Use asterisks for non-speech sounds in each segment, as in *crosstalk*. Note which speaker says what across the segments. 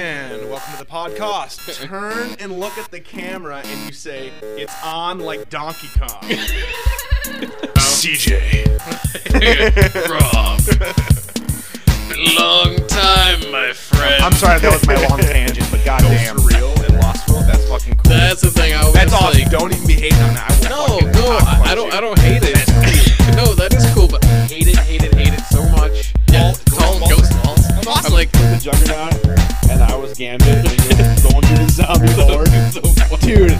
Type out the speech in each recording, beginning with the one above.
Speaker 1: welcome to the
Speaker 2: *laughs*
Speaker 1: podcast. Turn and look at the camera and you say, it's on like Donkey
Speaker 2: *laughs*
Speaker 1: Kong.
Speaker 2: CJ. Rob. Long time, my friend.
Speaker 3: I'm sorry that was my *laughs* long tangent, but goddamn.
Speaker 1: Surreal and Lost World, that's fucking cool.
Speaker 2: That's the thing I was
Speaker 1: That's awesome.
Speaker 2: like.
Speaker 1: Don't even be hating on that. I
Speaker 2: No,
Speaker 1: will fucking
Speaker 2: no,
Speaker 1: cock
Speaker 2: I,
Speaker 1: punch
Speaker 2: I don't.
Speaker 1: you.
Speaker 2: I don't hate it. no, that is cool, but I hate it, hate it, hate it so much. Yeah, call it ghost walls. I'm like,
Speaker 4: the Juggernaut, and I was Gambit, and he was going through
Speaker 2: *laughs*
Speaker 4: the zombie
Speaker 1: *laughs*
Speaker 4: lord.
Speaker 2: so fucking
Speaker 4: Dude,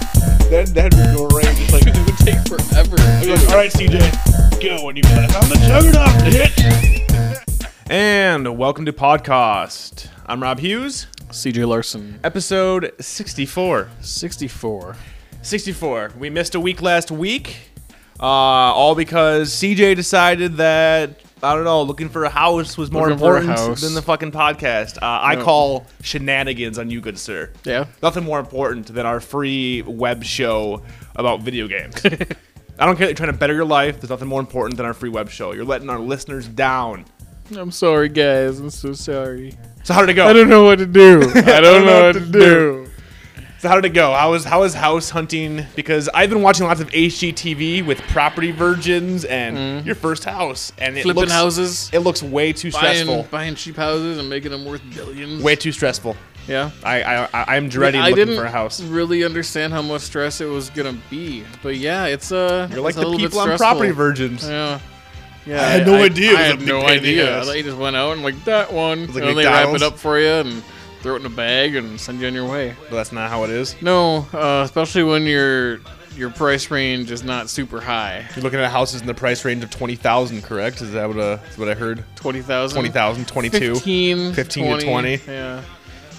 Speaker 4: that, that'd be great. Just like,
Speaker 2: it would take forever.
Speaker 4: like, alright, CJ, go, and you'd be like, I'm the Juggernaut, bitch!
Speaker 1: And welcome to podcast. I'm Rob Hughes,
Speaker 5: CJ Larson,
Speaker 1: episode 64.
Speaker 5: 64.
Speaker 1: 64. We missed a week last week, uh, all because CJ decided that I don't know, looking for a house was more
Speaker 5: Looking for a
Speaker 1: important
Speaker 5: house.
Speaker 1: than the fucking podcast. Uh, I call shenanigans on you, good sir.
Speaker 5: Yeah.
Speaker 1: Nothing more important than our free web show about
Speaker 5: *laughs*
Speaker 1: video games.
Speaker 2: *laughs*
Speaker 1: I don't care that you're trying to better your life. There's nothing more important than our free web show. You're letting our listeners down.
Speaker 5: I'm sorry, guys. I'm so sorry.
Speaker 1: So how did it go?
Speaker 5: I don't know what to do.
Speaker 2: *laughs*
Speaker 5: I don't, know what to do.
Speaker 1: So how did it go? How was how was house hunting? Because I've been watching lots of HGTV with property virgins and your first house, and it
Speaker 2: Mm. Flipping
Speaker 1: looks,
Speaker 2: houses,
Speaker 1: It looks way too stressful.
Speaker 2: buying, buying cheap houses, and making them worth billions.
Speaker 1: Way too stressful.
Speaker 2: yeah.
Speaker 1: I I I- I'm dreading
Speaker 2: I
Speaker 1: looking
Speaker 2: didn't
Speaker 1: for a house.
Speaker 2: really understand how much stress it was gonna be, but yeah, it's uh,
Speaker 1: You're like
Speaker 2: it's a
Speaker 1: the
Speaker 2: little bit
Speaker 1: people on
Speaker 2: stressful.
Speaker 1: property virgins.
Speaker 2: Yeah. Yeah,
Speaker 1: I had no idea it
Speaker 2: I
Speaker 1: was a
Speaker 2: had
Speaker 1: big
Speaker 2: no
Speaker 1: pain in the
Speaker 2: idea.
Speaker 1: ass.
Speaker 2: They just went out and like that one,
Speaker 1: like
Speaker 2: and they wrap it
Speaker 1: McDonald's.
Speaker 2: up for you and throw it in a bag and send you on your way.
Speaker 1: But that's not how it is.
Speaker 2: No, uh, especially when your your price range is not super high,
Speaker 1: You're looking at houses in the price range of twenty thousand, correct? Is that what uh, is what I heard?
Speaker 2: twenty thousand,
Speaker 1: Twenty thousand, twenty-two.
Speaker 2: 15,
Speaker 1: 15 to 20.
Speaker 2: Yeah,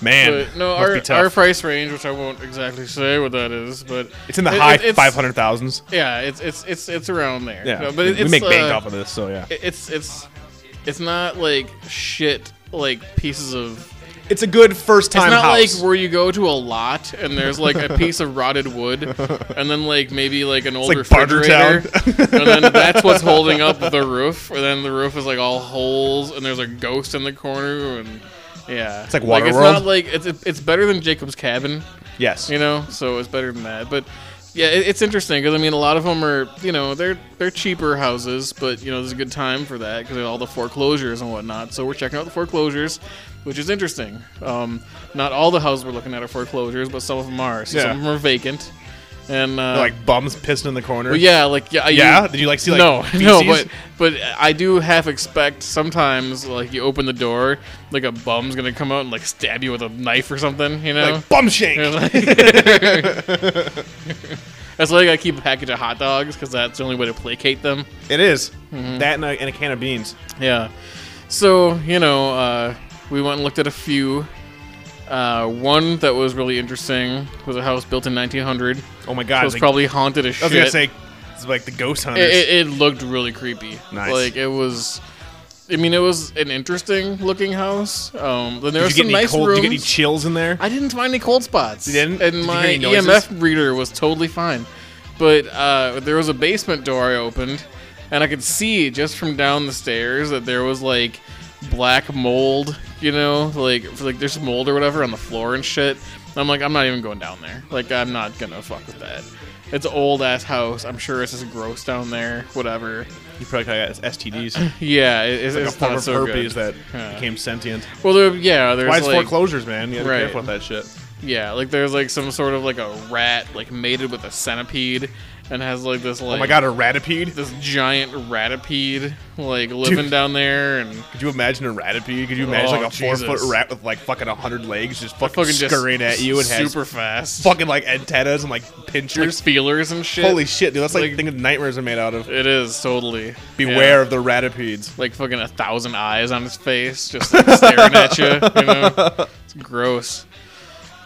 Speaker 1: Man,
Speaker 2: but no,
Speaker 1: must
Speaker 2: our,
Speaker 1: be tough.
Speaker 2: our price range, which I won't exactly say what that is, but
Speaker 1: it's in the
Speaker 2: it-
Speaker 1: high
Speaker 2: it- it's-
Speaker 1: five hundred thousands.
Speaker 2: Yeah, it's it's it's it's around there.
Speaker 1: Yeah,
Speaker 2: No, but it-
Speaker 1: we
Speaker 2: it's,
Speaker 1: make bank
Speaker 2: uh,
Speaker 1: off of this, so yeah.
Speaker 2: it- It's it's it's not like shit like pieces of
Speaker 1: It's a good first time
Speaker 2: it's not
Speaker 1: house.
Speaker 2: like where you go to a lot and there's like
Speaker 1: *laughs*
Speaker 2: a piece of rotted wood and then like maybe like an old
Speaker 1: like
Speaker 2: refrigerator
Speaker 1: Bartertown. *laughs*
Speaker 2: and then that's what's holding up the roof and then the roof is like all holes and there's a ghost in the corner and yeah it's
Speaker 1: like
Speaker 2: it's
Speaker 1: Waterworld.
Speaker 2: not like it's it's better than jacob's cabin
Speaker 1: yes.
Speaker 2: you know so it's better than that but yeah it, it's interesting because i mean a lot of them are you know they're they're cheaper houses but you know there's a good time for that because all the foreclosures and whatnot so we're checking out the foreclosures which is interesting um, not all the houses we're looking at are foreclosures but some of them are so
Speaker 1: Yeah.
Speaker 2: some of them are vacant and uh,
Speaker 1: like bums pissing in the corner.
Speaker 2: but yeah like yeah I-
Speaker 1: Yeah? Did you like see like
Speaker 2: no, *laughs*
Speaker 1: feces?
Speaker 2: no, but but I do half expect sometimes like you open the door, like a bum's gonna come out and like stab you with a knife or something, you know?
Speaker 1: like bum shank.
Speaker 2: that's why I keep a package of hot dogs because that's the only way to placate them.
Speaker 1: It is.
Speaker 2: Mm-hmm.
Speaker 1: that and a, and a can of beans.
Speaker 2: Yeah. So you know, uh, we went and looked at a few. Uh, one that was really interesting was a house built in 1900. It
Speaker 1: Oh my god!
Speaker 2: was
Speaker 1: like-
Speaker 2: probably haunted as shit.
Speaker 1: I was gonna say it's like the ghost
Speaker 2: it,
Speaker 1: hunters.
Speaker 2: it, it looked really creepy.
Speaker 1: Nice.
Speaker 2: Like it was. I mean, it was an interesting looking house. Um, then there
Speaker 1: did
Speaker 2: was
Speaker 1: you get
Speaker 2: some
Speaker 1: any
Speaker 2: nice
Speaker 1: cold?
Speaker 2: rooms.
Speaker 1: Did you get any chills in there?
Speaker 2: I didn't find any cold spots.
Speaker 1: You didn't? Did
Speaker 2: And
Speaker 1: you
Speaker 2: my
Speaker 1: hear any noises?
Speaker 2: EMF reader was totally fine. But uh, there was a basement door I opened, and I could see just from down the stairs that there was like black mold. You know, like like there's mold or whatever on the floor and shit. And I'm like, I'm not even going down there. Like I'm not gonna fuck with that. It's an old ass house. I'm sure it's just gross down there. Whatever.
Speaker 1: you probably got
Speaker 3: *laughs*
Speaker 1: STDs.
Speaker 2: Yeah, it, it's,
Speaker 1: a
Speaker 2: it's
Speaker 1: form
Speaker 2: not
Speaker 1: of
Speaker 2: so
Speaker 1: herpes
Speaker 2: good.
Speaker 1: that
Speaker 2: Yeah.
Speaker 1: became sentient.
Speaker 2: Well, there, yeah, there's
Speaker 1: Why is
Speaker 2: like,
Speaker 1: foreclosures, man? You gotta
Speaker 2: Right.
Speaker 1: be careful with that shit.
Speaker 2: *laughs* Yeah, like there's like some sort of like a rat like mated with a centipede and has like this like
Speaker 1: Oh my god, a ratipede?
Speaker 2: this giant ratipede like living
Speaker 1: Dude.
Speaker 2: down there and
Speaker 1: Could you imagine a ratipede? Could you imagine
Speaker 2: Oh,
Speaker 1: like a four
Speaker 2: Jesus.
Speaker 1: foot rat with like fucking a hundred legs just fucking,
Speaker 2: fucking just
Speaker 1: scurrying at you and has
Speaker 2: super fast
Speaker 1: fucking like antennas and like
Speaker 2: like
Speaker 1: pinchers?
Speaker 2: feelers and shit.
Speaker 1: Holy shit, dude! That's like,
Speaker 2: Like-
Speaker 1: the thing nightmares are made out of.
Speaker 2: it is totally
Speaker 1: Beware
Speaker 2: Yeah.
Speaker 1: of the ratipedes.
Speaker 2: Like fucking a thousand eyes on his face, just like, staring at you.
Speaker 1: *laughs*
Speaker 2: You know, it's gross.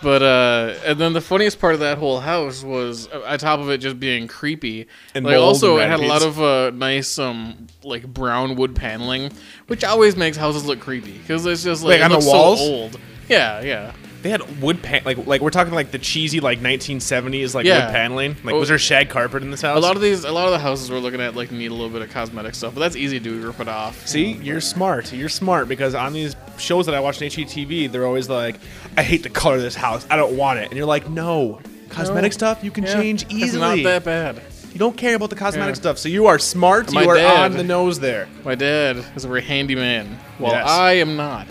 Speaker 2: But uh, and then the funniest part of that whole house was, uh, on top of it just being creepy,
Speaker 1: And
Speaker 2: like
Speaker 1: mold
Speaker 2: also
Speaker 1: and
Speaker 2: it had a lot
Speaker 1: ratipedes.
Speaker 2: of uh, nice um like brown wood paneling, which always makes houses look creepy because it's just
Speaker 1: Like,
Speaker 2: like it
Speaker 1: on the
Speaker 2: looks
Speaker 1: walls?
Speaker 2: so old. Yeah, yeah.
Speaker 3: They had wood pan like like we're talking like the cheesy like 1970s like
Speaker 2: Yeah.
Speaker 3: wood paneling. Like
Speaker 2: Oh.
Speaker 3: was there shag carpet in this house?
Speaker 2: A lot of these, a lot of the houses we're looking at like need a little bit of cosmetic stuff, but that's easy to rip it off.
Speaker 3: See, you're smart. You're smart because on these shows that I watch on HGTV, they're always like, "I hate the color of this house. I don't want it." And you're like, "No, cosmetic stuff you can
Speaker 2: Yeah,
Speaker 3: change easily.
Speaker 2: It's not that bad.
Speaker 3: You don't care about the cosmetic
Speaker 2: Yeah.
Speaker 3: stuff, so you are smart.
Speaker 2: My
Speaker 3: you are
Speaker 2: dad-
Speaker 3: on the nose there.
Speaker 2: My dad is a very handy man, while
Speaker 3: Yes.
Speaker 2: I am not.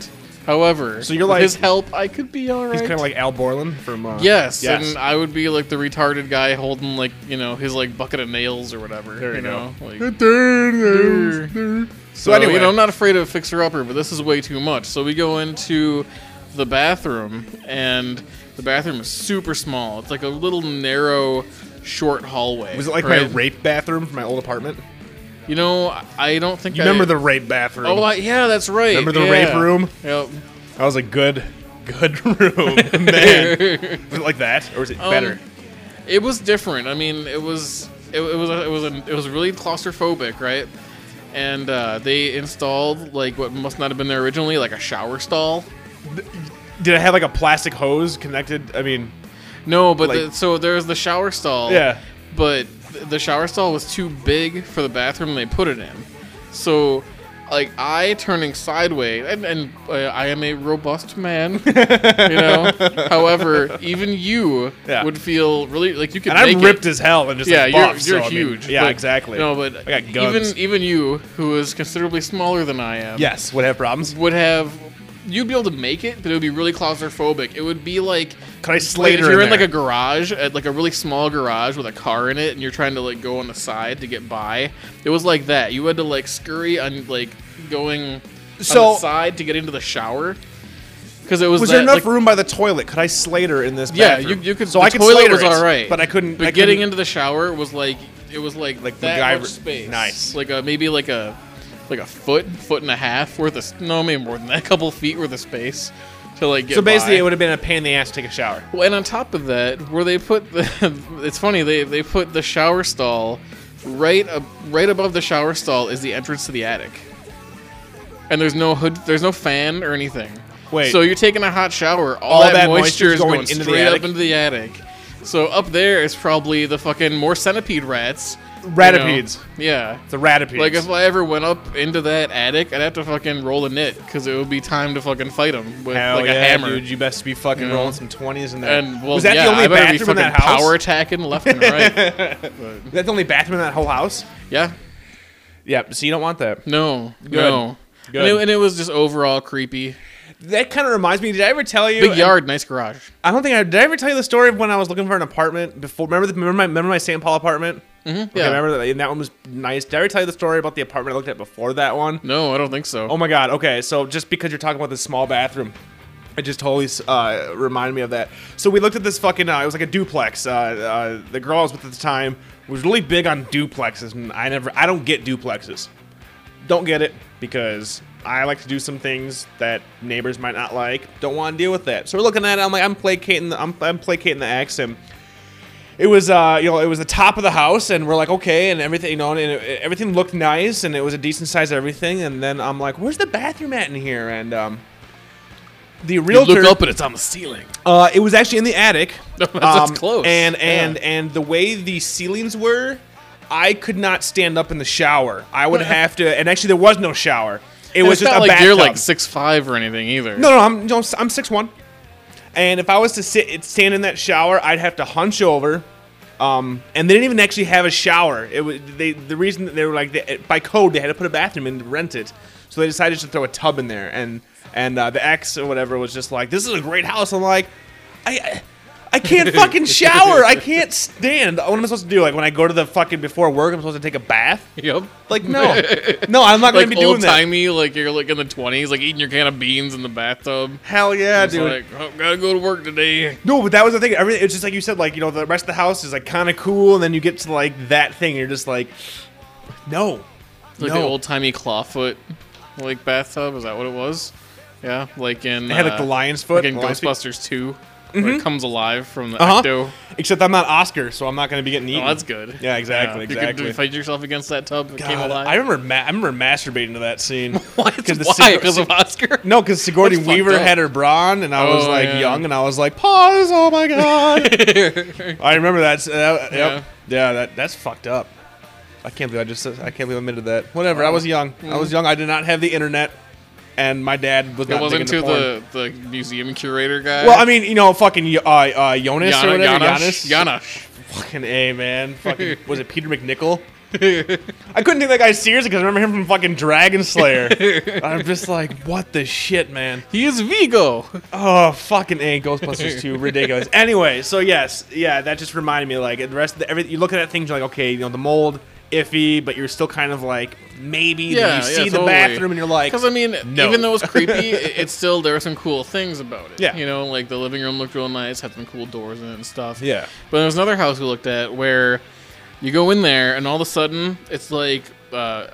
Speaker 2: However,
Speaker 3: So you're
Speaker 2: with
Speaker 3: like-
Speaker 2: his help, I could be all right.
Speaker 3: He's kind of like Al Borland from uh,
Speaker 2: yes,
Speaker 3: yes.
Speaker 2: and I would be like the retarded guy holding like you know his like bucket of nails or whatever.
Speaker 3: There
Speaker 2: you
Speaker 3: you go.
Speaker 2: know, like, so,
Speaker 3: so anyway,
Speaker 2: you know, I'm not afraid of a fixer upper, but this is way too much. So we go into the bathroom, and the bathroom is super small. It's like a little narrow, short hallway.
Speaker 3: was it like
Speaker 2: right?
Speaker 3: my rape bathroom from my old apartment?
Speaker 2: You know, I don't think
Speaker 3: You
Speaker 2: I,
Speaker 3: remember the rape bathroom?
Speaker 2: Oh, I, yeah, that's right.
Speaker 3: Remember the
Speaker 2: yeah.
Speaker 3: rape room?
Speaker 2: Yep.
Speaker 3: that was a good, good *laughs* room, man. *laughs*
Speaker 2: *laughs*
Speaker 3: Um, Was it like that, or was it better?
Speaker 2: Um, It was different. I mean, it was it, it was a, it was a, it was really claustrophobic, right? And uh, they installed like what must not have been there originally, like a shower stall.
Speaker 3: Did it have like a plastic hose connected? I mean,
Speaker 2: No, but the,
Speaker 3: Like-
Speaker 2: so there's the shower stall.
Speaker 3: Yeah.
Speaker 2: But th- the shower stall was too big for the bathroom they put it in. So, like, I turning sideways, and, and uh, I am a robust man,
Speaker 3: *laughs*
Speaker 2: you know. However, even you
Speaker 3: Yeah.
Speaker 2: would feel really like you could.
Speaker 3: and I'm
Speaker 2: make it.
Speaker 3: ripped as hell and just
Speaker 2: yeah,
Speaker 3: like,
Speaker 2: you're,
Speaker 3: buff,
Speaker 2: you're
Speaker 3: so, I mean,
Speaker 2: huge.
Speaker 3: yeah,
Speaker 2: but-
Speaker 3: exactly.
Speaker 2: No, but
Speaker 3: I got guns.
Speaker 2: even even you, who is considerably smaller than I am,
Speaker 3: yes, would have problems.
Speaker 2: would have you'd be able to make it, but it would be really claustrophobic. It would be like
Speaker 3: Could I
Speaker 2: like, if
Speaker 3: Slater?
Speaker 2: you're in, like a
Speaker 3: there?
Speaker 2: garage, at like a really small garage with a car in it, and you're trying to like go on the side to get by. It was like that. You had to like scurry on like going on
Speaker 3: So-
Speaker 2: the side to get into the shower because it was
Speaker 3: was
Speaker 2: that,
Speaker 3: there enough
Speaker 2: like,
Speaker 3: room by the toilet? Could I Slater in this?
Speaker 2: Yeah, you,
Speaker 3: bathroom?
Speaker 2: you could.
Speaker 3: So
Speaker 2: the
Speaker 3: I could
Speaker 2: toilet
Speaker 3: Slater
Speaker 2: was
Speaker 3: it,
Speaker 2: all right,
Speaker 3: but I couldn't.
Speaker 2: But
Speaker 3: I
Speaker 2: getting
Speaker 3: couldn't-
Speaker 2: into the shower was like it was like
Speaker 3: Like
Speaker 2: that
Speaker 3: MacGyver.
Speaker 2: much space.
Speaker 3: Nice.
Speaker 2: like a maybe like a like a foot, foot and a half worth of s- no, maybe more than that, a couple feet worth of space to like get.
Speaker 3: so basically,
Speaker 2: by.
Speaker 3: it would have been a pain in the ass to take a shower.
Speaker 2: Well, and on top of that, where they put the, *laughs* it's funny they they put the shower stall right up, right above the shower stall is the entrance to the attic. And there's no hood, there's no fan or anything.
Speaker 3: Wait.
Speaker 2: So you're taking a hot shower, all,
Speaker 3: All
Speaker 2: that,
Speaker 3: that
Speaker 2: moisture
Speaker 3: moisture's
Speaker 2: is
Speaker 3: going
Speaker 2: going,
Speaker 3: into the
Speaker 2: straight
Speaker 3: attic?
Speaker 2: up into the attic. So up there is probably the fucking more centipede rats. you know.
Speaker 3: Ratipedes.
Speaker 2: Yeah.
Speaker 3: The ratipedes.
Speaker 2: Like if I ever went up into that attic, I'd have to fucking roll a knit because it would be time to fucking fight them with
Speaker 3: Hell
Speaker 2: like
Speaker 3: yeah,
Speaker 2: a hammer.
Speaker 3: dude, you best be fucking
Speaker 2: You know?
Speaker 3: rolling some twenties in there.
Speaker 2: And well,
Speaker 3: was that
Speaker 2: yeah,
Speaker 3: the only
Speaker 2: I better be
Speaker 3: bathroom in
Speaker 2: fucking
Speaker 3: that house?
Speaker 2: power attacking left and
Speaker 3: *laughs*
Speaker 2: right.
Speaker 3: Was that the only bathroom in that whole house?
Speaker 2: yeah,
Speaker 3: Yeah. So you don't want that.
Speaker 2: no, no.
Speaker 3: Good.
Speaker 2: And, it, and it was just overall creepy.
Speaker 3: That kind of reminds me. Did I ever tell you?
Speaker 2: Big
Speaker 3: and-
Speaker 2: yard, nice garage.
Speaker 3: I don't think I did. I ever tell you the story of when I was looking for an apartment before. Remember the remember my remember my St. Paul apartment. Mm-hmm.
Speaker 2: yeah.
Speaker 3: Remember that? And that one was nice. Did I ever tell you the story about the apartment I looked at before that one?
Speaker 2: No, I don't think so.
Speaker 3: Oh my god. Okay, so just because you're talking about this small bathroom, it just totally uh, reminded me of that. So we looked at this fucking. Uh, it was like a duplex. Uh, uh, the girl I was with at the time was really big on duplexes, and I never. I don't get duplexes. Don't get it because I like to do some things that neighbors might not like. Don't want to deal with that. So we're looking at it. I'm like, I'm placating. The, I'm, I'm placating the ex and it was uh you know it was the top of the house and we're like okay and everything you know and it, everything looked nice and it was a decent size everything and then I'm like where's the bathroom at in here and um the
Speaker 2: You
Speaker 3: realtor
Speaker 2: look up and it's on the ceiling.
Speaker 3: uh it was actually in the attic
Speaker 2: *laughs*
Speaker 3: Um,
Speaker 2: That's- that's close.
Speaker 3: and
Speaker 2: Yeah.
Speaker 3: and and the way the ceilings were I could not stand up in the shower I
Speaker 2: *laughs*
Speaker 3: would have to and actually there was no shower it
Speaker 2: It
Speaker 3: was
Speaker 2: was
Speaker 3: just
Speaker 2: not
Speaker 3: a
Speaker 2: like
Speaker 3: bathtub.
Speaker 2: you're like six five or anything either.
Speaker 3: No, no, I'm no, I'm six one, and if I was to sit stand in that shower, I'd have to hunch over. Um, and they didn't even actually have a shower. It was they the reason that they were like they, by code they had to put a bathroom in to rent it, so they decided to throw a tub in there. And and uh, the ex or whatever was just like, "This is a great house." I'm like, I. I I can't fucking shower. I can't stand. What am I supposed to do? Like when I go to the fucking before work, I'm supposed to take a bath.
Speaker 2: Yep.
Speaker 3: Like no, no, I'm not gonna
Speaker 2: Like
Speaker 3: be doing
Speaker 2: old
Speaker 3: that.
Speaker 2: timey, like you're like in the twenties, like eating your can of beans in the bathtub.
Speaker 3: Hell yeah,
Speaker 2: It's
Speaker 3: dude.
Speaker 2: like oh, gotta go to work today.
Speaker 3: No, but that was the thing. Everything it's just like you said, like, you know, the rest of the house is like kinda cool, and then you get to like that thing, and you're just like No.
Speaker 2: It's like the
Speaker 3: No.
Speaker 2: old timey clawfoot, like bathtub. Is that what it was? Yeah, like in
Speaker 3: It had like the
Speaker 2: uh,
Speaker 3: lion's
Speaker 2: like
Speaker 3: foot. Oh,
Speaker 2: in
Speaker 3: the lion's feet.
Speaker 2: Ghostbusters 2. where it comes alive from the
Speaker 3: Mm-hmm. Uh-huh.
Speaker 2: ecto.
Speaker 3: Except I'm not Oscar, so I'm not going to be getting eaten.
Speaker 2: Oh, that's good.
Speaker 3: Yeah, exactly,
Speaker 2: You could
Speaker 3: exactly.
Speaker 2: fight yourself against that tub. It came
Speaker 3: God,
Speaker 2: alive.
Speaker 3: I remember, ma- I remember masturbating to
Speaker 2: *laughs*
Speaker 3: that scene.
Speaker 2: Why?
Speaker 3: the
Speaker 2: Why?
Speaker 3: cigarette-
Speaker 2: Because of
Speaker 3: *laughs*
Speaker 2: Oscar. *laughs*
Speaker 3: No, because Sigourney
Speaker 2: That's fucked
Speaker 3: Weaver
Speaker 2: up.
Speaker 3: had her brawn, and I was
Speaker 2: Oh,
Speaker 3: like
Speaker 2: yeah.
Speaker 3: young, and I was like, pause. Oh
Speaker 2: *laughs*
Speaker 3: my god! I remember that. Uh, yep.
Speaker 2: Yeah.
Speaker 3: Yeah, that that's fucked up. I can't believe I just I can't believe I admitted that. Whatever. I was young. I was young. I did not have the internet, and my dad was
Speaker 2: mm. It
Speaker 3: not big
Speaker 2: wasn't
Speaker 3: into
Speaker 2: to
Speaker 3: porn.
Speaker 2: the, the museum curator guy.
Speaker 3: Well, I mean, you know, fucking uh, uh, Jonas or
Speaker 2: Yana,
Speaker 3: whatever.
Speaker 2: Yanash,
Speaker 3: Giannis.
Speaker 2: Yanash.
Speaker 3: Fucking a man.
Speaker 2: *laughs*
Speaker 3: Fucking was it Peter McNichol? I couldn't take that guy seriously because I remember him from fucking Dragon Slayer.
Speaker 2: *laughs*
Speaker 3: I'm just like, what the shit, man.
Speaker 2: He is *laughs* Vigo.
Speaker 3: Oh, fucking A,
Speaker 2: *laughs*
Speaker 3: Ghostbusters 2, ridiculous. anyway, so yes, yeah, that just reminded me, like, the rest of the, everything, you look at that thing, you're like, okay, you know, the mold, iffy, but you're still kind of like, maybe,
Speaker 2: Yeah,
Speaker 3: yeah, you see
Speaker 2: yeah,
Speaker 3: the
Speaker 2: totally.
Speaker 3: bathroom and you're like,
Speaker 2: Because I mean,
Speaker 3: no.
Speaker 2: even though it's
Speaker 3: *laughs*
Speaker 2: creepy, it, it's still there are some cool things about it.
Speaker 3: Yeah.
Speaker 2: you know, like the living room looked real nice, had some cool doors in it and stuff.
Speaker 3: Yeah.
Speaker 2: But there was another house we looked at where you go in there and all of a sudden it's like uh,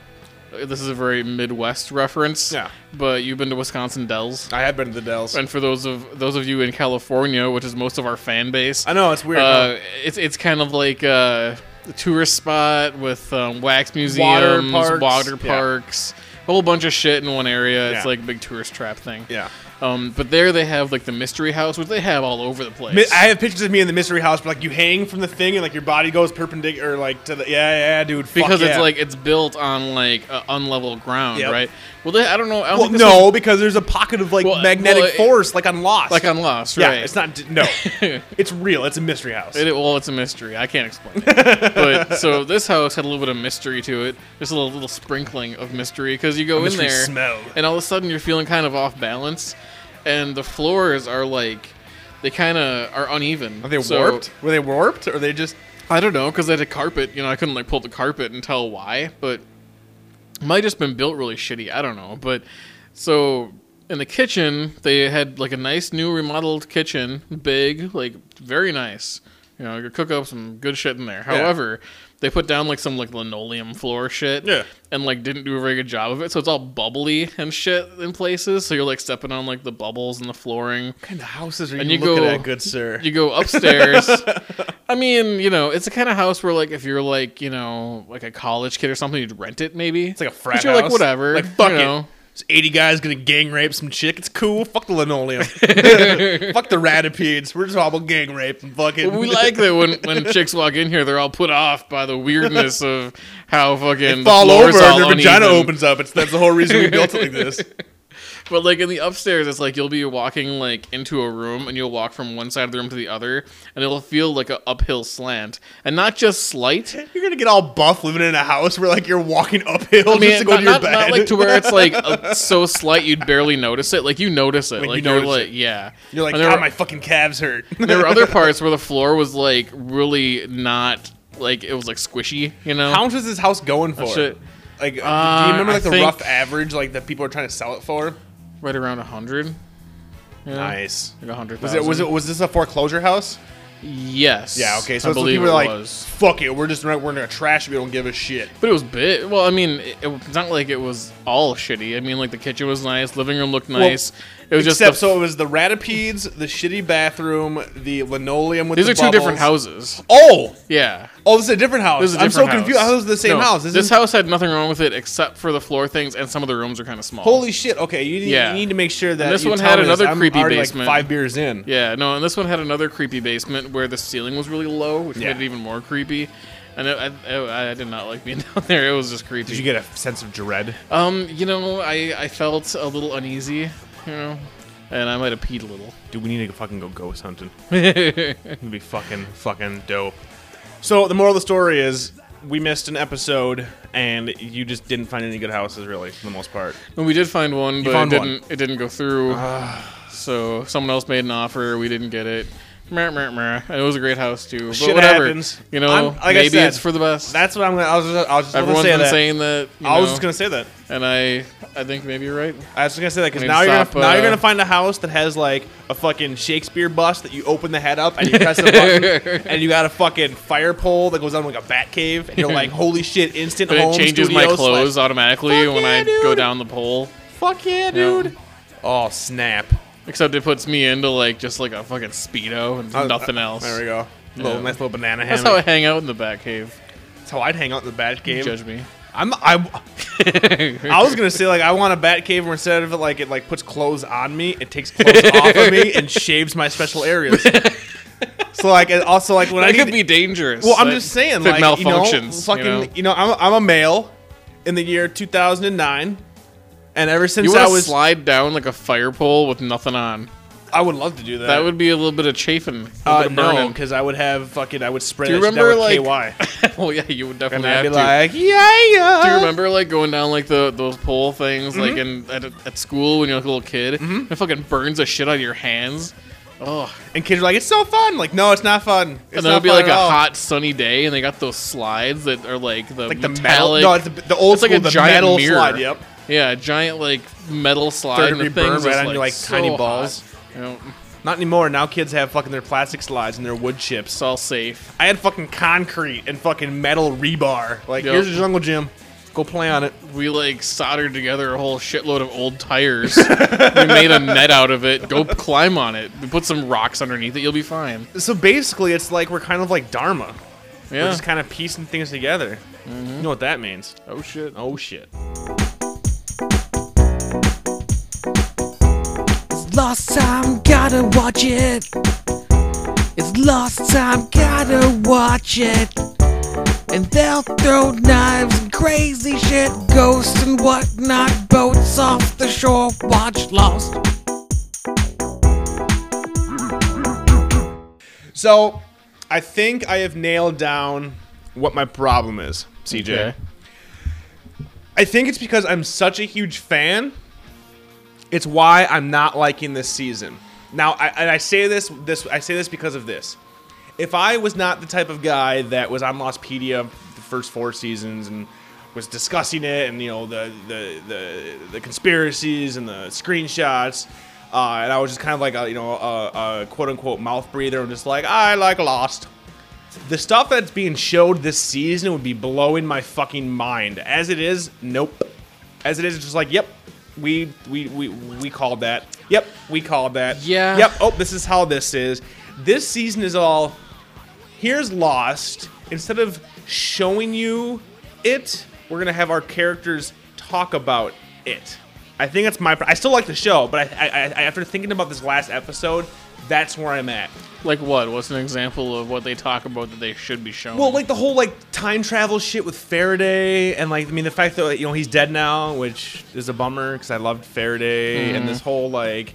Speaker 2: this is a very Midwest reference.
Speaker 3: Yeah.
Speaker 2: But you've been to Wisconsin Dells.
Speaker 3: I have been to the Dells.
Speaker 2: And for those of those of you in California, which is most of our fan base,
Speaker 3: I know, it's weird. huh?
Speaker 2: uh, it's it's kind of like uh, a tourist spot with um, wax museums,
Speaker 3: parks.
Speaker 2: water
Speaker 3: Yeah.
Speaker 2: parks, a whole bunch of shit in one area. It's
Speaker 3: Yeah.
Speaker 2: like a big tourist trap thing.
Speaker 3: yeah.
Speaker 2: Um, but there they have like the mystery house, which they have all over the place.
Speaker 3: Mi- I have pictures of me in the mystery house, but like you hang from the thing and like your body goes perpendicular, or like to the yeah, yeah, dude. fuck
Speaker 2: because it's
Speaker 3: yeah.
Speaker 2: like it's built on like uh, unlevel ground,
Speaker 3: Yep.
Speaker 2: right? Well, they, I don't know. I don't
Speaker 3: well,
Speaker 2: think this was-
Speaker 3: no, because there's a pocket of like
Speaker 2: Well,
Speaker 3: magnetic
Speaker 2: well, it-
Speaker 3: force, like on Lost,
Speaker 2: like on Lost,
Speaker 3: yeah,
Speaker 2: right?
Speaker 3: it's not d- no,
Speaker 2: *laughs*
Speaker 3: it's real. It's a mystery house.
Speaker 2: It, well, it's a mystery. I can't explain
Speaker 3: *laughs*
Speaker 2: it. but so this house had a little bit of mystery to it, just a little, little sprinkling of mystery because you go in
Speaker 3: mystery
Speaker 2: there
Speaker 3: smell.
Speaker 2: and all of a sudden you're feeling kind of off balance, and the floors are like they kind of are uneven.
Speaker 3: Are they
Speaker 2: So-
Speaker 3: warped? Were they warped? Or they just
Speaker 2: I don't know because they had a carpet. You know, I couldn't like pull the carpet and tell why, but it might have just been built really shitty. I don't know. But so in the kitchen, they had like a nice new remodeled kitchen, big, like very nice. You know, you could cook up some good shit in there. However, they put down like some like linoleum floor shit,
Speaker 3: Yeah.
Speaker 2: and like didn't do a very good job of it. So it's all bubbly and shit in places. So you're like stepping on like the bubbles and the flooring
Speaker 3: kind of houses are you,
Speaker 2: And you
Speaker 3: looking
Speaker 2: go-
Speaker 3: at, good sir?
Speaker 2: you go
Speaker 3: *laughs*
Speaker 2: upstairs. I mean, you know, it's the kind of house where, like, if you're like, you know, like a college kid or something, you'd rent it maybe.
Speaker 3: it's like a frat
Speaker 2: But you're
Speaker 3: house.
Speaker 2: like, whatever.
Speaker 3: Like fuck
Speaker 2: you
Speaker 3: it.
Speaker 2: know.
Speaker 3: It's Eighty guys gonna gang rape some chick. It's cool. Fuck
Speaker 2: *laughs*
Speaker 3: the linoleum. fuck the ratipedes. We're just all about gang rape and fucking.
Speaker 2: We like that when, when
Speaker 3: *laughs*
Speaker 2: chicks walk in here, they're all put off by the weirdness of how fucking the
Speaker 3: fall
Speaker 2: floor's
Speaker 3: over and
Speaker 2: all
Speaker 3: their vagina
Speaker 2: uneven.
Speaker 3: opens up. It's that's the whole reason we built it
Speaker 2: *laughs*
Speaker 3: like this.
Speaker 2: But like in the upstairs, it's like you'll be walking like into a room and you'll walk from one side of the room to the other, and it'll feel like a uphill slant, and not just slight.
Speaker 3: You're gonna get all buff living in a house where like you're walking uphill
Speaker 2: I mean,
Speaker 3: just to go
Speaker 2: not,
Speaker 3: to your
Speaker 2: not-
Speaker 3: bed.
Speaker 2: not like to where
Speaker 3: *laughs*
Speaker 2: it's like uh, so slight you'd barely notice it. Like you notice it.
Speaker 3: you
Speaker 2: Like, you are
Speaker 3: notice
Speaker 2: like,
Speaker 3: it.
Speaker 2: yeah.
Speaker 3: you're like,
Speaker 2: And there
Speaker 3: God,
Speaker 2: were-
Speaker 3: my fucking
Speaker 2: *laughs*
Speaker 3: calves hurt. *laughs*
Speaker 2: there were other parts where the floor was like really not like it was like squishy, you know.
Speaker 3: How much is this house going for?
Speaker 2: Oh, shit.
Speaker 3: Like, do
Speaker 2: Uh,
Speaker 3: you remember
Speaker 2: I
Speaker 3: like the
Speaker 2: think-
Speaker 3: rough average like that people are trying to sell it for?
Speaker 2: right around a hundred. Yeah,
Speaker 3: Nice.
Speaker 2: Like a hundred.
Speaker 3: Was it was it was this a foreclosure house?
Speaker 2: Yes.
Speaker 3: Yeah, okay. So
Speaker 2: I
Speaker 3: it's like
Speaker 2: believe
Speaker 3: people
Speaker 2: it
Speaker 3: are like,
Speaker 2: was.
Speaker 3: fuck it, we're just we're gonna trash it. We don't give a shit.
Speaker 2: But it was bit. Well, I mean, it, it's not like it was all shitty. I mean, like the kitchen was nice, living room looked nice. it was just
Speaker 3: Except
Speaker 2: the-
Speaker 3: so it was the ratipedes, the shitty bathroom, the linoleum with
Speaker 2: these
Speaker 3: the
Speaker 2: are two different
Speaker 3: bubbles.
Speaker 2: houses.
Speaker 3: Oh,
Speaker 2: Yeah.
Speaker 3: oh, this is a different house.
Speaker 2: This is a
Speaker 3: I'm so
Speaker 2: different
Speaker 3: confused. I
Speaker 2: house.
Speaker 3: thought it was the same
Speaker 2: No,
Speaker 3: house.
Speaker 2: This,
Speaker 3: is-
Speaker 2: house had nothing wrong with it except for the floor things, and some of the rooms are kind of small.
Speaker 3: Holy shit! Okay, you need,
Speaker 2: Yeah.
Speaker 3: you need to make sure that
Speaker 2: And this
Speaker 3: you
Speaker 2: one
Speaker 3: tell
Speaker 2: had
Speaker 3: me this.
Speaker 2: another
Speaker 3: I'm
Speaker 2: creepy
Speaker 3: already,
Speaker 2: basement.
Speaker 3: Like five beers in.
Speaker 2: Yeah, no, and this one had another creepy basement where the ceiling was really low, which made it even more creepy. And it, I, I, I did not like being *laughs* down there. It was just creepy.
Speaker 3: Did you get a sense of dread?
Speaker 2: um, you know, I, I felt a little uneasy, you know, and I might have peed a little.
Speaker 3: Dude, we need to fucking go
Speaker 2: *laughs*
Speaker 3: ghost hunting. It'd be fucking fucking dope. So the moral of the story is we missed an episode and you just didn't find any good houses really for the most part.
Speaker 2: And we did find one, but it
Speaker 3: found one. Ah.
Speaker 2: didn't it didn't go through. so someone else made an offer. We didn't get it. Meh, meh, meh. And It was a great house too, but
Speaker 3: Shit
Speaker 2: whatever.
Speaker 3: happens.
Speaker 2: You know,
Speaker 3: I'm- like I
Speaker 2: maybe
Speaker 3: said,
Speaker 2: it's for the best.
Speaker 3: That's what I'm gonna I was just, I was just
Speaker 2: Everyone's
Speaker 3: gonna say
Speaker 2: been
Speaker 3: that.
Speaker 2: saying that. you
Speaker 3: I was
Speaker 2: know,
Speaker 3: just gonna say that.
Speaker 2: and I I think maybe you're right.
Speaker 3: I was just gonna say that because
Speaker 2: We
Speaker 3: now
Speaker 2: need to
Speaker 3: you're
Speaker 2: stop,
Speaker 3: gonna, now you're
Speaker 2: uh,
Speaker 3: gonna find a house that has like a fucking Shakespeare bust that you open the head up and you press a
Speaker 2: *laughs*
Speaker 3: button and you got a fucking fire pole that goes on like a bat cave and you're
Speaker 2: *laughs*
Speaker 3: like holy shit instant
Speaker 2: But
Speaker 3: home
Speaker 2: it changes my
Speaker 3: studio slash-
Speaker 2: clothes automatically
Speaker 3: Fuck
Speaker 2: when
Speaker 3: yeah,
Speaker 2: I
Speaker 3: dude.
Speaker 2: go down the pole.
Speaker 3: Fuck yeah,
Speaker 2: Yeah.
Speaker 3: dude. Oh snap.
Speaker 2: Except it puts me into like just like a fucking speedo and
Speaker 3: Uh,
Speaker 2: nothing
Speaker 3: uh,
Speaker 2: else.
Speaker 3: There we go. Little
Speaker 2: Yeah.
Speaker 3: nice little banana
Speaker 2: That's
Speaker 3: hammock.
Speaker 2: how I hang out in the back cave.
Speaker 3: That's how I'd hang out in the bat cave.
Speaker 2: Judge me.
Speaker 3: I'm I, *laughs* I was gonna say like I want a bat cave where instead of it like it like puts clothes on me, it
Speaker 2: *laughs*
Speaker 3: takes clothes off of me and shaves my special areas. so like and also like when I
Speaker 2: *laughs* that
Speaker 3: need
Speaker 2: could be dangerous.
Speaker 3: well, I'm
Speaker 2: That-
Speaker 3: just saying
Speaker 2: if
Speaker 3: like
Speaker 2: it malfunctions.
Speaker 3: You know, fucking you know, I'm, I'm a male in the year 2009, and ever since
Speaker 2: You
Speaker 3: I
Speaker 2: want to
Speaker 3: was
Speaker 2: slide down like a fire pole with nothing on.
Speaker 3: I would love to do that.
Speaker 2: That would be a little bit of chafing. a little
Speaker 3: uh,
Speaker 2: bit of
Speaker 3: no
Speaker 2: burning. *laughs*
Speaker 3: because I would have fucking I would spread.
Speaker 2: Do you
Speaker 3: that shit
Speaker 2: remember,
Speaker 3: down with
Speaker 2: like-
Speaker 3: KY?
Speaker 2: well, *laughs* yeah, you would
Speaker 3: and
Speaker 2: definitely
Speaker 3: I'd
Speaker 2: have
Speaker 3: be
Speaker 2: to.
Speaker 3: like yeah yeah.
Speaker 2: Do you remember like going down like the those pole things like
Speaker 3: Mm-hmm.
Speaker 2: in at, at school when you're like a little kid? It fucking burns the shit out of your hands. Oh,
Speaker 3: And kids are like, Mm-hmm. it's so fun. Like, no, it's not fun. It's
Speaker 2: and
Speaker 3: not
Speaker 2: then it'll be
Speaker 3: fun
Speaker 2: like
Speaker 3: at
Speaker 2: a *laughs*
Speaker 3: all.
Speaker 2: hot sunny day, and they got those slides that are like the
Speaker 3: like the metal.
Speaker 2: metallic.
Speaker 3: No, it's the, the old
Speaker 2: it's like
Speaker 3: school,
Speaker 2: a
Speaker 3: the
Speaker 2: giant
Speaker 3: metal
Speaker 2: mirror.
Speaker 3: slide. Yep.
Speaker 2: yeah, a giant like metal slide.
Speaker 3: Third
Speaker 2: And the
Speaker 3: degree burn
Speaker 2: things
Speaker 3: right
Speaker 2: is,
Speaker 3: on you, like,
Speaker 2: so
Speaker 3: tiny
Speaker 2: hot.
Speaker 3: balls.
Speaker 2: You know,
Speaker 3: Not anymore. Now kids have fucking their plastic slides and their wood chips.
Speaker 2: it's all safe.
Speaker 3: I had fucking concrete and fucking metal rebar. Like,
Speaker 2: Yep.
Speaker 3: here's your jungle gym. Go play on it.
Speaker 2: We like soldered together a whole shitload of old
Speaker 3: *laughs*
Speaker 2: tires. we made a net out of it. Go climb on it. We put some rocks underneath it. You'll be fine.
Speaker 3: So basically, it's like we're kind of like Dharma. We're
Speaker 2: Yeah.
Speaker 3: just kind of piecing things together. You know what that means?
Speaker 5: Oh shit.
Speaker 3: Oh shit.
Speaker 6: It's lost time, gotta watch it. It's lost time, gotta watch it. And they'll throw knives and crazy shit, ghosts and whatnot, boats off the shore, watch lost.
Speaker 3: So, I think I have nailed down what my problem is, CJ.
Speaker 2: Okay.
Speaker 3: I think it's because I'm such a huge fan. It's why I'm not liking this season. Now, I, and I say this, this I say this because of this. If I was not the type of guy that was on Lostpedia the first four seasons and was discussing it, and you know the the the, the conspiracies and the screenshots, uh, and I was just kind of like a you know a, a quote unquote mouth breather, and just like I like Lost the stuff that's being showed this season would be blowing my fucking mind. As it is, nope. As it is, it's just like, yep, we we we we called that. Yep, we called that.
Speaker 2: Yeah.
Speaker 3: Yep. Oh, this is how this is. This season is all. Here's Lost. Instead of showing you it, we're gonna have our characters talk about it. I think that's my. I still like the show, but I, I, I after thinking about this last episode, that's where I'm at.
Speaker 2: Like what? What's an example of what they talk about that they should be shown?
Speaker 3: Well, like the whole like time travel shit with Faraday, and like I mean the fact that like, you know he's dead now, which is a bummer because I loved Faraday, and
Speaker 2: Mm-hmm.
Speaker 3: this whole like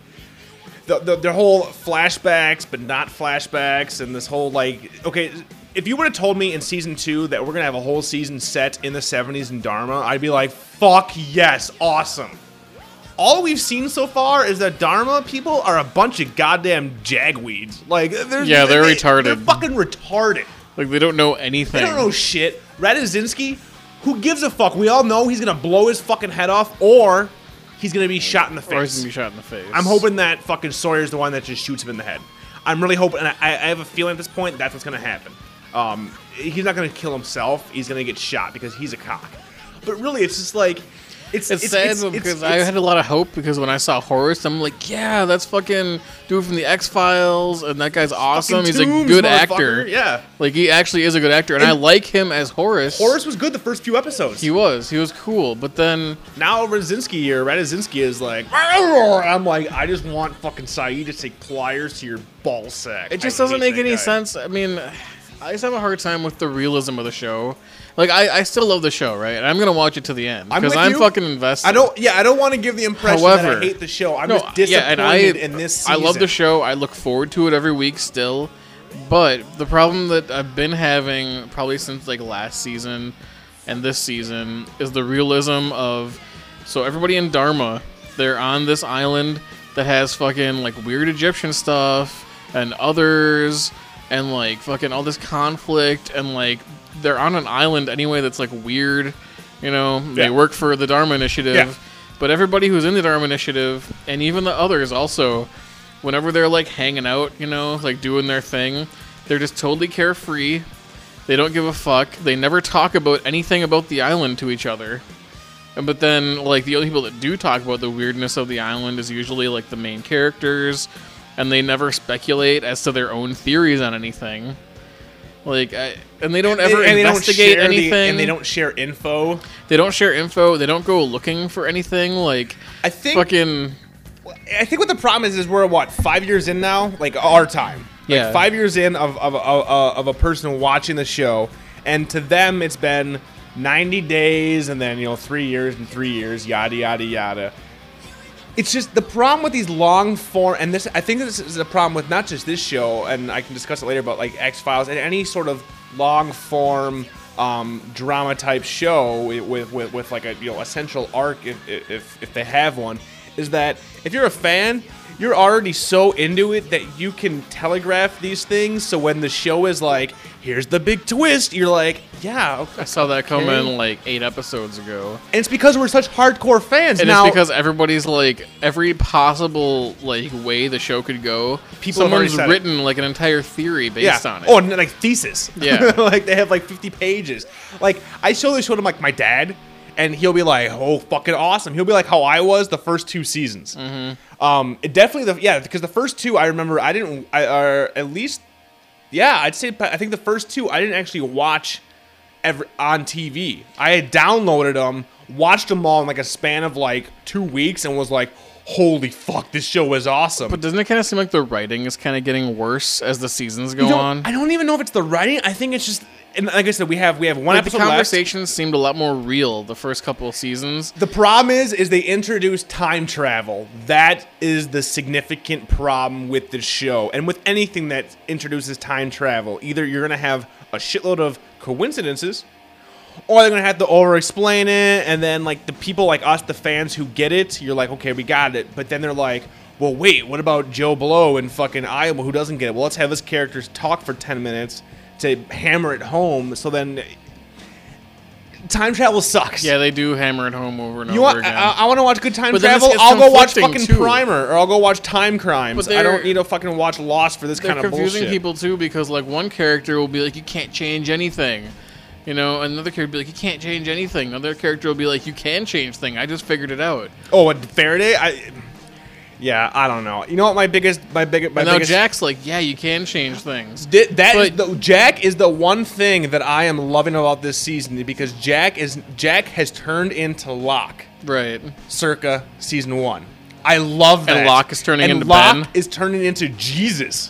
Speaker 3: the, the their whole flashbacks but not flashbacks, and this whole like okay, if you would have told me in season two that we're gonna have a whole season set in the '70s in Dharma, I'd be like, fuck yes, awesome. All we've seen so far is that Dharma people are a bunch of goddamn jagweeds. Like, they're,
Speaker 2: Yeah, they're
Speaker 3: they- They're
Speaker 2: retarded.
Speaker 3: fucking retarded.
Speaker 2: like they don't know anything.
Speaker 3: They don't know shit. Radzinski, who gives a fuck? We all know he's gonna blow his fucking head off, or he's gonna be shot in the
Speaker 2: Or he's gonna
Speaker 3: face.
Speaker 2: be shot in the face.
Speaker 3: I'm hoping that fucking Sawyer's the one that just shoots him in the head. I'm really hoping, and I, I have a feeling at this point that's what's gonna happen. Um, he's not gonna kill himself. He's gonna get shot because he's a cock. But really, it's just like it's
Speaker 2: It's, sad though, because I had a lot of hope because when I saw Horace, I'm like, yeah, that's fucking dude from the X Files, and that guy's awesome. He's a
Speaker 3: Toombs,
Speaker 2: good
Speaker 3: motherfucker.
Speaker 2: actor.
Speaker 3: Yeah.
Speaker 2: like he actually is a good actor, and, I
Speaker 3: And-
Speaker 2: like him as Horace.
Speaker 3: Horace was good the first few episodes.
Speaker 2: he was, he was cool, but then
Speaker 3: now Radzinski or Radzinski is like, I'm like, I just want fucking Saeed to take pliers to your ball sack.
Speaker 2: it just
Speaker 3: I
Speaker 2: doesn't
Speaker 3: hate
Speaker 2: make
Speaker 3: that
Speaker 2: any
Speaker 3: guy.
Speaker 2: sense. I mean, I just have a hard time with the realism of the show. Like I, I still love the show, right? And I'm gonna watch it to the end
Speaker 3: I'm
Speaker 2: because
Speaker 3: with
Speaker 2: I'm,
Speaker 3: you.
Speaker 2: fucking invested.
Speaker 3: I don't. Yeah, I don't want to give the impression that
Speaker 2: However-
Speaker 3: I hate the show. I'm just
Speaker 2: yeah,
Speaker 3: disappointed
Speaker 2: and I-
Speaker 3: in this. Season.
Speaker 2: I love the show. I look forward to it every week still. But the problem that I've been having probably since like last season and this season is the realism of so everybody in Dharma, they're on this island that has fucking like weird Egyptian stuff and others and like fucking all this conflict and like they're on an island anyway that's like weird, you know. They
Speaker 3: Yeah.
Speaker 2: work for the Dharma initiative.
Speaker 3: Yeah.
Speaker 2: But everybody who's in the Dharma Initiative, and even the others also, whenever they're like hanging out, you know, like doing their thing, they're just totally carefree. They don't give a fuck. They never talk about anything about the island to each other. And- But then, like, the only people that do talk about the weirdness of the island is usually, like, the main characters, and they never speculate as to their own theories on anything. Like, I, and they don't ever
Speaker 3: and they don't
Speaker 2: investigate
Speaker 3: share the-
Speaker 2: anything.
Speaker 3: and they don't share info.
Speaker 2: They don't share info. They don't go looking for anything. Like,
Speaker 3: I think
Speaker 2: fucking.
Speaker 3: I think what the problem is is we're what five years in now, like our time, like
Speaker 2: Yeah.
Speaker 3: five years in of of, of, of of a person watching the show, and to them it's been ninety days, and then you know three years and three years, yada yada yada. It's just the problem with these long form, and this I think this is the problem with not just this show, and I can discuss it later, but like X Files and any sort of long form um, drama type show with, with with with like a you know a central arc if if if they have one, is that if you're a fan, you're already so into it that you can telegraph these things. So when the show is like, here's the big twist, you're like, yeah, okay.
Speaker 2: I saw that come in, like, eight episodes ago.
Speaker 3: and it's because we're such hardcore fans
Speaker 2: And
Speaker 3: now.
Speaker 2: it's because everybody's like every possible like way the show could go.
Speaker 3: People have already
Speaker 2: someone's
Speaker 3: said it.
Speaker 2: written like an entire theory based on it.
Speaker 3: Oh, and like thesis.
Speaker 2: Yeah.
Speaker 3: *laughs* like they have like 50 pages. Like I show this show to like my dad, and he'll be like, "Oh, fucking awesome." He'll be like, "How I was the first two seasons."
Speaker 2: Mm-hmm.
Speaker 3: Um, it definitely the yeah because the first two I remember I didn't I or at least yeah I'd say I think the first two I didn't actually watch ever on TV. I had downloaded them, watched them all in like a span of like two weeks, and was like. Holy fuck! This show is awesome.
Speaker 2: But doesn't it kind of seem like the writing is kind of getting worse as the seasons go
Speaker 3: You don't-
Speaker 2: on?
Speaker 3: I don't even know if it's the writing. I think it's just, and like I said, we have we have one
Speaker 2: Like, the
Speaker 3: episode left.
Speaker 2: conversations seemed a lot more real the first couple of seasons.
Speaker 3: The problem is, is they introduce time travel. That is the significant problem with the show, and with anything that introduces time travel. Either you're gonna have a shitload of coincidences, or they're gonna have to over-explain it, and then like the people like us, the fans who get it, you're like, okay, we got it. But then they're like, well, wait, what about Joe Blow in fucking Iowa who doesn't get it? Well, let's have his characters talk for ten minutes to hammer it home. So then. Time travel sucks.
Speaker 2: Yeah, they do hammer it home over and
Speaker 3: You
Speaker 2: over
Speaker 3: want? I,
Speaker 2: again.
Speaker 3: I want to watch Good Time
Speaker 2: But then this
Speaker 3: Travel.
Speaker 2: gets
Speaker 3: I'll go watch
Speaker 2: conflicting,
Speaker 3: fucking
Speaker 2: too.
Speaker 3: Primer, or I'll go watch Time Crimes.
Speaker 2: But
Speaker 3: I
Speaker 2: they're-
Speaker 3: don't need to fucking watch Lost for this
Speaker 2: They're
Speaker 3: kind of
Speaker 2: confusing
Speaker 3: bullshit.
Speaker 2: people too because like one character will be like, "You can't change anything," you know. Another character will be like, "You can't change anything." Another character will be like, "You can change thing. I just figured it out."
Speaker 3: Oh, and Faraday. I. Yeah, I don't know. You know what? My biggest, my biggest, my
Speaker 2: And now
Speaker 3: biggest.
Speaker 2: Jack's like, "Yeah, you can change things."
Speaker 3: Di- that is
Speaker 2: but-
Speaker 3: the, Jack is the one thing that I am loving about this season because Jack is Jack has turned into Locke,
Speaker 2: Right.
Speaker 3: circa season one. I love that.
Speaker 2: And Locke is turning
Speaker 3: And
Speaker 2: into
Speaker 3: Locke
Speaker 2: Ben.
Speaker 3: is turning into Jesus.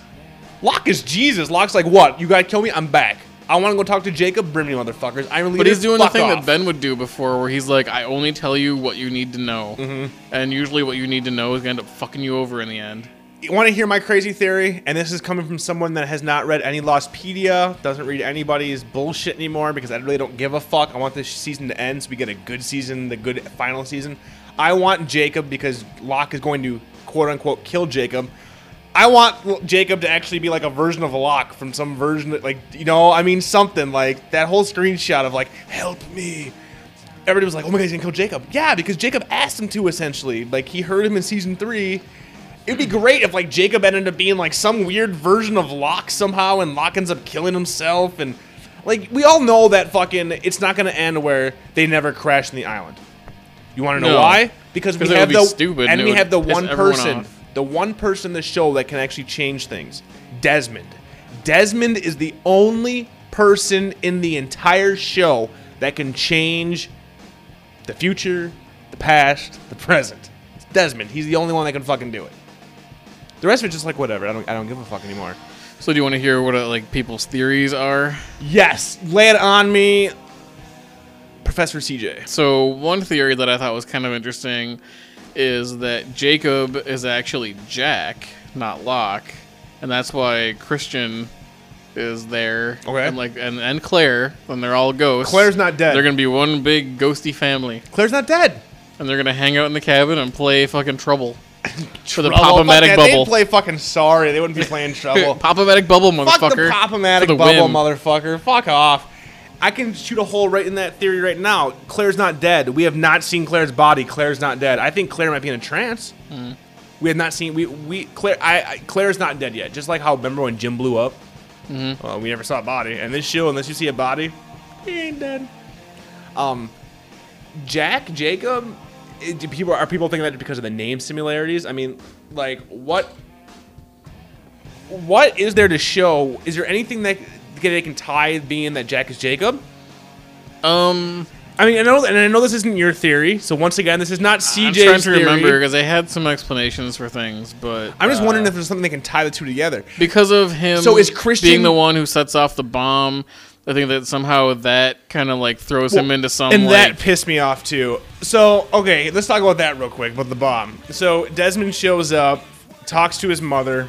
Speaker 3: Locke is Jesus. Locke's like, what? You gotta kill me? I'm back. I want to go talk to Jacob. Bring me, motherfuckers. I'm leaving.
Speaker 2: But he's doing the
Speaker 3: Fuck
Speaker 2: thing that
Speaker 3: off."
Speaker 2: Ben would do before, where he's like, "I only tell you what you need to know,"
Speaker 3: Mm-hmm.
Speaker 2: and usually what you need to know is gonna end up fucking you over in the end.
Speaker 3: You want to hear my crazy theory? And this is coming from someone that has not read any Lostpedia, doesn't read anybody's bullshit anymore because I really don't give a fuck. I want this season to end so we get a good season, the good final season. I want Jacob because Locke is going to quote unquote kill Jacob. I want L- Jacob to actually be like a version of Locke from some version that, like, you know, I mean, something like that whole screenshot of like, help me. Everybody was like, oh my god, he's gonna kill Jacob. Yeah, because Jacob asked him to essentially. Like, he heard him in season three. It'd be great if like Jacob ended up being like some weird version of Locke somehow, and Locke ends up killing himself, and like we all know that fucking it's not gonna end where they never crash in the island. You want to know
Speaker 2: No.
Speaker 3: why? Because we
Speaker 2: 'Cause it would
Speaker 3: have
Speaker 2: be
Speaker 3: the
Speaker 2: stupid and
Speaker 3: and
Speaker 2: it
Speaker 3: we
Speaker 2: would
Speaker 3: have the
Speaker 2: piss
Speaker 3: one
Speaker 2: everyone
Speaker 3: person,
Speaker 2: off.
Speaker 3: the one person in the show that can actually change things, Desmond. Desmond is the only person in the entire show that can change the future, the past, the present. It's Desmond. He's the only one that can fucking do it. The rest of it's just like whatever. I don't. I don't give a fuck anymore.
Speaker 2: So do you want to hear what uh, like people's theories are?
Speaker 3: Yes, lay it on me, Professor CJ.
Speaker 2: So one theory that I thought was kind of interesting is that Jacob is actually Jack, not Locke, and that's why Christian is there.
Speaker 3: Okay.
Speaker 2: And like and, and Claire, and they're all ghosts.
Speaker 3: Claire's not dead.
Speaker 2: They're gonna be one big ghosty family,
Speaker 3: Claire's not dead.
Speaker 2: and they're gonna hang out in the cabin and play fucking
Speaker 3: *laughs*
Speaker 2: trouble for the
Speaker 3: Trouble, fuck
Speaker 2: pop-o-matic
Speaker 3: that.
Speaker 2: bubble.
Speaker 3: They'd play fucking sorry. They wouldn't be *laughs* playing trouble.
Speaker 2: Pop-o-matic bubble, motherfucker.
Speaker 3: Fuck the pop-o-matic
Speaker 2: For the
Speaker 3: bubble,
Speaker 2: win.
Speaker 3: motherfucker. Fuck off. I can shoot a hole right in that theory right now. Claire's not dead. We have not seen Claire's body. Claire's not dead. I think Claire might be in a trance.
Speaker 2: Mm-hmm.
Speaker 3: We have not seen we we Claire. I, I Claire's not dead yet. Just like how remember when Jim blew up.
Speaker 2: Mm-hmm.
Speaker 3: Well, we never saw a body. And this show, unless you see a body, he ain't dead. Um, Jack Jacob. eh, Do people are people thinking that because of the name similarities? I mean, like what? What is there to show? Is there anything that they can tie being that Jack is Jacob?
Speaker 2: Um,
Speaker 3: I mean, I know, and I know this isn't your theory. So once again, this is not
Speaker 2: I'm
Speaker 3: CJ's
Speaker 2: trying to
Speaker 3: theory.
Speaker 2: remember because I had some explanations for things, but
Speaker 3: I'm just
Speaker 2: uh,
Speaker 3: wondering if there's something they can tie the two together.
Speaker 2: because of him.
Speaker 3: So is Christian-
Speaker 2: being the one who sets off the bomb? I think that somehow that kind of like throws him into some
Speaker 3: and
Speaker 2: like,
Speaker 3: that pissed me off too. So okay, let's talk about that real quick. About the bomb. So Desmond shows up, talks to his mother,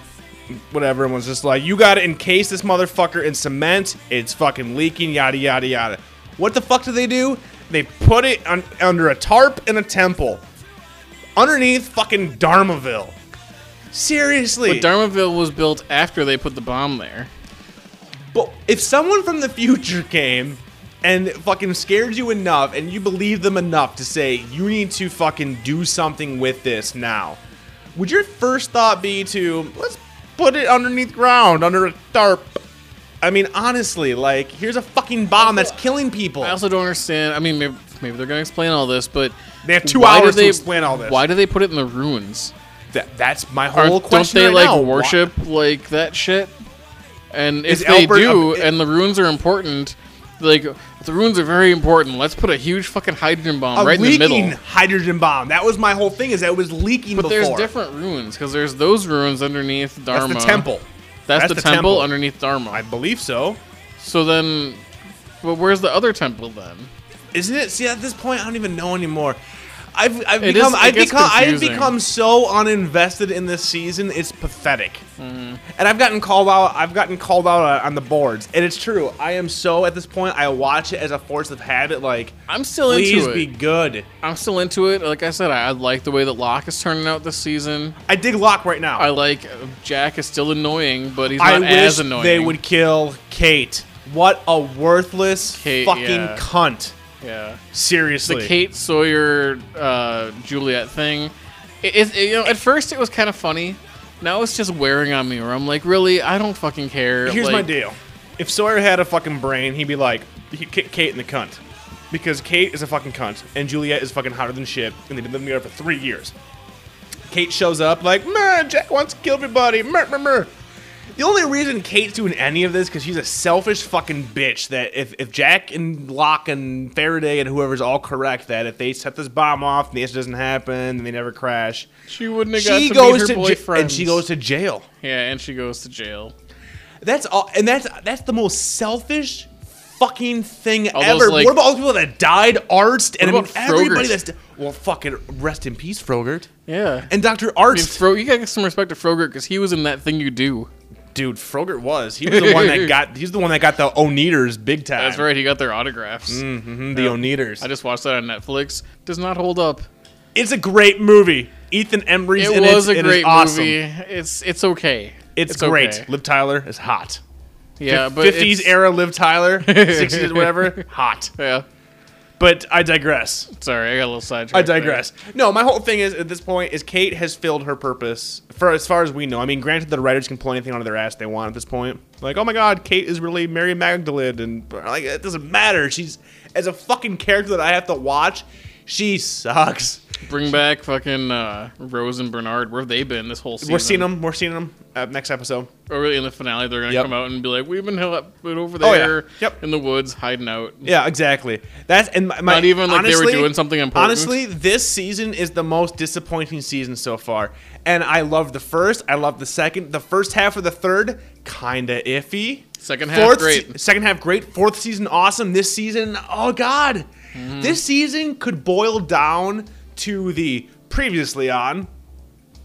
Speaker 3: whatever, and was just like, "You got to encase this motherfucker in cement. It's fucking leaking. Yada yada yada." What the fuck do they do? They put it un- under a tarp in a temple, underneath fucking Dharmaville. Seriously,
Speaker 2: But Dharmaville was built after they put the bomb there.
Speaker 3: But if someone from the future came and fucking scared you enough and you believed them enough to say you need to fucking do something with this now, would your first thought be to let's put it underneath ground under a tarp? I mean, honestly, like here's a fucking bomb that's killing people.
Speaker 2: I also don't understand. I mean, maybe, maybe they're going to explain all this, but
Speaker 3: They have two
Speaker 2: why do
Speaker 3: hours to explain all this.
Speaker 2: Why do they put it in the ruins?
Speaker 3: Th- that's my
Speaker 2: Aren't-
Speaker 3: whole
Speaker 2: don't
Speaker 3: question
Speaker 2: they
Speaker 3: right
Speaker 2: like
Speaker 3: now. Why-
Speaker 2: worship like that shit? And if
Speaker 3: Is
Speaker 2: they
Speaker 3: Albert
Speaker 2: do,
Speaker 3: a-
Speaker 2: and the ruins are important, like the ruins are very important. Let's put a huge fucking hydrogen bomb
Speaker 3: A
Speaker 2: right in the
Speaker 3: leaking
Speaker 2: middle.
Speaker 3: hydrogen bomb. That was my whole thing. Is that it was leaking
Speaker 2: But
Speaker 3: before.
Speaker 2: there's different ruins because there's those ruins underneath
Speaker 3: That's
Speaker 2: Dharma.
Speaker 3: the temple.
Speaker 2: That's,
Speaker 3: That's
Speaker 2: the,
Speaker 3: the
Speaker 2: temple,
Speaker 3: temple.
Speaker 2: underneath Dharma.
Speaker 3: I believe so.
Speaker 2: so then, but where's the other temple then?
Speaker 3: isn't it? See, at this point, I don't even know anymore. I've, I've
Speaker 2: It
Speaker 3: become
Speaker 2: is- it
Speaker 3: I've
Speaker 2: gets
Speaker 3: become I've
Speaker 2: confusing.
Speaker 3: become so uninvested in this season. It's pathetic.
Speaker 2: Mm-hmm.
Speaker 3: And I've gotten called out. I've gotten called out on- on the boards, and it's true. I am so at this point. I watch it as a force of habit. Like
Speaker 2: I'm still
Speaker 3: please
Speaker 2: into it.
Speaker 3: be good.
Speaker 2: I'm still into it. Like I said, I, I like the way that Locke is turning out this season.
Speaker 3: I dig Locke right now.
Speaker 2: I like uh, Jack is still annoying, but he's
Speaker 3: I
Speaker 2: not as
Speaker 3: wish
Speaker 2: annoying.
Speaker 3: they would kill Kate. What a worthless
Speaker 2: Kate,
Speaker 3: fucking
Speaker 2: yeah.
Speaker 3: cunt.
Speaker 2: yeah.
Speaker 3: Seriously.
Speaker 2: The Kate Sawyer uh, Juliet thing. It, it, it- you know, at first it was kind of funny. Now it's just wearing on me. Where I'm like, really, I don't fucking care.
Speaker 3: Here's my
Speaker 2: Like,
Speaker 3: deal. If Sawyer had a fucking brain, he'd be like, he'd kick Kate in the cunt. Because Kate is a fucking cunt, and Juliet is fucking hotter than shit, and they've been living together for three years. Kate shows up like, man, Jack wants to kill everybody. Mer, mer, mer. The only reason Kate's doing any of this because she's a selfish fucking bitch. That if, if Jack and Locke and Faraday and whoever's all correct, that if they set this bomb off and the incident doesn't happen and they never crash,
Speaker 2: She wouldn't have got
Speaker 3: she
Speaker 2: to
Speaker 3: goes
Speaker 2: meet
Speaker 3: to
Speaker 2: her
Speaker 3: j-
Speaker 2: boyfriend.
Speaker 3: and she goes to jail.
Speaker 2: yeah, and she goes to jail.
Speaker 3: That's all, and that's that's the most selfish fucking thing
Speaker 2: All those,
Speaker 3: ever.
Speaker 2: like-
Speaker 3: what about all the people that died, Arst, and I mean
Speaker 2: What about
Speaker 3: everybody
Speaker 2: Frogert?
Speaker 3: that's di- well, fucking rest in peace, Frogert,
Speaker 2: Yeah.
Speaker 3: and Doctor
Speaker 2: I mean,
Speaker 3: Arst.
Speaker 2: Fro- you gotta get some respect to Frogert because he was in that thing you do.
Speaker 3: Dude, Frogert was he was *laughs* the one *laughs* that got he's the one that got the Oneaters big
Speaker 2: *laughs*
Speaker 3: time.
Speaker 2: That's right. He got their autographs.
Speaker 3: Mhm, the Oneaters.
Speaker 2: I just watched that on Netflix. Does not hold up.
Speaker 3: it's a great movie. Ethan Embry's
Speaker 2: It
Speaker 3: in
Speaker 2: was
Speaker 3: it.
Speaker 2: a
Speaker 3: It is
Speaker 2: great
Speaker 3: awesome.
Speaker 2: movie. It's it's okay.
Speaker 3: It's, great.
Speaker 2: okay.
Speaker 3: Liv Tyler is hot.
Speaker 2: Yeah, but
Speaker 3: Fifties
Speaker 2: it's-
Speaker 3: era Liv Tyler,
Speaker 2: *laughs*
Speaker 3: sixties whatever, hot.
Speaker 2: Yeah,
Speaker 3: But I digress.
Speaker 2: sorry, I got a little sidetracked.
Speaker 3: I
Speaker 2: there.
Speaker 3: digress. No, my whole thing is at this point is Kate has filled her purpose for as far as we know. I mean, granted, the writers can pull anything out of their ass they want at this point. Like, oh my God, Kate is really Mary Magdalene, and like it doesn't matter. She's as a fucking character that I have to watch. She sucks.
Speaker 2: Bring back fucking uh, Rose and Bernard. Where have they been this whole season?
Speaker 3: We're seeing them. We're seeing them uh, next episode.
Speaker 2: Or really in the finale, they're gonna
Speaker 3: Yep.
Speaker 2: come out and be like, "We've been hel- been over
Speaker 3: Oh, yeah.
Speaker 2: there
Speaker 3: Yep.
Speaker 2: in the woods, hiding out."
Speaker 3: Yeah, exactly. That's and my, my-
Speaker 2: Not even like they were
Speaker 3: honestly-
Speaker 2: doing something important.
Speaker 3: Honestly, this season is the most disappointing season so far. And I love the first. I love the second. The first half of the third, kinda iffy.
Speaker 2: Second half,
Speaker 3: Fourth
Speaker 2: great.
Speaker 3: se- second half, great. Fourth season, awesome. This season, oh god, this season could boil down to the previously on.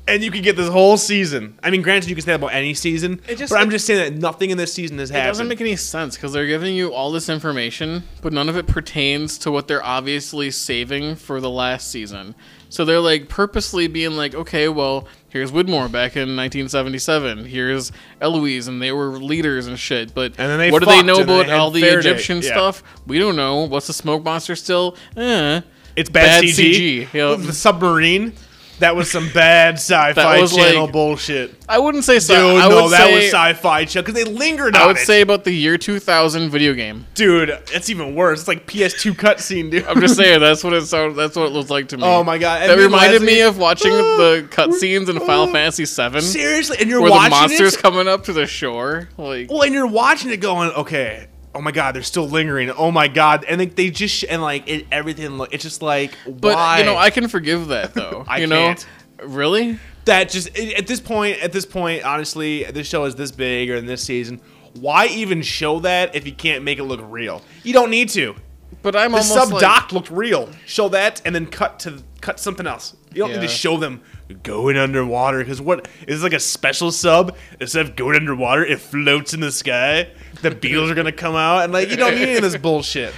Speaker 3: And you could get this whole season. I mean, granted, you can say that about any season,
Speaker 2: It just-
Speaker 3: but I'm
Speaker 2: it-
Speaker 3: just saying that nothing in this season has
Speaker 2: It
Speaker 3: happened.
Speaker 2: doesn't make any sense because they're giving you all this information, but none of it pertains to what they're obviously saving for the last season. So they're like purposely being like, okay, well, here's Widmore back in 1977. Here's Eloise, and they were leaders and shit. But
Speaker 3: And then they
Speaker 2: what do they
Speaker 3: fucked,
Speaker 2: know
Speaker 3: and then
Speaker 2: about
Speaker 3: they had
Speaker 2: all the
Speaker 3: Faraday.
Speaker 2: Egyptian
Speaker 3: Yeah.
Speaker 2: stuff? We don't know. What's the smoke monster still? Eh.
Speaker 3: it's bad,
Speaker 2: Bad
Speaker 3: CG. *laughs*
Speaker 2: CG, yep.
Speaker 3: The submarine. That was some bad sci-fi
Speaker 2: That was
Speaker 3: channel
Speaker 2: like-
Speaker 3: bullshit.
Speaker 2: I wouldn't say so.
Speaker 3: Dude,
Speaker 2: I would
Speaker 3: no, that
Speaker 2: say,
Speaker 3: was sci-fi channel because they lingered on
Speaker 2: I would
Speaker 3: it.
Speaker 2: say about the year 2000 video game.
Speaker 3: dude, that's even worse. It's like PS2 cutscene,
Speaker 2: *laughs*
Speaker 3: dude.
Speaker 2: I'm just saying that's what it sounded. That's what it looked like to me.
Speaker 3: Oh my God, and
Speaker 2: That
Speaker 3: then
Speaker 2: reminded
Speaker 3: lastly-
Speaker 2: me of watching
Speaker 3: *gasps*
Speaker 2: the cutscenes in Final Fantasy VII,
Speaker 3: seriously, and you're
Speaker 2: where the
Speaker 3: watching
Speaker 2: monsters
Speaker 3: it.
Speaker 2: coming up to the shore. Like
Speaker 3: Well, and you're watching it going, okay. Oh my god, they're still lingering. Oh my god, and they, they just sh- and like it, everything. look- It's just like
Speaker 2: But
Speaker 3: why?
Speaker 2: you know, I can forgive
Speaker 3: *laughs*
Speaker 2: that though.
Speaker 3: I
Speaker 2: you know?
Speaker 3: can't.
Speaker 2: Really?
Speaker 3: that just at at this point at this point honestly this show is this big or in this season why even show that if you can't make it look real you don't need to
Speaker 2: But I'm
Speaker 3: the
Speaker 2: almost
Speaker 3: sub
Speaker 2: like,
Speaker 3: doc looked real show that and then cut to cut something else you don't need to
Speaker 2: Yeah.
Speaker 3: show them going underwater because what is this like a special sub instead of going underwater it floats in the sky the beetles are gonna come out and like you don't need any of this bullshit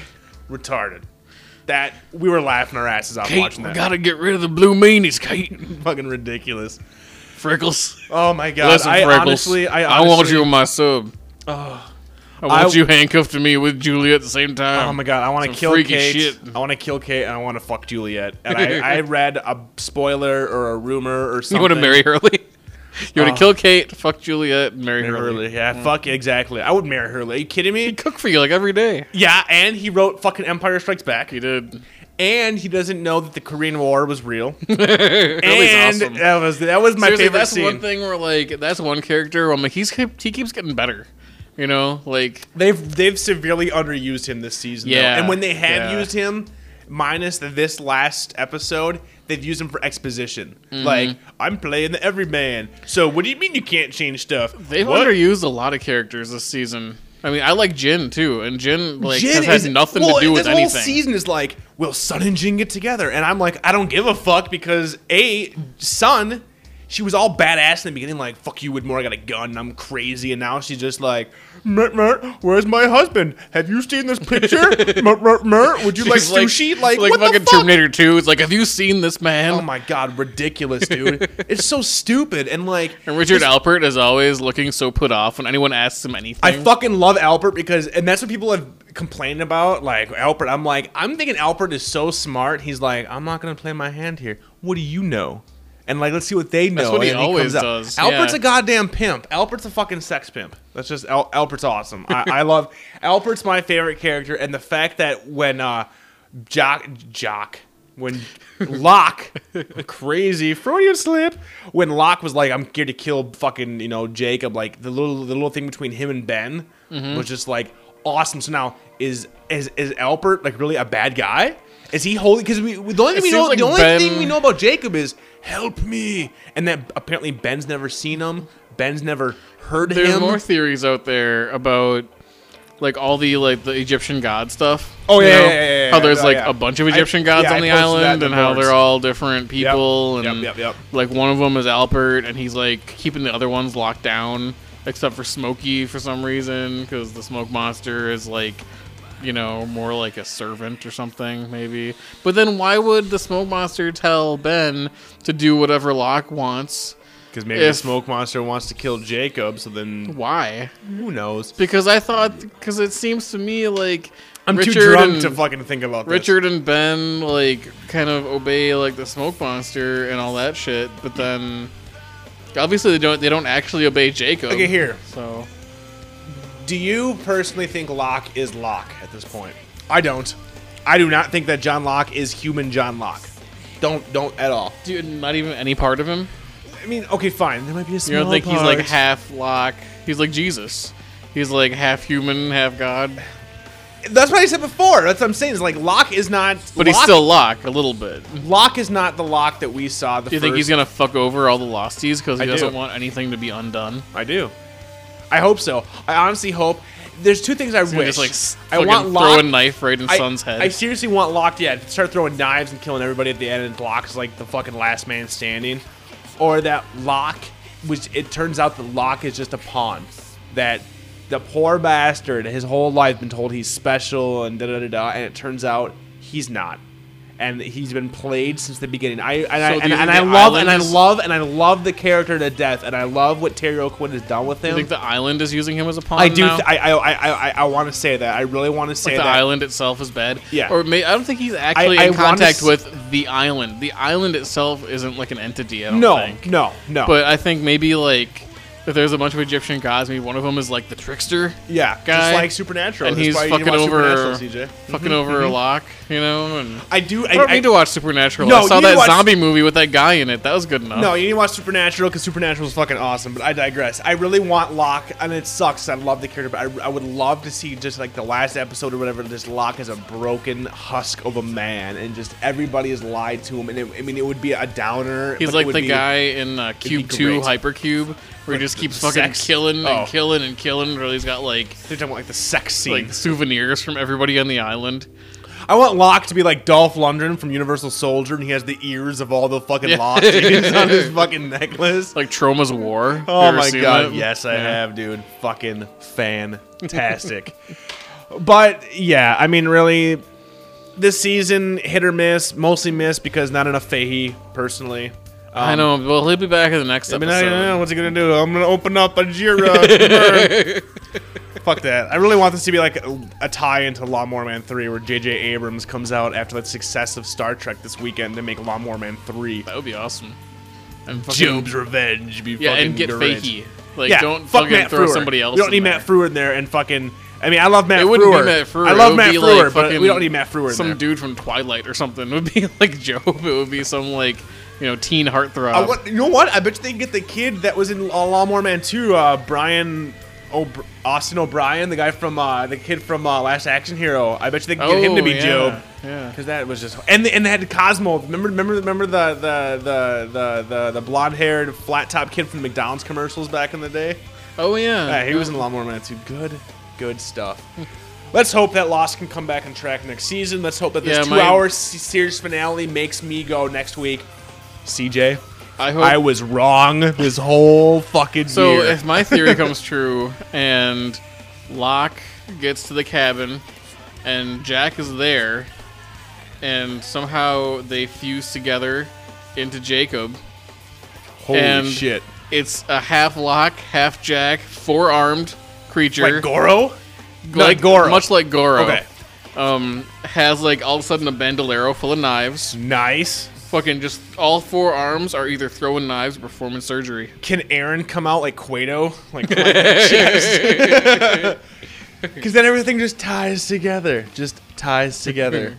Speaker 3: retarded that we were laughing our asses off
Speaker 2: Kate,
Speaker 3: watching
Speaker 2: we
Speaker 3: that
Speaker 2: gotta get rid of the blue meanies, Kate. *laughs*
Speaker 3: fucking ridiculous
Speaker 2: Freckles.
Speaker 3: oh my god
Speaker 2: Listen,
Speaker 3: I
Speaker 2: Freckles.
Speaker 3: honestly I,
Speaker 2: I want
Speaker 3: honestly-
Speaker 2: you on my sub. I want
Speaker 3: I-
Speaker 2: you handcuffed to me with Julia at the same time.
Speaker 3: Oh my god, I want
Speaker 2: Some
Speaker 3: to kill
Speaker 2: freaky
Speaker 3: Kate.
Speaker 2: shit.
Speaker 3: I want to kill Kate and I want to fuck Juliet.
Speaker 2: *laughs*
Speaker 3: And I, I read a spoiler or a rumor or something. Uh,
Speaker 2: You want to marry Hurley? *laughs* You want to kill Kate, fuck Juliet, and marry
Speaker 3: Marry
Speaker 2: Hurley.
Speaker 3: Hurley? Yeah, fuck exactly. I would marry Hurley. Are you
Speaker 2: *laughs*
Speaker 3: kidding me?
Speaker 2: Cook for you like every day.
Speaker 3: Yeah, and he wrote fucking Empire Strikes Back.
Speaker 2: He did.
Speaker 3: And he doesn't know that the Korean War was
Speaker 2: *laughs*
Speaker 3: real.
Speaker 2: Hurley's
Speaker 3: and
Speaker 2: awesome.
Speaker 3: that was that was my
Speaker 2: Seriously,
Speaker 3: favorite
Speaker 2: that's
Speaker 3: scene.
Speaker 2: one thing where like that's one character where I'm like he's kept- he keeps getting better. You know, like
Speaker 3: They've they've severely underused him this season. though.
Speaker 2: Yeah,
Speaker 3: and when they have
Speaker 2: yeah.
Speaker 3: used him, minus the, this last episode, they've used him for exposition.
Speaker 2: Mm-hmm.
Speaker 3: Like I'm playing the everyman. So what do you mean you can't change stuff?
Speaker 2: They've
Speaker 3: What?
Speaker 2: underused a lot of characters this season. I mean, I like Jin too, and Jin like
Speaker 3: Jin
Speaker 2: has had
Speaker 3: is-
Speaker 2: nothing
Speaker 3: well,
Speaker 2: to do with
Speaker 3: this
Speaker 2: anything.
Speaker 3: whole season is like, will Sun and Jin get together? And I'm like, I don't give a fuck because a Sun, she was all badass in the beginning, like fuck you, Woodmore, I got a gun, I'm crazy, and now she's just like, mert mert, where's my husband? Have you seen this picture?
Speaker 2: *laughs*
Speaker 3: mert mert mert, would you like
Speaker 2: She's
Speaker 3: sushi? Like,
Speaker 2: like
Speaker 3: what
Speaker 2: fucking
Speaker 3: the fuck?
Speaker 2: Terminator Two. It's like, have you seen this man?
Speaker 3: Oh my god, ridiculous, dude! it's so stupid and like.
Speaker 2: and Richard Alpert is always looking so put off when anyone asks him anything.
Speaker 3: I fucking love Albert because, and that's what people have complained about. Like Albert, I'm like, I'm thinking Albert is so smart. He's like, I'm not gonna play my hand here. What do you know? And like, let's see what they know.
Speaker 2: what he
Speaker 3: and
Speaker 2: always
Speaker 3: comes up.
Speaker 2: does,
Speaker 3: Albert's
Speaker 2: yeah.
Speaker 3: a goddamn pimp. Albert's a fucking sex pimp. That's just Al- Albert's awesome. I, I love *laughs* Albert's my favorite character, and the fact that when uh, Jock Jock when
Speaker 2: *laughs*
Speaker 3: Locke crazy Freudian slip when Locke was like I'm here to kill fucking you know Jacob like the little the little thing between him and Ben
Speaker 2: Mm-hmm.
Speaker 3: was just like awesome. So now is is is Albert like really a bad guy? Is he holding? Because we we- the only thing we
Speaker 2: seems
Speaker 3: know
Speaker 2: like
Speaker 3: the only
Speaker 2: Ben-
Speaker 3: thing we know about Jacob is help me, and that apparently Ben's never seen him. Ben's never heard
Speaker 2: There's
Speaker 3: him.
Speaker 2: more theories out there about like all the like the Egyptian god stuff.
Speaker 3: Oh,
Speaker 2: You
Speaker 3: yeah,
Speaker 2: know?
Speaker 3: yeah, yeah, yeah,
Speaker 2: How
Speaker 3: yeah.
Speaker 2: there's
Speaker 3: Oh,
Speaker 2: like
Speaker 3: yeah.
Speaker 2: a bunch of
Speaker 3: I-
Speaker 2: Egyptian gods
Speaker 3: yeah,
Speaker 2: on the
Speaker 3: I posted that in
Speaker 2: island
Speaker 3: the
Speaker 2: and how
Speaker 3: boards.
Speaker 2: they're all different people
Speaker 3: Yep,
Speaker 2: and
Speaker 3: yep, yep.
Speaker 2: like one of them is Albert and he's like keeping the other ones locked down except for Smokey for some reason cuz the smoke monster is like you know, more like a servant or something, maybe. But then, why would the smoke monster tell Ben to do whatever Locke wants?
Speaker 3: Because maybe the
Speaker 2: If-
Speaker 3: smoke monster wants to kill Jacob, so then
Speaker 2: Why?
Speaker 3: who knows?
Speaker 2: because I thought because it seems to me like
Speaker 3: I'm
Speaker 2: Richard
Speaker 3: too drunk
Speaker 2: and,
Speaker 3: to fucking think about this.
Speaker 2: Richard and Ben like kind of obey like the smoke monster and all that shit, but then obviously they don't they don't actually obey Jacob.
Speaker 3: Okay, here.
Speaker 2: So
Speaker 3: Do you personally think Locke is Locke at this point? I don't. I do not think that John Locke is human John Locke. Don't don't at all.
Speaker 2: dude, not even any part of him.
Speaker 3: I mean, okay, fine. There might be a
Speaker 2: You
Speaker 3: small
Speaker 2: don't think he's
Speaker 3: part.
Speaker 2: like half lock? He's like Jesus. He's like half human, half god,
Speaker 3: That's what I said before. That's what I'm saying. Is like Locke is not.
Speaker 2: but he's
Speaker 3: Locke-
Speaker 2: still Locke a little bit. Do
Speaker 3: Locke is not the Locke that we saw. The
Speaker 2: you think he's
Speaker 3: first-
Speaker 2: gonna fuck over all the losties because he
Speaker 3: I do.
Speaker 2: doesn't want anything to be undone?
Speaker 3: I do. I hope so. I honestly hope. There's two things I
Speaker 2: He's gonna
Speaker 3: wish.
Speaker 2: just like s-
Speaker 3: I
Speaker 2: fucking
Speaker 3: want
Speaker 2: throw a
Speaker 3: Locke
Speaker 2: knife right in
Speaker 3: I,
Speaker 2: Son's head.
Speaker 3: I seriously want Locke to yeah, start throwing knives and killing everybody at the end, and Locke's like the fucking last man standing. Or that Locke, which it turns out that Locke is just a pawn. That the poor bastard, his whole life, been told he's special and da da da da, and it turns out he's not. and he's been played since the beginning. I and, I,
Speaker 2: So do
Speaker 3: and,
Speaker 2: you
Speaker 3: and
Speaker 2: think
Speaker 3: I
Speaker 2: the
Speaker 3: love and I
Speaker 2: island is-
Speaker 3: love and I love the character to death, and I love what Terry O'Quinn has done with
Speaker 2: You
Speaker 3: him.
Speaker 2: think the island is using him as a pawn?
Speaker 3: I do.
Speaker 2: now?
Speaker 3: Th- I I I I, I want to say that. I really want to say
Speaker 2: the
Speaker 3: that.
Speaker 2: island itself is bad.
Speaker 3: Yeah.
Speaker 2: Or may, I don't think he's actually
Speaker 3: I
Speaker 2: in
Speaker 3: wanna
Speaker 2: contact
Speaker 3: s-
Speaker 2: with the island. The island itself isn't like an entity. I don't
Speaker 3: No,
Speaker 2: think.
Speaker 3: no, no.
Speaker 2: But I think maybe like if there's a bunch of Egyptian gods, maybe one of them is like the trickster,
Speaker 3: yeah,
Speaker 2: guy,
Speaker 3: just like Supernatural,
Speaker 2: and
Speaker 3: That's
Speaker 2: he's
Speaker 3: why you
Speaker 2: fucking
Speaker 3: watch
Speaker 2: over,
Speaker 3: Supernatural, CJ.
Speaker 2: fucking over a lock, you know. And
Speaker 3: mm-hmm. I do. I,
Speaker 2: I don't
Speaker 3: I,
Speaker 2: need to watch Supernatural.
Speaker 3: No,
Speaker 2: I
Speaker 3: you
Speaker 2: saw
Speaker 3: need to
Speaker 2: that
Speaker 3: watch-
Speaker 2: zombie movie with that guy in it. That was good enough.
Speaker 3: No, you need to watch Supernatural because Supernatural is fucking awesome. But I digress. I really want Locke, and it sucks. 'cause I love the character, but I, I would love to see just like the last episode or whatever. Just Locke is a broken husk of a man, and just everybody has lied to him. And it, I mean, it would be a downer.
Speaker 2: He's
Speaker 3: but it
Speaker 2: like
Speaker 3: would
Speaker 2: the
Speaker 3: be-
Speaker 2: guy in uh, Cube Two
Speaker 3: great.
Speaker 2: Hypercube, where he just keeps fucking
Speaker 3: sex?
Speaker 2: killing and
Speaker 3: Oh.
Speaker 2: killing and killing. Where he's got like
Speaker 3: They're talking about like the sex scene.
Speaker 2: like souvenirs from everybody on the island.
Speaker 3: I want Locke to be like Dolph Lundgren from Universal Soldier, and he has the ears of all the fucking
Speaker 2: Yeah.
Speaker 3: Locke dudes
Speaker 2: *laughs*
Speaker 3: on his fucking necklace.
Speaker 2: like Troma's War. You
Speaker 3: Oh
Speaker 2: ever
Speaker 3: my
Speaker 2: seen
Speaker 3: god,
Speaker 2: that?
Speaker 3: yes, I
Speaker 2: Yeah.
Speaker 3: have, dude. Fucking fantastic. *laughs* but yeah, I mean, really, this season hit or miss, mostly miss because not enough Fahey personally.
Speaker 2: I know. Well, he'll be back in the next
Speaker 3: I mean,
Speaker 2: episode.
Speaker 3: I don't know what's he gonna do. I'm gonna open up a Jira. *laughs* Fuck that. I really want this to be like a, a tie into Lawnmower Man 3 where J.J. Abrams comes out after the *laughs* success of Star Trek this weekend to make Lawnmower Man 3.
Speaker 2: That would be awesome. And fucking,
Speaker 3: Job's Revenge. Be
Speaker 2: yeah,
Speaker 3: fucking
Speaker 2: and get
Speaker 3: great.
Speaker 2: Fahey. Like,
Speaker 3: yeah,
Speaker 2: don't
Speaker 3: fuck
Speaker 2: fucking
Speaker 3: Matt
Speaker 2: throw
Speaker 3: Frewer.
Speaker 2: somebody else.
Speaker 3: We don't
Speaker 2: in
Speaker 3: need
Speaker 2: there.
Speaker 3: Matt Frewer in there and fucking. I mean, I love Matt.
Speaker 2: It
Speaker 3: Frewer.
Speaker 2: wouldn't be Matt Frewer.
Speaker 3: I
Speaker 2: It
Speaker 3: love
Speaker 2: would
Speaker 3: Matt
Speaker 2: be,
Speaker 3: Frewer,
Speaker 2: like,
Speaker 3: but
Speaker 2: fucking
Speaker 3: we don't need Matt Frewer in
Speaker 2: Some
Speaker 3: there.
Speaker 2: dude from Twilight or something *laughs* would be like Job. It would be some like you know teen heartthrob.
Speaker 3: I want- you know what? I bet you they can get the kid that was in uh, Lawnmower Man 2, uh, Brian. O'B Austin O'Brien, the guy from uh, the kid from uh, Last Action Hero. I bet you they can
Speaker 2: oh,
Speaker 3: get him to be
Speaker 2: yeah,
Speaker 3: Job.
Speaker 2: Yeah.
Speaker 3: Because that was just and they, and they had Cosmo. Remember, remember, remember the the the the the, the blonde haired flat top kid from the McDonald's commercials back in the day.
Speaker 2: Oh yeah.
Speaker 3: Yeah, he was in Lawnmower Man too. Good,
Speaker 2: *laughs*
Speaker 3: good stuff. Let's hope that Lost can come back on track next season. Let's hope that this
Speaker 2: Yeah, my-
Speaker 3: two-hour se- series finale makes me go next week. CJ,
Speaker 2: I hope
Speaker 3: I was wrong this whole fucking
Speaker 2: Oh. So
Speaker 3: year.
Speaker 2: if my
Speaker 3: *laughs*
Speaker 2: theory comes true and Locke gets to the cabin and Jack is there and somehow they fuse together into Jacob,
Speaker 3: Holy
Speaker 2: and-
Speaker 3: shit!
Speaker 2: it's a half Locke, half Jack, four armed creature.
Speaker 3: Like Goro?
Speaker 2: like
Speaker 3: like Goro.
Speaker 2: Much like Goro.
Speaker 3: Okay.
Speaker 2: Um, has like all of a sudden a bandolero full of knives.
Speaker 3: Nice.
Speaker 2: Fucking just all four arms are either throwing knives or performing surgery.
Speaker 3: Can Aaron come out like Quato?
Speaker 2: *laughs*
Speaker 3: Like *laughs* Because then everything just ties together. Just
Speaker 2: *laughs*
Speaker 3: ties together.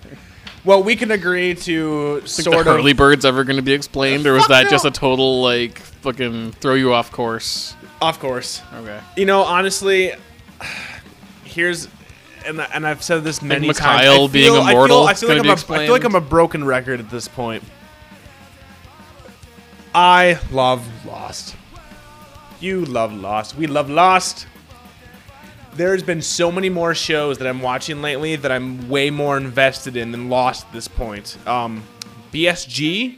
Speaker 3: well, we can agree to
Speaker 2: think
Speaker 3: sort
Speaker 2: *laughs* the
Speaker 3: of
Speaker 2: Hurley Bird's ever going to be explained, or was
Speaker 3: Fuck
Speaker 2: that
Speaker 3: no.
Speaker 2: just a total like fucking throw you off course?
Speaker 3: off course.
Speaker 2: Okay.
Speaker 3: You know, honestly, here's and I- and I've said this many times.
Speaker 2: Mikhail
Speaker 3: I
Speaker 2: being
Speaker 3: I
Speaker 2: immortal
Speaker 3: I
Speaker 2: is
Speaker 3: feel, I feel
Speaker 2: gonna
Speaker 3: like
Speaker 2: be
Speaker 3: I'm a, I feel like I'm a broken record at this point. I love Lost. You love Lost. We love Lost. There's been so many more shows that I'm watching lately that I'm way more invested in than Lost at this point. Um, BSG.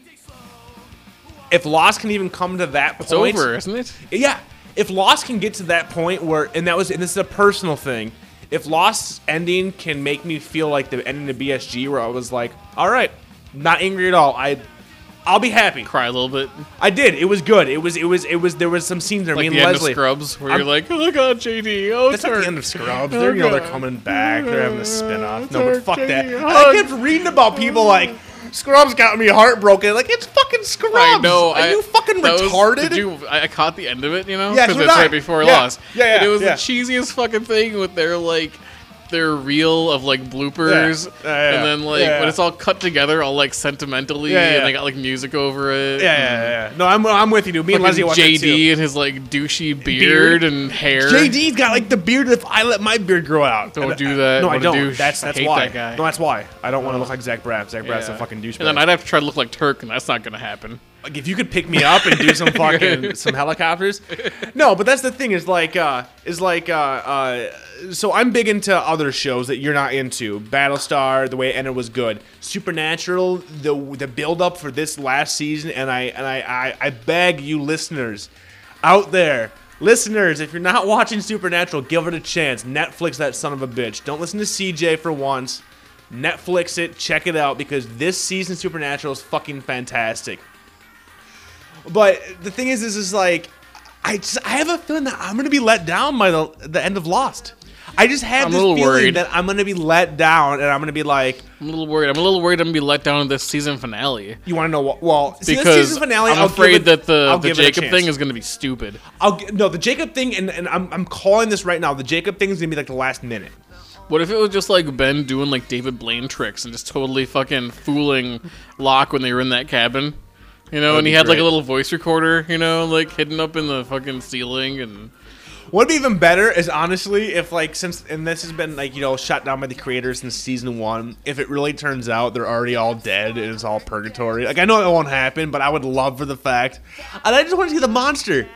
Speaker 3: If Lost can even come to that
Speaker 2: It's
Speaker 3: point,
Speaker 2: over, isn't it?
Speaker 3: yeah, if Lost can get to that point where, and that was, and this is a personal thing. If Lost's ending can make me feel like the ending of BSG, where I was like, "All right, not angry at all. I, I'll be happy."
Speaker 2: Cry a little bit,
Speaker 3: I did. It was good. It was. It was. It was. There was some scenes there.
Speaker 2: like
Speaker 3: me and
Speaker 2: the end
Speaker 3: Leslie.
Speaker 2: of Scrubs, where you're
Speaker 3: I'm-
Speaker 2: like, "Oh God, JD, oh
Speaker 3: That's not
Speaker 2: turn."
Speaker 3: the end of Scrubs. They're, you know, they're
Speaker 2: God.
Speaker 3: coming back. They're having a spin-off. No,
Speaker 2: They're
Speaker 3: but fuck that.
Speaker 2: taking
Speaker 3: I
Speaker 2: hugs.
Speaker 3: kept reading about people like Scrubs got me heartbroken. Like it's fucking Scrubs.
Speaker 2: I know.
Speaker 3: Are
Speaker 2: I,
Speaker 3: you fucking
Speaker 2: that was-
Speaker 3: retarded?
Speaker 2: did you- I, I caught the end of it, you know,
Speaker 3: Yeah, so did
Speaker 2: it's
Speaker 3: I.
Speaker 2: right before I
Speaker 3: Yeah.
Speaker 2: lost.
Speaker 3: Yeah, yeah,
Speaker 2: And it was
Speaker 3: yeah.
Speaker 2: the cheesiest fucking thing with their like their reel of like bloopers,
Speaker 3: Yeah. Yeah, yeah,
Speaker 2: and then like
Speaker 3: yeah.
Speaker 2: when it's all cut together, all like sentimentally,
Speaker 3: Yeah, yeah.
Speaker 2: and they got like music over it.
Speaker 3: yeah, yeah, yeah. No, I'm, I'm with you, dude. Me and Leslie
Speaker 2: Fucking
Speaker 3: watched it too.
Speaker 2: JD and his like douchey beard,
Speaker 3: Beard.
Speaker 2: and hair.
Speaker 3: JD's got like the beard. If I let my beard grow out,
Speaker 2: Don't
Speaker 3: And
Speaker 2: do
Speaker 3: I-
Speaker 2: that.
Speaker 3: No,
Speaker 2: What
Speaker 3: I
Speaker 2: a
Speaker 3: don't.
Speaker 2: douche.
Speaker 3: That's
Speaker 2: I
Speaker 3: that's
Speaker 2: hate
Speaker 3: why.
Speaker 2: that guy.
Speaker 3: No, that's why. I don't want to look like Zach Braff. Zach Braff's
Speaker 2: Yeah.
Speaker 3: a fucking douchebag.
Speaker 2: And then I'd have to try to look like Turk, and that's not gonna happen.
Speaker 3: like if you could pick me up and do some fucking some helicopters no but that's the thing is like uh is like uh uh so i'm big into other shows that you're not into battlestar the way it ended was good supernatural the the build up for this last season and i and i i, I beg you listeners out there Listeners, if you're not watching Supernatural, give it a chance. Netflix that son of a bitch. Don't listen to CJ for once. Netflix it, check it out because this season Supernatural is fucking fantastic. But the thing is, is is like I just I have a feeling that I'm gonna be let down by the the end of Lost. I just have
Speaker 2: I'm a
Speaker 3: this
Speaker 2: little
Speaker 3: feeling
Speaker 2: worried.
Speaker 3: that I'm gonna be let down, and I'm gonna be like,
Speaker 2: I'm a little worried. I'm a little worried I'm gonna be let down in this season finale
Speaker 3: you want to know what? Well, see, this
Speaker 2: because
Speaker 3: season finale,
Speaker 2: I'm
Speaker 3: I'll give
Speaker 2: afraid
Speaker 3: it-
Speaker 2: that the,
Speaker 3: I'll
Speaker 2: the
Speaker 3: give it a
Speaker 2: Jacob
Speaker 3: chance.
Speaker 2: thing is gonna be stupid.
Speaker 3: I'll g- no the Jacob thing, and, and I'm, I'm calling this right now. The Jacob thing is gonna be like the last minute.
Speaker 2: What if it was just like Ben doing like David Blaine tricks and just totally fucking fooling Locke when they were in that cabin? You know, and he
Speaker 3: be
Speaker 2: had like
Speaker 3: great.
Speaker 2: a little voice recorder, you know, like hidden up in the fucking ceiling and
Speaker 3: What'd be even better is honestly if like since and this has been like you know shot down by the creators since season one. If it really turns out they're already all dead and it's all purgatory, like I know it won't happen, but I would love for the fact. And I just want to see the monster.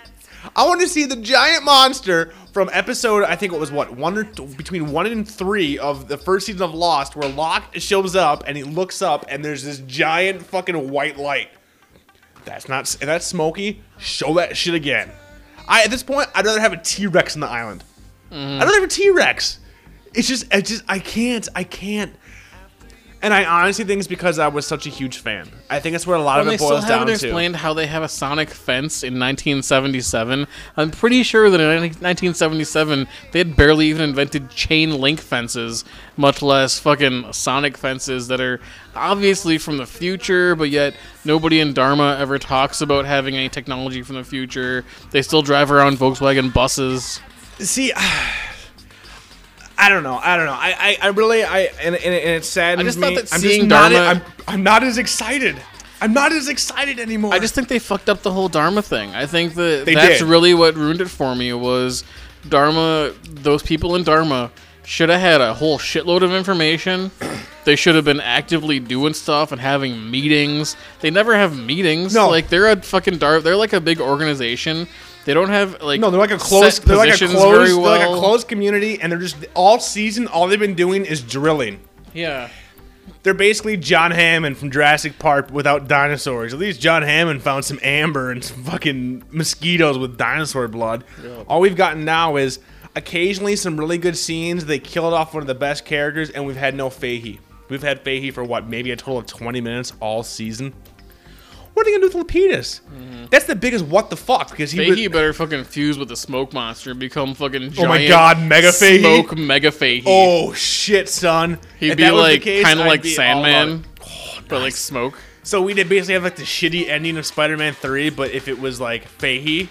Speaker 3: I want to see the giant monster from episode I think it was what one or t- between one and three of the first season of Lost, where Locke shows up and he looks up and there's this giant fucking white light. That's not if that's smoky. Show that shit again. I at this point, I'd rather have a T Rex on the island.
Speaker 2: Mm-hmm.
Speaker 3: I'd rather have a T Rex. It's just, I just, I can't, I can't. And I honestly think it's because I was such a huge fan. I think that's where a lot
Speaker 2: And
Speaker 3: of
Speaker 2: they
Speaker 3: it
Speaker 2: still
Speaker 3: boils down
Speaker 2: haven't
Speaker 3: to.
Speaker 2: explained how they have a sonic fence in 1977. I'm pretty sure that in 1977 they had barely even invented chain link fences, much less fucking sonic fences that are obviously from the future, but yet nobody in Dharma ever talks about having any technology from the future. They still drive around Volkswagen buses.
Speaker 3: See, *sighs* I don't know. I don't know. I, I, I really, I, and, and, and it saddens
Speaker 2: just thought
Speaker 3: me.
Speaker 2: that
Speaker 3: I'm
Speaker 2: seeing
Speaker 3: just not,
Speaker 2: Dharma-
Speaker 3: I'm, I'm not as excited. I'm not as excited anymore.
Speaker 2: I just think they fucked up the whole Dharma thing. I think that
Speaker 3: They
Speaker 2: that's
Speaker 3: did.
Speaker 2: really what ruined it for me was Dharma. Those people in Dharma should have had a whole shitload of information. *clears throat* they should have been actively doing stuff and having meetings. They never have meetings.
Speaker 3: No.
Speaker 2: like they're a fucking Dharma. They're like a big organization. They don't have like
Speaker 3: No, they're like a
Speaker 2: set
Speaker 3: close. They're like a
Speaker 2: positions
Speaker 3: close.
Speaker 2: very
Speaker 3: They're like
Speaker 2: well.
Speaker 3: a closed community, and they're just all season. All they've been doing is drilling. *laughs*
Speaker 2: Yeah.
Speaker 3: They're basically John Hammond from Jurassic Park without dinosaurs. At least John Hammond found some amber and some fucking mosquitoes with dinosaur blood. All we've gotten now is occasionally some really good scenes. They killed off one of the best characters, and we've had no Fahey. We've had Fahey for what, maybe a total of 20 minutes all season. What are they gonna do with Lapidus? That's the biggest what the fuck because he was-
Speaker 2: Mm-hmm. Fahey better fucking fuse with the smoke monster and become fucking giant
Speaker 3: Oh my God, Mega Fahey?
Speaker 2: smoke mega Fahey.
Speaker 3: Oh shit, son!
Speaker 2: He'd
Speaker 3: If
Speaker 2: be
Speaker 3: that was the
Speaker 2: like
Speaker 3: case,
Speaker 2: kind of
Speaker 3: I'd
Speaker 2: like
Speaker 3: be all about
Speaker 2: Sandman, *sighs*
Speaker 3: it.
Speaker 2: but like smoke.
Speaker 3: So we did basically have like the shitty ending of Spider-Man Three, but if it was like Fahey,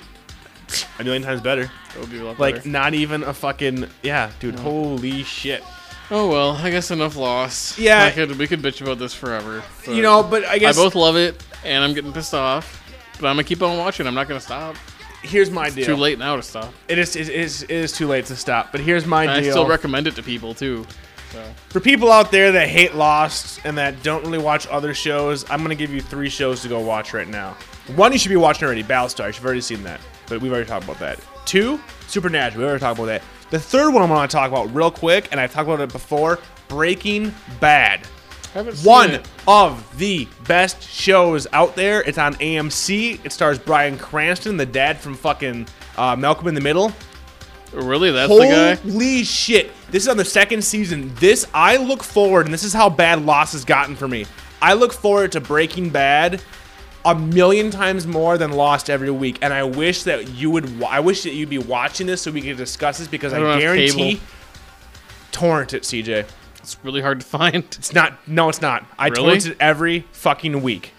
Speaker 3: a million times better.
Speaker 2: That would be a lot
Speaker 3: Like
Speaker 2: better.
Speaker 3: not even a fucking yeah, dude. Holy shit.
Speaker 2: oh well, I guess enough loss.
Speaker 3: Yeah.
Speaker 2: I could, we could bitch about this forever. but
Speaker 3: You know, but I
Speaker 2: I
Speaker 3: guess
Speaker 2: both love it, and I'm getting pissed off, but I'm gonna keep on watching. I'm not gonna stop.
Speaker 3: here's my deal.
Speaker 2: Too late now to stop.
Speaker 3: It is it is it is too late to stop. But here's my
Speaker 2: And I
Speaker 3: deal.
Speaker 2: still recommend it to people too.
Speaker 3: For people out there that hate Lost and that don't really watch other shows, I'm gonna give you three shows to go watch right now. One you should be watching already, Battlestar. You've already seen that, but we've already talked about that. Two, Supernatural. We've already talked about that. The third one I want to talk about real quick, and I've talked about it before: Breaking Bad. One of the best shows out there. It's on AMC. It stars Brian Cranston, the dad from fucking uh, Malcolm in the Middle.
Speaker 2: Really, that's the guy.
Speaker 3: Holy shit. This is on the second season. This, I look forward, and this is how bad loss has gotten for me. I look forward to Breaking Bad a million times more than Lost every week. And I wish that you would, wa- I wish that you'd be watching this so we could discuss this because I,
Speaker 2: don't have
Speaker 3: guarantee
Speaker 2: cable.
Speaker 3: torrent it, CJ.
Speaker 2: It's really hard to find. *laughs*
Speaker 3: It's not, no, it's not. I
Speaker 2: Really?
Speaker 3: torrent it every fucking week.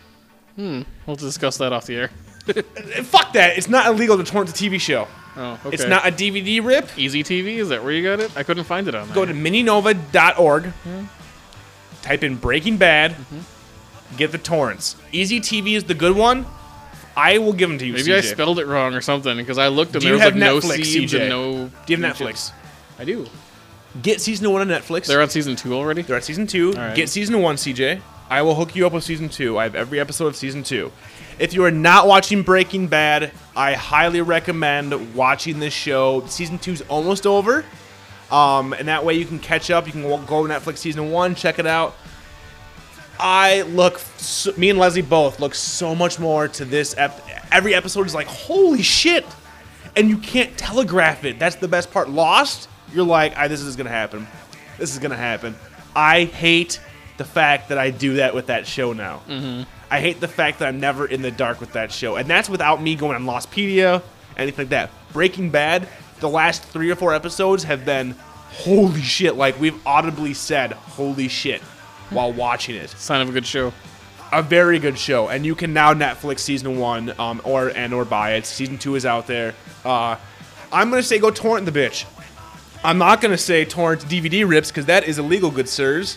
Speaker 2: We'll discuss that off the air.
Speaker 3: Eh, Fuck that. It's not illegal to torrent the TV show.
Speaker 2: Oh, okay.
Speaker 3: It's not a DVD rip.
Speaker 2: Easy TV. Is that where you got it? I couldn't find it on.
Speaker 3: go
Speaker 2: there.
Speaker 3: to mininova.org, type in Breaking Bad, get the torrents. Easy TV is the good one. I will give them to you.
Speaker 2: Maybe I
Speaker 3: CJ.
Speaker 2: spelled it wrong or something because I looked and
Speaker 3: Do
Speaker 2: there
Speaker 3: you
Speaker 2: was
Speaker 3: have
Speaker 2: like
Speaker 3: Netflix,
Speaker 2: no C's
Speaker 3: CJ?
Speaker 2: and no.
Speaker 3: Do you have Netflix?
Speaker 2: I do.
Speaker 3: Get season one on Netflix.
Speaker 2: They're on season two already.
Speaker 3: They're at season two.
Speaker 2: right.
Speaker 3: Get season one, CJ. I will hook you up with season two. I have every episode of season two. If you are not watching Breaking Bad, I highly recommend watching this show. Season two's almost over. Um, and that way you can catch up. You can wa- go to Netflix season one, check it out. I look, so, me and Leslie both look so much more to this. Ep- every episode is like, holy shit! And you can't telegraph it. That's the best part. Lost, you're like, I, this is gonna happen. This is gonna happen. I hate the fact that I do that with that show now. I hate the fact that I'm never in the dark with that show, and that's without me going on Lostpedia, anything like that. Breaking Bad, the last three or four episodes have been holy shit. Like we've audibly said holy shit while watching it
Speaker 2: Sign of a good show.
Speaker 3: a very good show, and you can now Netflix season one, um, or and or buy it. Season two is out there. Uh, I'm gonna say go torrent the bitch. I'm not gonna say torrent DVD rips because that is illegal, good sirs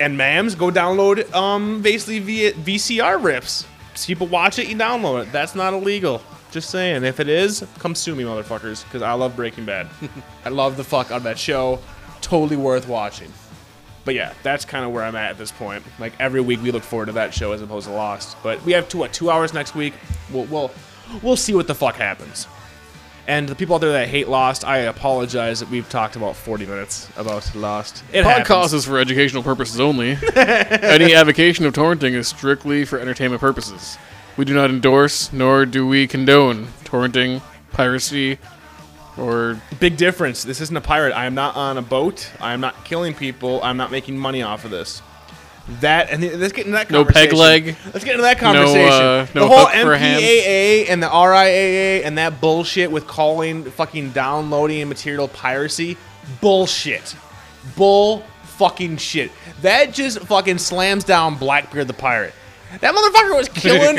Speaker 3: and ma'ams. Go download um, basically via VCR rips. So people watch it, you download it. That's not illegal. Just saying. If it is, come sue me, motherfuckers, because I love Breaking Bad. I love the fuck out of that show. Totally worth watching. But yeah, that's kind of where I'm at at this point. Like every week, we look forward to that show as opposed to Lost. But we have two what two hours next week. We'll we'll, we'll see what the fuck happens. And the people out there that hate Lost, I apologize that we've talked about 40 minutes about Lost. It
Speaker 2: Podcast
Speaker 3: happens.
Speaker 2: is for educational purposes only.
Speaker 3: *laughs*
Speaker 2: Any avocation of torrenting is strictly for entertainment purposes. We do not endorse, nor do we condone torrenting, piracy, or
Speaker 3: Big difference. This isn't a pirate. I am not on a boat. I am not killing people. I'm not making money off of this. That and th- let's get into that
Speaker 2: No
Speaker 3: conversation.
Speaker 2: peg leg.
Speaker 3: Let's get into that conversation.
Speaker 2: uh, no
Speaker 3: the whole
Speaker 2: hook for hands.
Speaker 3: MPAA and the RIAA and that bullshit with calling fucking downloading and material piracy bullshit. Bull fucking shit. That just fucking slams down Blackbeard the pirate. That motherfucker was killing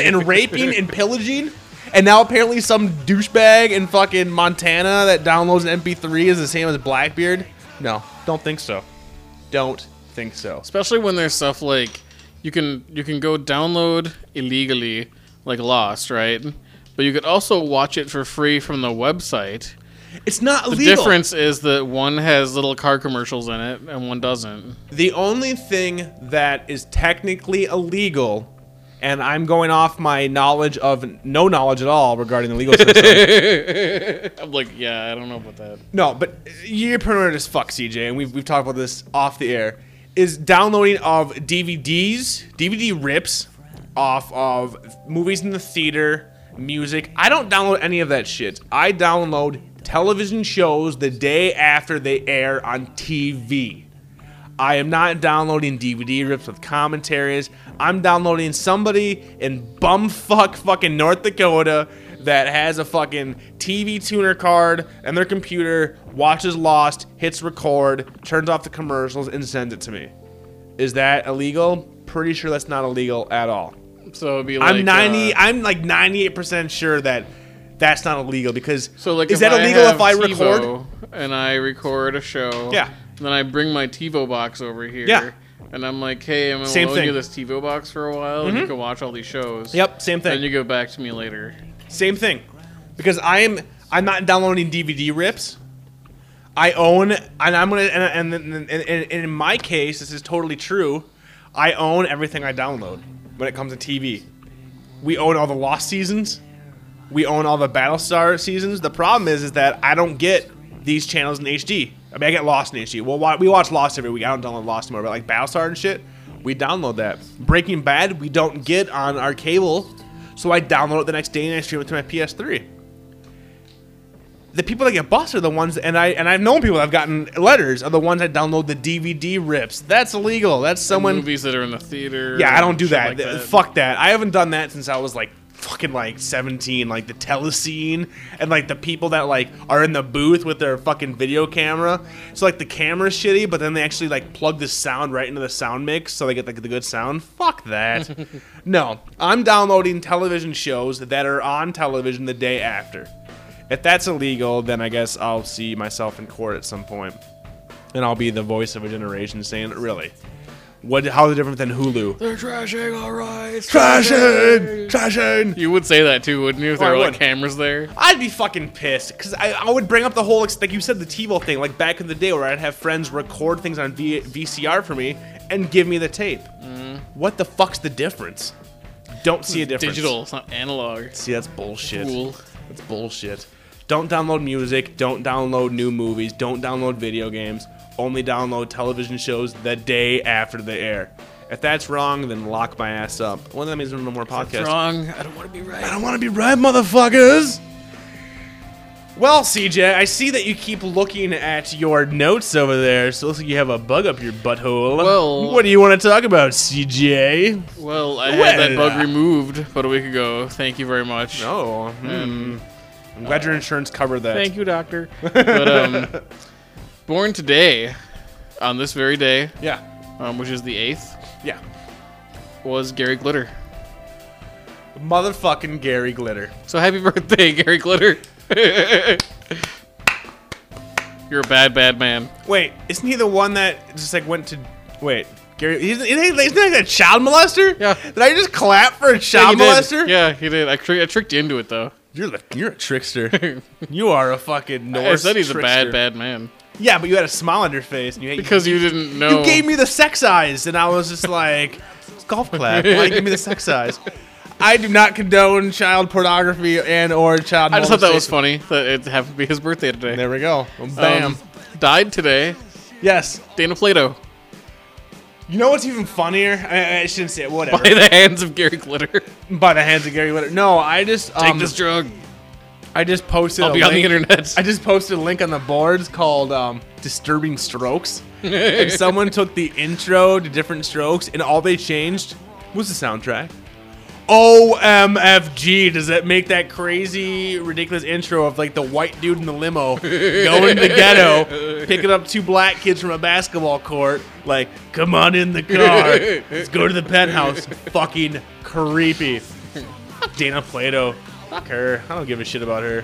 Speaker 2: *laughs*
Speaker 3: and raping and pillaging. And now apparently some douchebag in fucking Montana that downloads an MP3 is the same as Blackbeard. No, don't think so. Don't think so.
Speaker 2: especially when there's stuff like you can you can go download illegally like Lost, right? But you could also watch it for free from the website.
Speaker 3: It's not
Speaker 2: The
Speaker 3: legal.
Speaker 2: difference is that one has little car commercials in it and one doesn't.
Speaker 3: The only thing that is technically illegal, and I'm going off my knowledge of no knowledge at all regarding the legal system.
Speaker 2: I'm like, yeah, I don't know about that.
Speaker 3: no, but you're pretty much as fuck, CJ, and we've, we've talked about this off the air. Is downloading of DVDs, DVD rips off of movies in the theater, music. I don't download any of that shit. I download television shows the day after they air on TV. I am not downloading DVD rips with commentaries. I'm downloading somebody in bumfuck fucking North Dakota that has a fucking TV tuner card and their computer watches Lost, hits record, turns off the commercials, and sends it to me. Is that illegal? Pretty sure that's not illegal at all.
Speaker 2: So it'd be like
Speaker 3: I'm ninety.
Speaker 2: uh,
Speaker 3: I'm like ninety eight percent sure that that's not illegal because.
Speaker 2: so like,
Speaker 3: is
Speaker 2: if
Speaker 3: that illegal
Speaker 2: have
Speaker 3: if I
Speaker 2: TiVo
Speaker 3: record?
Speaker 2: and I record a show?
Speaker 3: Yeah.
Speaker 2: and then I bring my TiVo box over here.
Speaker 3: Yeah.
Speaker 2: And I'm like, hey, I'm gonna
Speaker 3: Same
Speaker 2: loan
Speaker 3: thing.
Speaker 2: you
Speaker 3: Mm-hmm.
Speaker 2: this TiVo box for a while, and you can watch all these shows.
Speaker 3: Yep, same thing.
Speaker 2: And you go back to me later.
Speaker 3: Same thing, because I am I'm not downloading DVD rips. I own, and I'm gonna, and, and, and, and, and in my case, this is totally true. I own everything I download when it comes to TV. We own all the Lost seasons. We own all the Battlestar seasons. The problem is, is that I don't get these channels in HD. I mean, I get Lost in HD. Well, wa- we watch Lost every week. I don't download Lost anymore, but like Battlestar and shit, we download that. Breaking Bad, we don't get on our cable, so I download it the next day and I stream it to my PS3. The people that get bust are the ones, and I and I've known people that have gotten letters are the ones that download the DVD rips. That's illegal. That's someone
Speaker 2: movies that are in the theater.
Speaker 3: yeah, I
Speaker 2: and
Speaker 3: don't do
Speaker 2: shit
Speaker 3: that.
Speaker 2: like
Speaker 3: Th- *laughs* Fuck that. I haven't done that since I was like fucking like 17 like the telescene and like the people that like are in the booth with their fucking video camera so like the camera's shitty but then they actually like plug the sound right into the sound mix so they get like the good sound fuck
Speaker 2: *laughs*
Speaker 3: that no i'm downloading television shows that are on television the day after if that's illegal then i guess i'll see myself in court at some point and i'll be the voice of a generation saying really what how's it different than hulu Trashing! Trashing!
Speaker 2: You would say that too, wouldn't you? If
Speaker 3: Oh,
Speaker 2: there
Speaker 3: I
Speaker 2: were like
Speaker 3: would.
Speaker 2: cameras there.
Speaker 3: I'd be fucking pissed because I, I would bring up the whole, like you said, the TiVo thing, like back in the day where I'd have friends record things on v- VCR for me and give me the tape. What the fuck's the difference? Don't see a difference.
Speaker 2: Digital, Mm. it's not analog.
Speaker 3: See, that's bullshit.
Speaker 2: Cool.
Speaker 3: That's bullshit. Don't download music. Don't download new movies. Don't download video games. Only download television shows the day after the air. If that's wrong, then lock my ass up. Well, that means *laughs* there's no more podcasts.
Speaker 2: Wrong. I don't want to be right.
Speaker 3: I don't want to be right, motherfuckers. Well, CJ, I see that you keep looking at your notes over there, so it looks like you have a bug up your butthole.
Speaker 2: Well-
Speaker 3: what do you want to talk about, CJ?
Speaker 2: Well, I had that
Speaker 3: Well.
Speaker 2: bug removed about a week ago. Thank you very much.
Speaker 3: Oh, hmm. I'm glad your insurance covered that.
Speaker 2: Thank you, doctor. but *laughs* um, born today, on this very day,
Speaker 3: Yeah,
Speaker 2: um, which is the eighth,
Speaker 3: yeah.
Speaker 2: was Gary Glitter.
Speaker 3: Motherfucking Gary Glitter.
Speaker 2: So happy *laughs* birthday, Gary Glitter. *laughs* You're a bad, bad man.
Speaker 3: Wait, isn't he the one that just like went to? Wait, Gary, isn't, isn't he, isn't he like a child molester?
Speaker 2: Yeah.
Speaker 3: Did I just clap for a
Speaker 2: Yeah,
Speaker 3: child
Speaker 2: you did.
Speaker 3: molester?
Speaker 2: Yeah, he did. I, tri- I tricked you into it though.
Speaker 3: You're the, you're a trickster. you are a fucking
Speaker 2: I
Speaker 3: Norse
Speaker 2: said he's a
Speaker 3: trickster.
Speaker 2: bad, bad man
Speaker 3: Yeah, but you had a smile on your face and you
Speaker 2: because you didn't know.
Speaker 3: you gave me the sex eyes, and I was just like, it's golf clap. Why you give me
Speaker 2: *laughs*
Speaker 3: the sex eyes? I do not condone child pornography and or child.
Speaker 2: I just thought that was
Speaker 3: molestation.
Speaker 2: funny that it happened to be his birthday today.
Speaker 3: There we go. Bam.
Speaker 2: Um, died today.
Speaker 3: yes.
Speaker 2: Dana Plato
Speaker 3: You know what's even funnier? I, I shouldn't say it. Whatever.
Speaker 2: by the hands of Gary Glitter.
Speaker 3: By the hands of Gary Glitter. No, I just
Speaker 2: Take
Speaker 3: um,
Speaker 2: this drug.
Speaker 3: I just posted.
Speaker 2: I'll
Speaker 3: a
Speaker 2: be on the
Speaker 3: link-
Speaker 2: internet.
Speaker 3: I just posted a link on the boards called um, "Disturbing Strokes," and someone took the intro to different strokes, and all they changed was the soundtrack. OMFG! Does that make that crazy, ridiculous intro of like the white dude in the limo going to the ghetto, picking up two black kids from a basketball court? Like, come on in
Speaker 1: *laughs*
Speaker 3: the car, let's go to the penthouse. Fucking creepy. Fuck Dana Plato. Fuck her. I don't give a shit about her.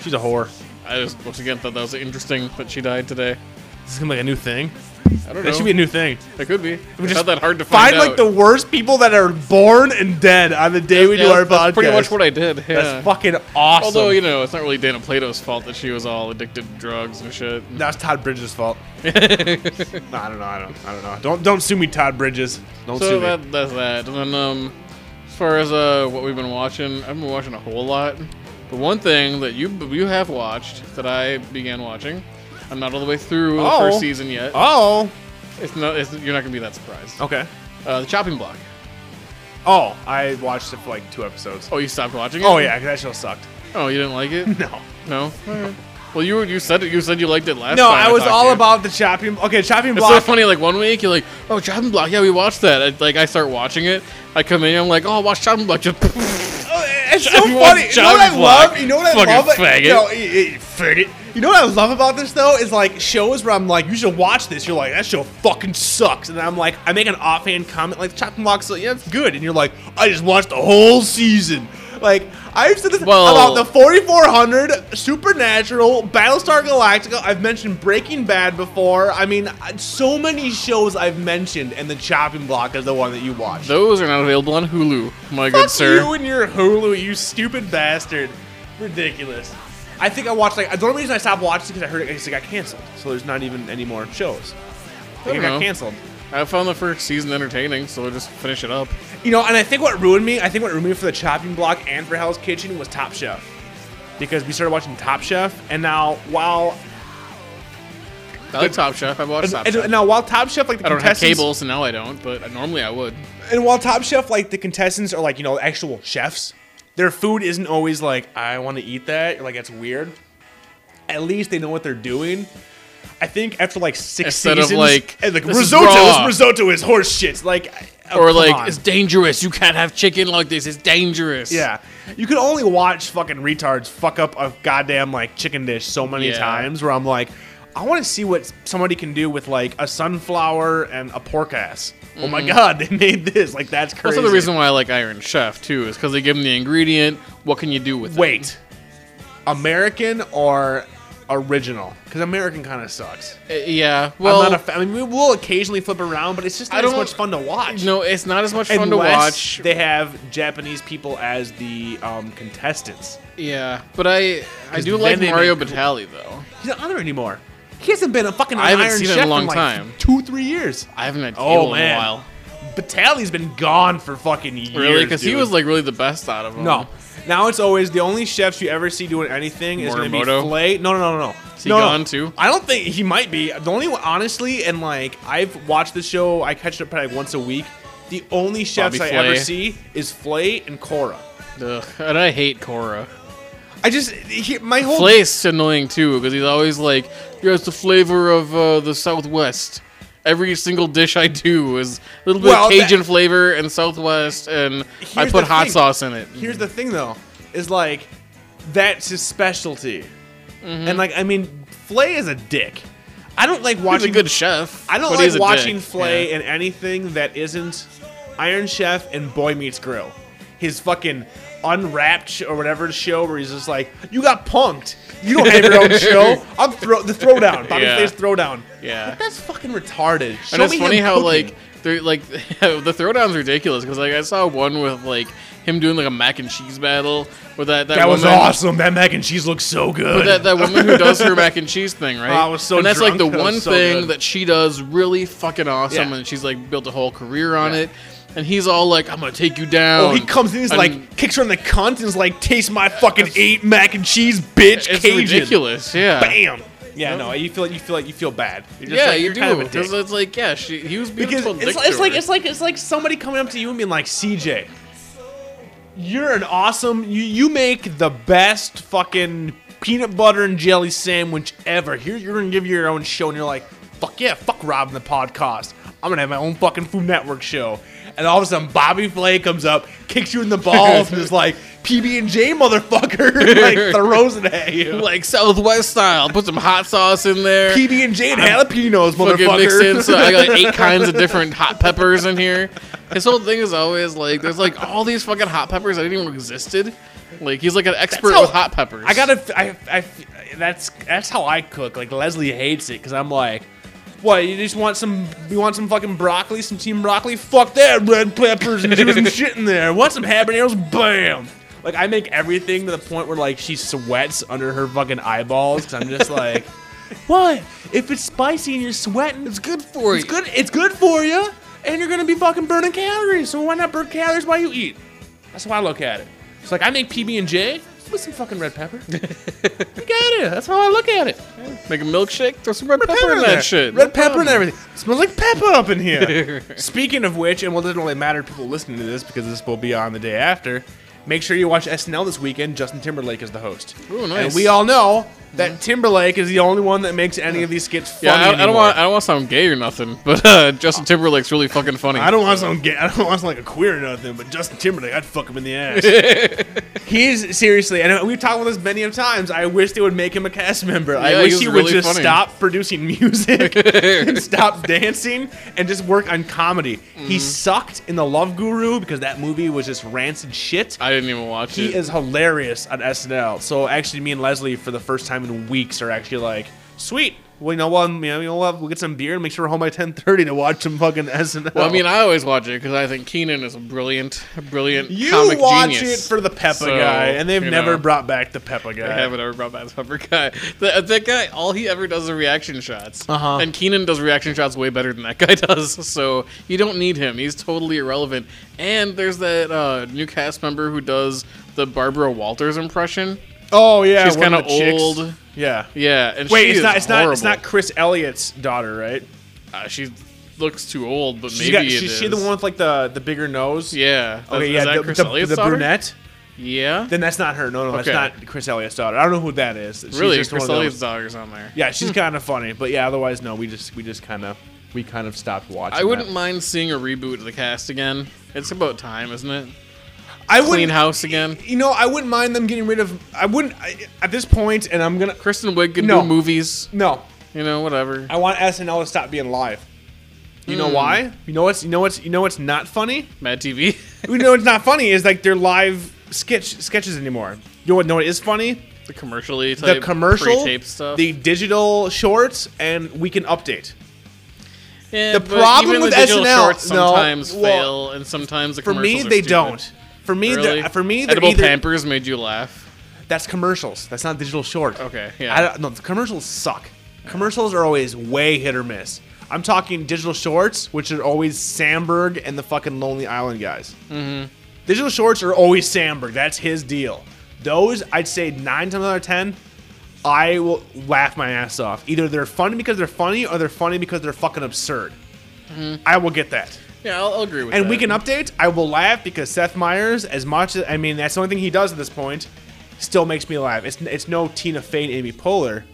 Speaker 3: She's a whore.
Speaker 2: I just once again thought that was interesting that she died today.
Speaker 3: Is this gonna be like a new thing?
Speaker 2: I don't know.
Speaker 3: That should be a new thing.
Speaker 2: it could be. It's
Speaker 3: just
Speaker 2: not that hard to find,
Speaker 3: Find like the worst people that are born and dead on the day we do our podcast.
Speaker 2: that's Pretty much what I did. Yeah.
Speaker 3: That's fucking awesome.
Speaker 2: Although you know, it's not really Dana Plato's fault that she was all addicted to drugs and shit.
Speaker 3: that's Todd Bridges'
Speaker 2: *laughs*
Speaker 3: fault. No, I don't know. I don't. I don't know. Don't don't sue me, Todd Bridges. Don't
Speaker 2: So uh,
Speaker 3: sue me.
Speaker 2: that, that's that. And then, um, as far as uh, what we've been watching, I've been watching a whole lot. But one thing that you you have watched that I began watching, I'm not all the way through
Speaker 3: Oh.
Speaker 2: the first season yet.
Speaker 3: Oh.
Speaker 2: It's not. It's, you're not gonna be that surprised.
Speaker 3: Okay.
Speaker 2: Uh, the Chopping Block.
Speaker 3: Oh, I watched it for like two episodes.
Speaker 2: Oh, you stopped watching it?
Speaker 3: Oh yeah, 'cause that show sucked. *laughs*
Speaker 2: Oh, you didn't like it?
Speaker 3: No.
Speaker 2: No. Well, you were, you said it. You said you liked it last.
Speaker 3: No,
Speaker 2: time
Speaker 3: I was
Speaker 2: talked
Speaker 3: all
Speaker 2: to you.
Speaker 3: about the chopping. Okay, chopping
Speaker 2: It's
Speaker 3: block.
Speaker 2: so funny. Like one week, you're like, "Oh, Chopping Block, yeah, we watched that." I, like I start watching it. I come in, I'm like, "Oh, watch Chopping Block." Just *laughs*
Speaker 3: Oh, It's so
Speaker 2: You want
Speaker 3: funny. You know
Speaker 2: Johnny
Speaker 3: what I love?
Speaker 2: Block,
Speaker 3: You know what I
Speaker 2: fucking
Speaker 3: love?
Speaker 2: faggot.
Speaker 3: No, you, faggot. You know what I love about this though is like shows where I'm like, you should watch this. You're like, that show fucking sucks, and I'm like, I make an offhand comment like, Chopping Block's like, yeah, it's good, and you're like, I just watched the whole season. Like I've said this
Speaker 2: Well-
Speaker 3: about the 4400, Supernatural, Battlestar Galactica. I've mentioned Breaking Bad before. I mean, so many shows I've mentioned, and the Chopping Block is the one that you watched.
Speaker 2: those are not available on Hulu, my good
Speaker 3: Fuck
Speaker 2: sir.
Speaker 3: you and your Hulu, you stupid bastard. Ridiculous. I think I watched like the only reason I stopped watching because I heard it, it got canceled. So there's not even any more shows. I think it
Speaker 2: don't
Speaker 3: got
Speaker 2: know.
Speaker 3: canceled.
Speaker 2: I found the first season entertaining, so we'll just finish it up.
Speaker 3: You know, and I think what ruined me, I think what ruined me for the chopping block and for Hell's Kitchen was Top Chef. Because we started watching Top Chef, and now while
Speaker 2: I like Top Chef. I watched Top
Speaker 3: and,
Speaker 2: Chef.
Speaker 3: and now while Top Chef like the
Speaker 2: I don't have
Speaker 3: contestants
Speaker 2: cable, so now I don't. But uh, normally I would.
Speaker 3: and while Top Chef, like the contestants are like you know actual chefs, their food isn't always like I want to eat that. Or, like that's weird. At least they know what they're doing. I think after like six
Speaker 2: Instead of,
Speaker 3: seasons,
Speaker 2: like,
Speaker 3: and, like
Speaker 2: "This is
Speaker 3: risotto,
Speaker 2: raw."
Speaker 3: this risotto is horse shit. It's Like, oh,
Speaker 2: or
Speaker 3: come
Speaker 2: like,
Speaker 3: on.
Speaker 2: it's dangerous. You can't have chicken like this. It's dangerous.
Speaker 3: yeah, you can only watch fucking retards fuck up a goddamn like chicken dish so many
Speaker 2: Yeah.
Speaker 3: times. Where I'm like, I want to see what somebody can do with like a sunflower and a pork ass. Oh
Speaker 2: Mm-hmm.
Speaker 3: my god, *laughs* they made this like that's
Speaker 2: That's
Speaker 3: crazy.
Speaker 2: another reason why I like Iron Chef too, is because they give them the ingredient. What can you do with it?
Speaker 3: Wait, American or original? Because American kind of sucks.
Speaker 2: Uh, yeah. Well,
Speaker 3: I'm not a fa- I mean, we will occasionally flip around, but it's just not
Speaker 2: I
Speaker 3: as
Speaker 2: don't-
Speaker 3: much fun to watch.
Speaker 2: no, it's not as much fun
Speaker 3: Unless
Speaker 2: to watch.
Speaker 3: They have Japanese people as the um, contestants.
Speaker 2: yeah, but I I do
Speaker 3: then
Speaker 2: like
Speaker 3: they
Speaker 2: Mario
Speaker 3: make-
Speaker 2: Batali though.
Speaker 3: He's not on there anymore. He hasn't been a fucking
Speaker 2: I haven't
Speaker 3: Iron
Speaker 2: seen it
Speaker 3: Chef
Speaker 2: in a long
Speaker 3: like
Speaker 2: time.
Speaker 3: Two, three years.
Speaker 2: I haven't had cable
Speaker 3: Oh,
Speaker 2: in
Speaker 3: man.
Speaker 2: a while.
Speaker 3: Batali's been gone for fucking years.
Speaker 2: Really, because he
Speaker 3: dude.
Speaker 2: was like really the best out of them.
Speaker 3: No. Now it's always the only chefs you ever see doing anything is going to be
Speaker 2: Morimoto?
Speaker 3: Flay. No, no, no, no, no. Is
Speaker 2: he
Speaker 3: no, no.
Speaker 2: gone, too?
Speaker 3: I don't think he might be. The only one, honestly, and like I've watched the show, I catch it up probably like once a week. The only chefs
Speaker 2: Bobby
Speaker 3: I ever
Speaker 2: Flay.
Speaker 3: see is Flay and Cora.
Speaker 2: Ugh, and I hate Cora.
Speaker 3: I just he, my whole
Speaker 2: Flake's annoying too because he's always like, "Here's the flavor of uh, the Southwest." Every single dish I do is a little bit
Speaker 3: Well,
Speaker 2: of
Speaker 3: that-
Speaker 2: Cajun flavor and Southwest, and I
Speaker 3: Here's
Speaker 2: put
Speaker 3: the
Speaker 2: hot
Speaker 3: thing.
Speaker 2: sauce in it.
Speaker 3: Here's the thing though, is like that's his specialty, and like I mean, Flay is a dick. I don't like
Speaker 2: Mm-hmm. He's
Speaker 3: watching
Speaker 2: a good chef.
Speaker 3: I don't
Speaker 2: but
Speaker 3: like
Speaker 2: he's a
Speaker 3: watching
Speaker 2: dick.
Speaker 3: Flay
Speaker 2: Yeah.
Speaker 3: in anything that isn't Iron Chef and Boy Meets Grill. His fucking unwrapped sh- or whatever show where he's just like, "You got punked. You don't have your
Speaker 2: *laughs*
Speaker 3: own show. I'm throw the throwdown. Bobby
Speaker 2: Yeah.
Speaker 3: Flay's throwdown.
Speaker 2: Yeah.
Speaker 3: Like, that's fucking retarded. Show
Speaker 2: and it's
Speaker 3: me
Speaker 2: funny
Speaker 3: him
Speaker 2: how
Speaker 3: cooking.
Speaker 2: like they're like *laughs* the throwdown's ridiculous because like I saw one with like him doing like a mac and cheese battle with that that,
Speaker 3: that was
Speaker 2: woman-
Speaker 3: awesome. That mac and cheese looks so good.
Speaker 2: That, that woman who does
Speaker 3: *laughs*
Speaker 2: her mac and cheese thing, right?
Speaker 3: Oh, I was so
Speaker 2: and that's like
Speaker 3: drunk.
Speaker 2: the
Speaker 3: That was
Speaker 2: one
Speaker 3: so
Speaker 2: thing
Speaker 3: good.
Speaker 2: that she does really fucking awesome,
Speaker 3: Yeah.
Speaker 2: and she's like built a whole career on it. And he's all like, "I'm gonna take you down."
Speaker 3: Oh, he comes in, he's
Speaker 2: And
Speaker 3: like, kicks her in the cunt, and is like, "Taste my fucking eight mac and cheese, bitch!"
Speaker 2: "It's
Speaker 3: Cajun."
Speaker 2: ridiculous." Yeah,
Speaker 3: Bam. Yeah, no, you feel you feel like you feel bad. You're just
Speaker 2: yeah,
Speaker 3: like,
Speaker 2: you
Speaker 3: you're kind of
Speaker 2: do
Speaker 3: a dick.
Speaker 2: because it's like, yeah, she, he was being a
Speaker 3: Because
Speaker 2: total
Speaker 3: it's,
Speaker 2: dick
Speaker 3: it's
Speaker 2: to
Speaker 3: like
Speaker 2: her.
Speaker 3: it's like it's like somebody coming up to you and being like, CJ, you're an awesome. You you make the best fucking peanut butter and jelly sandwich ever. Here you're gonna give your own show, and you're like, fuck yeah, fuck Rob and the podcast. I'm gonna have my own fucking Food Network show. And all of a sudden, Bobby Flay comes up, kicks you in the balls, and is like, PB and J, motherfucker, *laughs* and, like throws it at you. Like
Speaker 2: like Southwest style. Put some hot sauce in there.
Speaker 3: PB and J and jalapenos,
Speaker 2: fucking mixed in.
Speaker 3: motherfucker.
Speaker 2: So I got like
Speaker 3: *laughs*
Speaker 2: eight kinds of different hot peppers in here. His whole thing is always like, there's like all these fucking hot peppers that didn't even existed. Like he's like an expert
Speaker 3: That's
Speaker 2: with
Speaker 3: how-
Speaker 2: hot peppers.
Speaker 3: I gotta. I, I, that's that's how I cook. Like Leslie hates it because I'm like, what? You just want some? You want some fucking broccoli? Some team broccoli? Fuck that! Red peppers and juice *laughs* and shit in there. Want some habaneros? Bam! Like I make everything to the point where like she sweats under her fucking eyeballs because I'm just like, *laughs* what? If it's spicy and you're sweating, it's good for you. It's good. It's good for you, and you're gonna be fucking burning calories. So why not burn calories while you eat? That's how I look at it. It's like I make PB and J with some fucking red *laughs* pepper. I got it. That's how I look at it.
Speaker 2: make a milkshake. Throw some red, pepper, in that
Speaker 3: there.
Speaker 2: shit.
Speaker 3: Red pepper and everything. smells like pepper up
Speaker 2: *laughs*
Speaker 3: in here. Speaking of which, and well, it doesn't really matter to people listening to this because this will be on the day after. Make sure you watch SNL this weekend. Justin Timberlake is the host.
Speaker 2: Ooh, nice.
Speaker 3: And we all know that Timberlake is the only one that makes any of these skits funny.
Speaker 2: yeah, I, I
Speaker 3: anymore.
Speaker 2: don't want. I don't want to sound gay or nothing, *laughs* but uh, Justin Timberlake's really fucking funny.
Speaker 3: I don't want some gay. I don't want some like a queer or nothing. But Justin Timberlake, I'd fuck him in the ass.
Speaker 2: *laughs*
Speaker 3: He's seriously, and we've talked about this many of times. I wish they would make him a cast member.
Speaker 2: Yeah,
Speaker 3: I
Speaker 2: he
Speaker 3: wish
Speaker 2: was
Speaker 3: he would
Speaker 2: really
Speaker 3: just
Speaker 2: funny.
Speaker 3: stop
Speaker 2: *laughs*
Speaker 3: producing music and stop dancing and just work on comedy.
Speaker 2: Mm-hmm.
Speaker 3: He sucked in the Love Guru because that movie was just rancid shit.
Speaker 2: I didn't even watch
Speaker 3: He
Speaker 2: it.
Speaker 3: is hilarious on SNL. So actually, me and Leslie for the first time in weeks are actually like, sweet. Well, you know what? You know, we'll, have, we'll get some beer and make sure we're home by ten thirty to watch some fucking SNL.
Speaker 2: well, I mean, I always watch it because I think Keenan is a brilliant, brilliant
Speaker 3: You
Speaker 2: comic
Speaker 3: watch
Speaker 2: genius.
Speaker 3: it for the Peppa
Speaker 2: So,
Speaker 3: guy, and they've
Speaker 2: you
Speaker 3: never
Speaker 2: know.
Speaker 3: brought back the Peppa guy.
Speaker 2: I haven't ever brought back the pepper guy. That, that guy, all he ever does is reaction shots. Uh-huh. And Keenan does reaction shots way better than that guy *laughs* does. So you don't need him. He's totally irrelevant. And there's that uh, new cast member who does the Barbara Walters impression.
Speaker 3: Oh yeah,
Speaker 2: She's
Speaker 3: one
Speaker 2: kind
Speaker 3: of
Speaker 2: of
Speaker 3: the chicks.
Speaker 2: old.
Speaker 3: Yeah.
Speaker 2: Yeah, and
Speaker 3: Wait,
Speaker 2: she
Speaker 3: it's
Speaker 2: is
Speaker 3: not. It's not. It's not
Speaker 2: horrible.
Speaker 3: Chris Elliott's daughter, right?
Speaker 2: Uh, she looks too old, but maybe
Speaker 3: She got.
Speaker 2: it
Speaker 3: She's she
Speaker 2: is.
Speaker 3: the one with like the the bigger nose.
Speaker 2: Yeah.
Speaker 3: Okay.
Speaker 2: is,
Speaker 3: yeah.
Speaker 2: Is that
Speaker 3: the,
Speaker 2: Chris
Speaker 3: the-
Speaker 2: Elliott's
Speaker 3: the
Speaker 2: daughter?
Speaker 3: brunette.
Speaker 2: Yeah.
Speaker 3: Then that's not her. No, no,
Speaker 2: Okay.
Speaker 3: that's not Chris Elliott's daughter. I don't know who that is. She's
Speaker 2: really,
Speaker 3: just one
Speaker 2: Chris
Speaker 3: of those-
Speaker 2: Elliott's Hmm. daughter's on there.
Speaker 3: Yeah, she's kind of funny, but yeah. Otherwise, no. We just we just kind of we kind of stopped watching.
Speaker 2: I wouldn't
Speaker 3: that.
Speaker 2: mind seeing a reboot of the cast again. It's about time, isn't it?
Speaker 3: I
Speaker 2: Clean
Speaker 3: wouldn't.
Speaker 2: house again.
Speaker 3: you know, I wouldn't mind them getting rid of. I wouldn't I, at this point, and I'm gonna.
Speaker 2: Kristen Wiig can
Speaker 3: No.
Speaker 2: do movies.
Speaker 3: No,
Speaker 2: You know, whatever.
Speaker 3: I want SNL to stop being live. You
Speaker 2: Mm.
Speaker 3: know why? You know what's you know what's you know what's not funny?
Speaker 2: Mad TV.
Speaker 3: you know what's not funny is like their live sketch sketches anymore. You know what? No, it is funny.
Speaker 2: *laughs* the commercially
Speaker 3: The
Speaker 2: type
Speaker 3: commercial,
Speaker 2: pre-tape stuff.
Speaker 3: the digital shorts, and we can update.
Speaker 2: Yeah,
Speaker 3: the
Speaker 2: but
Speaker 3: problem
Speaker 2: even
Speaker 3: with
Speaker 2: the digital
Speaker 3: SNL
Speaker 2: shorts
Speaker 3: no,
Speaker 2: sometimes
Speaker 3: well,
Speaker 2: fail, and sometimes the
Speaker 3: For me,
Speaker 2: commercials are
Speaker 3: they
Speaker 2: stupid.
Speaker 3: don't. For me, they're-
Speaker 2: Really?
Speaker 3: for me, they're
Speaker 2: edible
Speaker 3: either,
Speaker 2: Pampers made you laugh.
Speaker 3: that's commercials. That's not digital short.
Speaker 2: Okay,
Speaker 3: I
Speaker 2: yeah.
Speaker 3: don't, no, the commercials suck. Commercials are always way hit or miss. I'm talking digital shorts, which are always Sandberg and the fucking Lonely Island guys. Mm-hmm. Digital shorts are always Sandberg. That's his deal. Those, I'd say nine times out of ten, I will laugh my ass off. Either they're funny because they're funny, or they're funny because they're fucking absurd. I will get that.
Speaker 2: yeah, I'll, I'll agree with
Speaker 3: And
Speaker 2: that.
Speaker 3: we can update. I will laugh because Seth Meyers, as much as I mean, that's the only thing he does at this point, still makes me alive. It's it's no Tina Fey and Amy Poehler.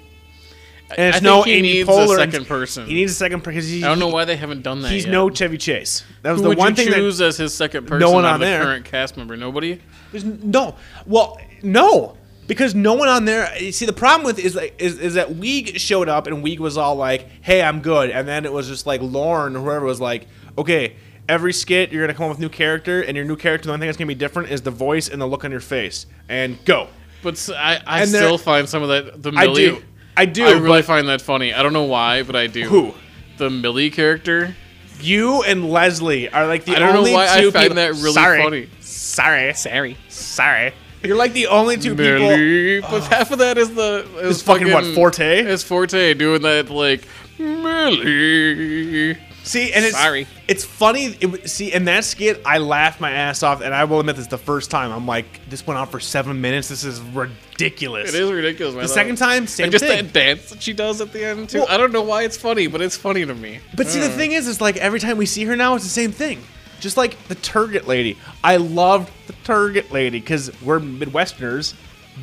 Speaker 2: I
Speaker 3: And it's
Speaker 2: think
Speaker 3: no
Speaker 2: he
Speaker 3: Amy
Speaker 2: needs
Speaker 3: Poehler.
Speaker 2: a
Speaker 3: and-
Speaker 2: second person.
Speaker 3: He needs a second person. 'cause he-
Speaker 2: I don't know why they haven't done that.
Speaker 3: He's
Speaker 2: yet.
Speaker 3: no Chevy Chase. That was
Speaker 2: Who
Speaker 3: the
Speaker 2: would
Speaker 3: one
Speaker 2: you
Speaker 3: thing that
Speaker 2: choose as his second person?
Speaker 3: one
Speaker 2: out of
Speaker 3: on
Speaker 2: the
Speaker 3: there.
Speaker 2: Current cast member. Nobody.
Speaker 3: There's n- no. Well, no, because no one on there. you See, the problem with is like is, is that Weeg showed up and Weeg was all like, "Hey, I'm good," and then it was just like Lauren or whoever was like, "Okay." Every skit, you're gonna come up with new character, and your new character, the only thing that's gonna be different is the voice and the look on your face. And go.
Speaker 2: But s- I, I
Speaker 3: And there-
Speaker 2: still find some of that. The
Speaker 3: I
Speaker 2: Millie.
Speaker 3: do. I do.
Speaker 2: I really find that funny. I don't know why, but I do.
Speaker 3: Who?
Speaker 2: The Millie character.
Speaker 3: You and Leslie are like the
Speaker 2: I don't know
Speaker 3: only
Speaker 2: why I
Speaker 3: two
Speaker 2: find
Speaker 3: people.
Speaker 2: that really
Speaker 3: Sorry.
Speaker 2: funny.
Speaker 3: Sorry, sorry, sorry. You're like the only two people.
Speaker 2: Millie. But half of that is the is
Speaker 3: It's fucking what, Forte?
Speaker 2: It's Forte doing that like Millie.
Speaker 3: See, and it's
Speaker 2: Sorry.
Speaker 3: It's funny. It, w- see, in that skit, I laughed my ass off, and I will admit this the first time. I'm like, this went on for seven minutes. This is ridiculous.
Speaker 2: It is ridiculous.
Speaker 3: The second time, same
Speaker 2: And just
Speaker 3: thing.
Speaker 2: that dance that she does at the end too.
Speaker 3: Well-
Speaker 2: I don't know why it's funny, but it's funny to me.
Speaker 3: But see, the thing is, it's like every time we see her now, it's the same thing. Just like the Target lady. I loved the Target lady because we're Midwesterners.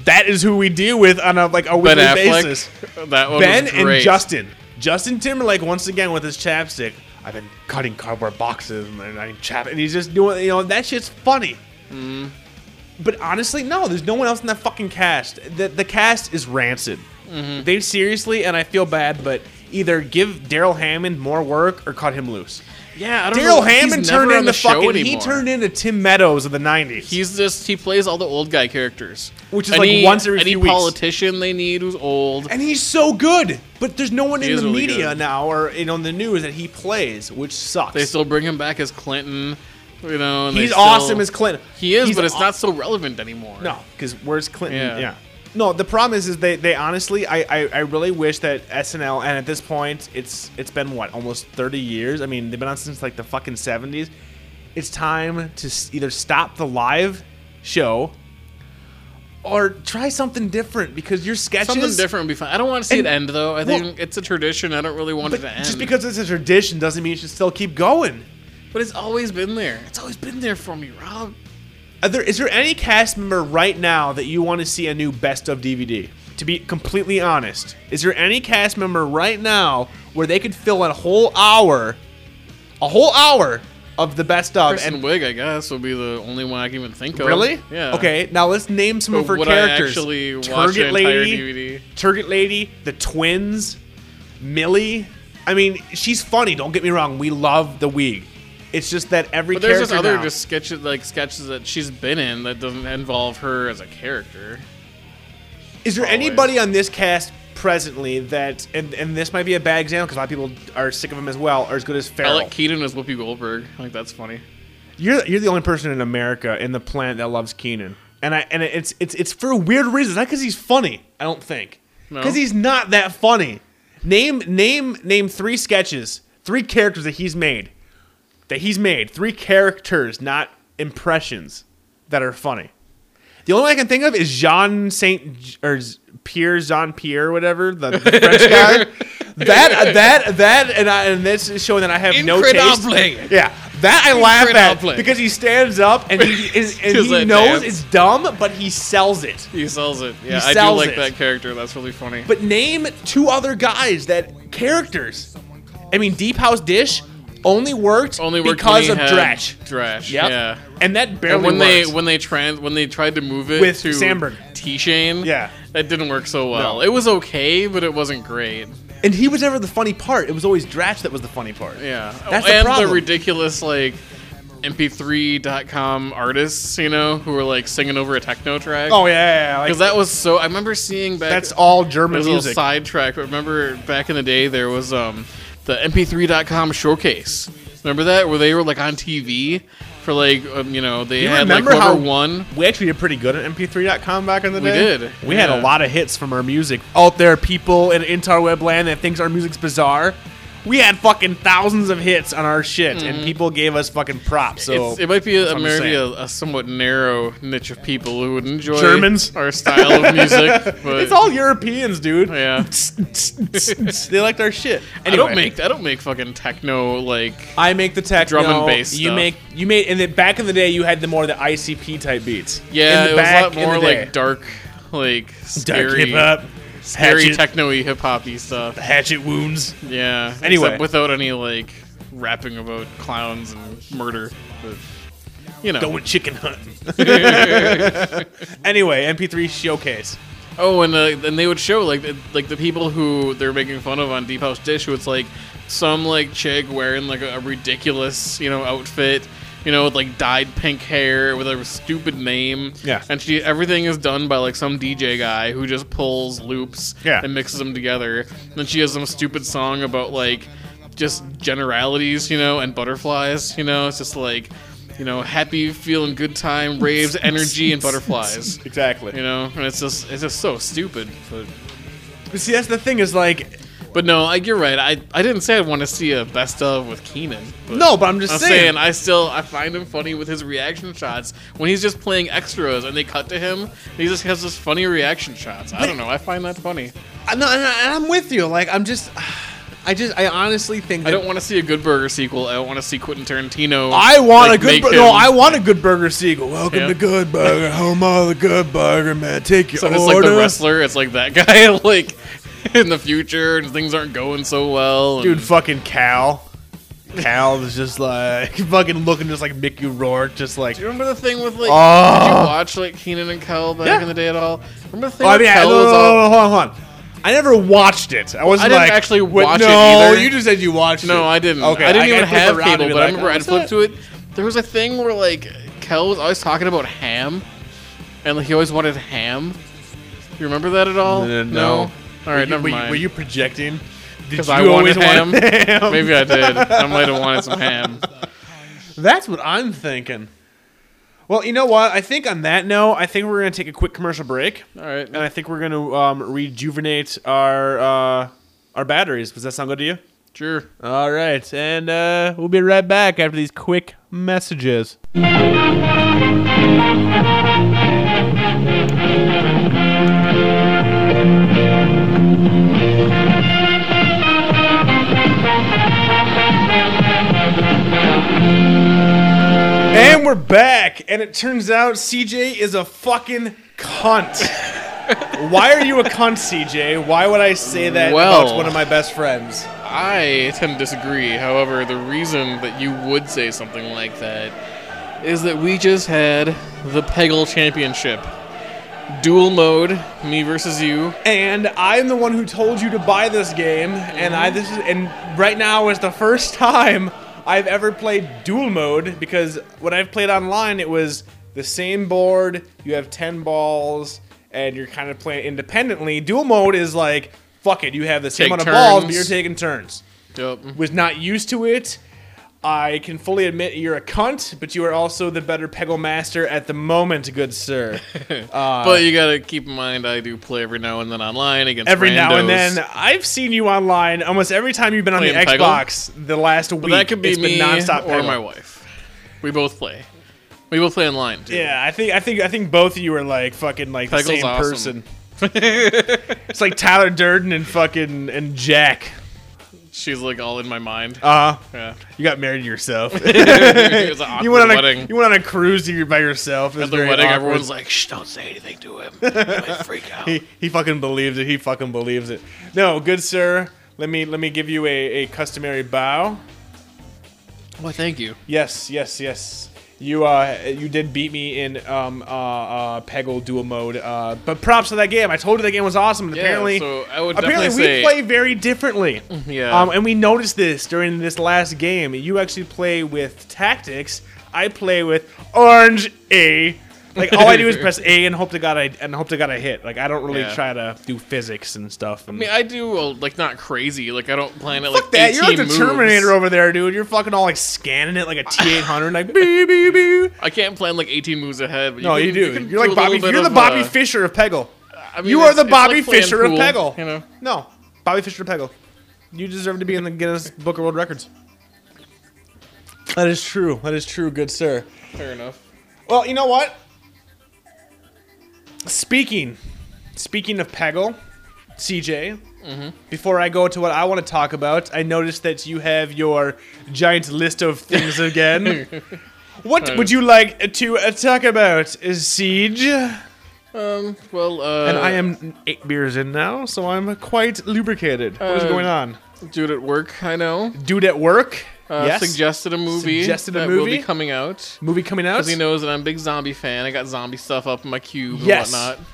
Speaker 3: That is who we deal with on a like a
Speaker 2: Ben
Speaker 3: weekly
Speaker 2: Affleck,
Speaker 3: basis.
Speaker 2: Oh, that one
Speaker 3: Ben
Speaker 2: was
Speaker 3: and
Speaker 2: great.
Speaker 3: Justin. Justin Timberlake once again with his chapstick. I've been cutting cardboard boxes and then I chap, and he's just doing you know that shit's funny.
Speaker 2: Mm-hmm.
Speaker 3: But honestly, no, there's no one else in that fucking cast. The the cast is rancid.
Speaker 2: Mm-hmm.
Speaker 3: They seriously, and I feel bad, but either give Daryl Hammond more work or cut him loose.
Speaker 2: Yeah, I don't know.
Speaker 3: Daryl
Speaker 2: He's
Speaker 3: Hammond
Speaker 2: never
Speaker 3: turned
Speaker 2: on
Speaker 3: into
Speaker 2: the show
Speaker 3: fucking. He
Speaker 2: anymore.
Speaker 3: turned into Tim Meadows of the '90s.
Speaker 2: He's just he plays all the old guy characters,
Speaker 3: Which is like once every
Speaker 2: any
Speaker 3: few weeks.
Speaker 2: politician they need who's old.
Speaker 3: and he's so good. But there's no one in
Speaker 2: is
Speaker 3: the
Speaker 2: really
Speaker 3: media
Speaker 2: good.
Speaker 3: now or in on the news that he plays, which sucks.
Speaker 2: they still bring him back as Clinton, you know. And they
Speaker 3: He's
Speaker 2: still-
Speaker 3: awesome as Clinton.
Speaker 2: He is,
Speaker 3: He's
Speaker 2: but it's
Speaker 3: aw-
Speaker 2: not so relevant anymore.
Speaker 3: No, because where's Clinton?
Speaker 2: Yeah.
Speaker 3: Yeah. No, the problem is, is they, they honestly, I, I, I really wish that SNL, and at this point, it's it's been what almost thirty years. I mean, they've been on since like the fucking seventies. It's time to s- either stop the live show or try something different because your sketches
Speaker 2: something different would be fun. I don't want to see
Speaker 3: And-
Speaker 2: it end though. I think
Speaker 3: well-
Speaker 2: it's a tradition. I don't really want
Speaker 3: But
Speaker 2: it to end.
Speaker 3: just because it's a tradition doesn't mean it should still keep going.
Speaker 2: but it's always been there. It's always been there for me, Rob.
Speaker 3: Are there, is there any cast member right now that you want to see a new best of DVD? To be completely honest, is there any cast member right now where they could fill a whole hour, a whole hour of the best of?
Speaker 2: Kristen
Speaker 3: and
Speaker 2: Wiig, I guess, will be the only one I can even think of.
Speaker 3: really,
Speaker 2: Yeah.
Speaker 3: Okay, now let's name some
Speaker 2: But
Speaker 3: of her
Speaker 2: would I
Speaker 3: characters.
Speaker 2: actually watch
Speaker 3: Target
Speaker 2: an entire
Speaker 3: Lady,
Speaker 2: DVD?
Speaker 3: Target Lady, the twins, Millie. I mean, she's funny. Don't get me wrong. We love the wig. It's just that every
Speaker 2: But there's just
Speaker 3: character
Speaker 2: other
Speaker 3: now-
Speaker 2: just sketches like sketches that she's been in that doesn't involve her as a character.
Speaker 3: Is there
Speaker 2: Always.
Speaker 3: anybody on this cast presently that, and, and this might be a bad example because a lot of people are sick of him as well, are as good as Farrell?
Speaker 2: Alec Keaton as Whoopi Goldberg. Like that's funny.
Speaker 3: You're you're the only person in America in the planet that loves Keenan, and I and it's it's it's for weird reasons. Not because he's funny, I don't think,
Speaker 2: No?
Speaker 3: because he's not that funny. Name name name three sketches, three characters that he's made, that he's made, three characters, not impressions, that are funny. The only one I can think of is Jean Saint or Pierre Jean Pierre whatever the, the French guy. That that that and I, and this is showing that I have no taste. Yeah, that I laugh at
Speaker 2: Incredible.
Speaker 3: because he stands up
Speaker 2: *laughs*
Speaker 3: and he is, and
Speaker 2: Does
Speaker 3: he
Speaker 2: that
Speaker 3: knows
Speaker 2: dance.
Speaker 3: it's dumb, but he sells it.
Speaker 2: He sells it. Yeah, I do
Speaker 3: sells
Speaker 2: like
Speaker 3: it.
Speaker 2: that character. That's really funny.
Speaker 3: But name two other guys that characters. I mean, Deep House Dish only worked
Speaker 2: only worked
Speaker 3: because
Speaker 2: when
Speaker 3: of
Speaker 2: he had
Speaker 3: Dretch.
Speaker 2: Dretch.
Speaker 3: Yep.
Speaker 2: Yeah.
Speaker 3: and that barely
Speaker 2: And when they
Speaker 3: worked.
Speaker 2: when they trans when they tried to move it
Speaker 3: With
Speaker 2: to
Speaker 3: Sandberg.
Speaker 2: T Shane,
Speaker 3: Yeah.
Speaker 2: that didn't work so well.
Speaker 3: No.
Speaker 2: It was okay, but it wasn't great.
Speaker 3: and he was never the funny part. It was always Dratch that was the funny part.
Speaker 2: Yeah,
Speaker 3: That's the
Speaker 2: and
Speaker 3: problem.
Speaker 2: ridiculous like MP3.com artists, you know, who were like singing over a techno track.
Speaker 3: Oh yeah, yeah, yeah, like,
Speaker 2: because that was so. I remember seeing back.
Speaker 3: that's all
Speaker 2: It
Speaker 3: German
Speaker 2: was a little
Speaker 3: music.
Speaker 2: sidetrack, but remember back in the day there was um the MP3.com showcase. Remember that where they were like on TV for like um, you know they
Speaker 3: You
Speaker 2: had like
Speaker 3: remember
Speaker 2: whoever
Speaker 3: how-
Speaker 2: won.
Speaker 3: We actually did pretty good at mp3.com back in the
Speaker 2: We
Speaker 3: day.
Speaker 2: did,
Speaker 3: We had
Speaker 2: yeah.
Speaker 3: a lot of hits from our music. Out there, people in interweb land that thinks our music's bizarre. We had fucking thousands of hits on our shit, and people gave us fucking props. So
Speaker 2: Mm-hmm. it's, it might be a,
Speaker 3: that's what I'm
Speaker 2: maybe a,
Speaker 3: saying.
Speaker 2: a somewhat narrow niche of people who would enjoy
Speaker 3: Germans.
Speaker 2: our style of music.
Speaker 3: *laughs*
Speaker 2: But
Speaker 3: It's all Europeans, dude.
Speaker 2: yeah.
Speaker 3: *laughs* they liked our shit.
Speaker 2: I
Speaker 3: Anyway.
Speaker 2: don't make I don't make fucking techno like
Speaker 3: I make the tech
Speaker 2: Drum and bass
Speaker 3: You
Speaker 2: stuff.
Speaker 3: make you made and then back in the day you had the more the ICP type beats.
Speaker 2: yeah
Speaker 3: in the
Speaker 2: it was a
Speaker 3: back
Speaker 2: lot
Speaker 3: in the
Speaker 2: more
Speaker 3: day.
Speaker 2: like dark like
Speaker 3: Dark
Speaker 2: scary,
Speaker 3: hip hop,
Speaker 2: very
Speaker 3: hatchet,
Speaker 2: techno-y hip hoppy stuff.
Speaker 3: hatchet wounds.
Speaker 2: *laughs* Yeah.
Speaker 3: Anyway.
Speaker 2: except without any like rapping about clowns and murder, but you know.
Speaker 3: Going
Speaker 2: *laughs*
Speaker 3: chicken hunting. *laughs* anyway, MP3 showcase.
Speaker 2: Oh, and uh, and they would show like the, like the people who they're making fun of on Deep House Dish. Who it's like some like chick wearing like a, a ridiculous you know outfit, you know with like dyed pink hair with a stupid name.
Speaker 3: Yeah.
Speaker 2: and she everything is done by like some DJ guy who just pulls loops.
Speaker 3: Yeah.
Speaker 2: and mixes them together. And then she has some stupid song about like just generalities, you know, and butterflies. You know, it's just like you know happy, feeling good time,
Speaker 3: *laughs*
Speaker 2: raves, energy, and butterflies
Speaker 3: Exactly.
Speaker 2: you know and it's just it's just so stupid but,
Speaker 3: But see, that's the thing is like,
Speaker 2: but no like you're right i i didn't say i'd want to see a best of with keenan but
Speaker 3: no, but I'm just
Speaker 2: I'm
Speaker 3: saying.
Speaker 2: saying I still I find him funny with his reaction shots when he's just playing extras and they cut to him and he just has this funny reaction shots. I don't know. I find that funny.
Speaker 3: I, no, and I- and I'm with you. Like I'm just, *sighs* I just, I honestly think that
Speaker 2: I don't want to see a Good Burger sequel. I don't want to see Quentin Tarantino.
Speaker 3: I want
Speaker 2: like,
Speaker 3: a good
Speaker 2: make
Speaker 3: bur- no.
Speaker 2: him-
Speaker 3: I want a good burger sequel. Welcome
Speaker 2: Yeah.
Speaker 3: to Good Burger, home of the Good Burger, man. Take your
Speaker 2: So it's
Speaker 3: order.
Speaker 2: like the wrestler. It's like that *laughs* guy. Like in the future, and things aren't going so well. and-
Speaker 3: Dude, fucking Cal. Cal is just like *laughs* fucking looking just like Mickey Rourke, just like.
Speaker 2: Do you remember the thing with like?
Speaker 3: Oh.
Speaker 2: Did you watch like Keenan and Kel back
Speaker 3: Yeah.
Speaker 2: in the day at all? Remember the thing?
Speaker 3: Oh, I
Speaker 2: with
Speaker 3: mean, I,
Speaker 2: Kel
Speaker 3: no, no,
Speaker 2: was
Speaker 3: no,
Speaker 2: all-
Speaker 3: no, hold on, hold on. I never watched it. I wasn't
Speaker 2: I didn't
Speaker 3: like,
Speaker 2: actually
Speaker 3: wait,
Speaker 2: watch it
Speaker 3: no,
Speaker 2: either.
Speaker 3: you just said you watched it.
Speaker 2: No, I didn't.
Speaker 3: Okay,
Speaker 2: I didn't
Speaker 3: I
Speaker 2: even
Speaker 3: gotta flip
Speaker 2: have
Speaker 3: around and
Speaker 2: cable,
Speaker 3: be
Speaker 2: but
Speaker 3: like,
Speaker 2: I remember
Speaker 3: "Oh,
Speaker 2: I'd
Speaker 3: what's
Speaker 2: flip
Speaker 3: that?"
Speaker 2: to it. There was a thing where like Kel was always talking about ham, and like, he always wanted ham. You remember that at all?
Speaker 3: No, no, no.
Speaker 2: All right,
Speaker 3: Were you-
Speaker 2: never
Speaker 3: were you-
Speaker 2: mind.
Speaker 3: Were you projecting? Did
Speaker 2: 'Cause
Speaker 3: you
Speaker 2: I wanted
Speaker 3: always
Speaker 2: ham.
Speaker 3: want
Speaker 2: *laughs*
Speaker 3: ham?
Speaker 2: Maybe
Speaker 3: *laughs*
Speaker 2: I did. I might have wanted some ham.
Speaker 3: That's what I'm thinking. Well, you know what? I think on that note, I think we're gonna take a quick commercial break,
Speaker 2: All right.
Speaker 3: and I think we're gonna um, rejuvenate our uh, our batteries. Does that sound good to you?
Speaker 2: Sure.
Speaker 3: All right, and uh, we'll be right back after these quick messages. And we're back, and it turns out CJ is a fucking *laughs* cunt. Why are you a cunt, CJ? Why would I say that
Speaker 2: Well.
Speaker 3: about one of my best friends?
Speaker 2: I tend to disagree. However, the reason that you would say something like that is that we just had the Peggle Championship. Dual mode, me versus you.
Speaker 3: and I'm the one who told you to buy this game, and I this is and right now is the first *laughs* time I've ever played dual mode because when I've played online, it was the same board. You have ten balls, and you're kind of playing independently. Dual mode is like fuck it, you have the same
Speaker 2: Take
Speaker 3: amount of balls, but
Speaker 2: turns.
Speaker 3: you're taking turns.
Speaker 2: Yep.
Speaker 3: Was not used to it. I can fully admit you're a cunt, but you are also the better Peggle master at the moment, good sir. *laughs*
Speaker 2: but you gotta keep in mind, I do play every now and then online against
Speaker 3: every now and
Speaker 2: randos. Oh,
Speaker 3: then. I've seen you online almost every time you've been on the
Speaker 2: Playing Peggle?
Speaker 3: Xbox the last week.
Speaker 2: But that could be
Speaker 3: it's
Speaker 2: me
Speaker 3: been nonstop
Speaker 2: or
Speaker 3: Peggle.
Speaker 2: my wife. We both play. We both play online too.
Speaker 3: Yeah, I think I think I think both of you are like fucking like the
Speaker 2: Peggle's
Speaker 3: same
Speaker 2: awesome. *laughs*
Speaker 3: person. it's like Tyler Durden and fucking and Jack.
Speaker 2: She's like all in my mind.
Speaker 3: Uh
Speaker 2: yeah.
Speaker 3: you got married
Speaker 2: *laughs*
Speaker 3: yourself.
Speaker 2: It was an awkward
Speaker 3: *laughs* you went on a
Speaker 2: wedding.
Speaker 3: you went on a cruise to your- by yourself. It was
Speaker 2: At the
Speaker 3: very
Speaker 2: wedding,
Speaker 3: awkward.
Speaker 2: everyone's like, "Shh, don't say anything to him. He might freak
Speaker 3: *laughs*
Speaker 2: out."
Speaker 3: he, he fucking believes it. He fucking believes it. No, good sir. Let me let me give you a, a customary bow.
Speaker 2: Well, thank you.
Speaker 3: Yes, yes, yes. You uh, you did beat me in um uh, uh Peggle dual mode. Uh, but props to that game. I told you that game was awesome. And
Speaker 2: Yeah,
Speaker 3: apparently,
Speaker 2: so I would
Speaker 3: apparently we
Speaker 2: definitely say- Mm,
Speaker 3: play very differently.
Speaker 2: Yeah.
Speaker 3: Um, and we noticed this during this last game. You actually play with tactics. I play with orange A. Like all
Speaker 2: *laughs*
Speaker 3: I do is press A and hope to God I and hope to God I hit. Like I don't really
Speaker 2: Yeah.
Speaker 3: try to do physics and stuff. And
Speaker 2: I mean, I do uh, like not crazy. Like I don't plan it like
Speaker 3: Fuck that! You're like
Speaker 2: 18
Speaker 3: the
Speaker 2: moves.
Speaker 3: Terminator over there, dude. You're fucking all like scanning it
Speaker 2: *laughs*
Speaker 3: like a T800, like bee bee bee.
Speaker 2: I can't plan like eighteen moves ahead. But
Speaker 3: No,
Speaker 2: you,
Speaker 3: you,
Speaker 2: can,
Speaker 3: do.
Speaker 2: can
Speaker 3: You are
Speaker 2: do
Speaker 3: like
Speaker 2: a little
Speaker 3: Bobby.
Speaker 2: bit
Speaker 3: You're the
Speaker 2: of,
Speaker 3: Bobby
Speaker 2: uh,
Speaker 3: Fisher of Peggle.
Speaker 2: I mean,
Speaker 3: You are
Speaker 2: it's-
Speaker 3: the
Speaker 2: it's like
Speaker 3: Bobby
Speaker 2: playing
Speaker 3: Fisher of
Speaker 2: pool,
Speaker 3: Peggle.
Speaker 2: You know.
Speaker 3: No, Bobby Fisher of Peggle. You deserve to be in the Guinness Book of World Records. That is true. That is true, good sir.
Speaker 2: Fair enough.
Speaker 3: Well, you know what? Speaking, speaking of Peggle, CJ. Before I go to what I want to talk about, I noticed that you have your giant list of things again. what would you like to uh, talk about, Siege?
Speaker 2: Um. Well. Uh,
Speaker 3: and I am eight beers in now, so I'm quite lubricated. what is
Speaker 2: Uh,
Speaker 3: going on?
Speaker 2: dude at work. I know.
Speaker 3: Dude at work.
Speaker 2: Uh,
Speaker 3: yes.
Speaker 2: Suggested a movie.
Speaker 3: Suggested a
Speaker 2: that will be
Speaker 3: movie?
Speaker 2: coming out.
Speaker 3: Movie coming out.
Speaker 2: Because he knows that I'm a big zombie fan. I got zombie stuff up in my cube
Speaker 3: Yes.
Speaker 2: and whatnot.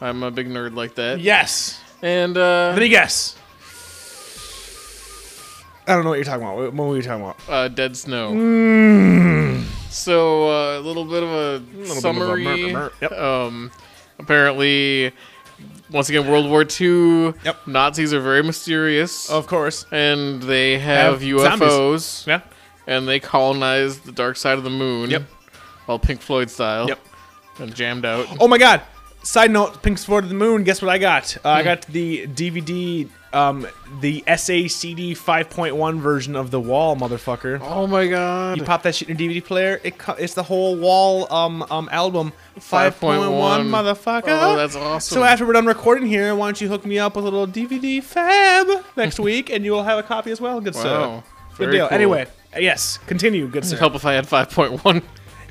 Speaker 2: I'm a big nerd like that.
Speaker 3: Yes.
Speaker 2: And uh,
Speaker 3: Let me guess. I don't know what you're talking about. What what were you talking about?
Speaker 2: uh, Dead Snow. So uh, a little bit of a
Speaker 3: of Mm. a
Speaker 2: summary.
Speaker 3: mer- mer- mer- yep.
Speaker 2: Um, apparently, once again, World War II.
Speaker 3: Yep.
Speaker 2: Nazis are very mysterious,
Speaker 3: Of course.
Speaker 2: and they have,
Speaker 3: Have
Speaker 2: UFOs,
Speaker 3: Yeah.
Speaker 2: and they colonized the dark side of the moon.
Speaker 3: Yep.
Speaker 2: All Pink Floyd style.
Speaker 3: Yep.
Speaker 2: And jammed out.
Speaker 3: Oh my god. Side note, Pink's Floor to the Moon, guess what I got? Uh,
Speaker 2: Hmm.
Speaker 3: I got the DVD, um, the SACD 5.1 version of The Wall, motherfucker.
Speaker 2: Oh my god.
Speaker 3: You pop that shit in your DVD player, it co- it's the whole Wall um, um, album. 5.1,
Speaker 2: 5.1.
Speaker 3: motherfucker.
Speaker 2: Oh, that's awesome.
Speaker 3: So uh, after we're done recording here, why don't you hook me up with a little DVD fab
Speaker 2: *laughs*
Speaker 3: next week, and you will have a copy as well, good sir.
Speaker 2: Wow.
Speaker 3: Good
Speaker 2: Very
Speaker 3: deal.
Speaker 2: cool.
Speaker 3: Anyway, yes, continue, good sir.
Speaker 2: It'd help if I had 5.1.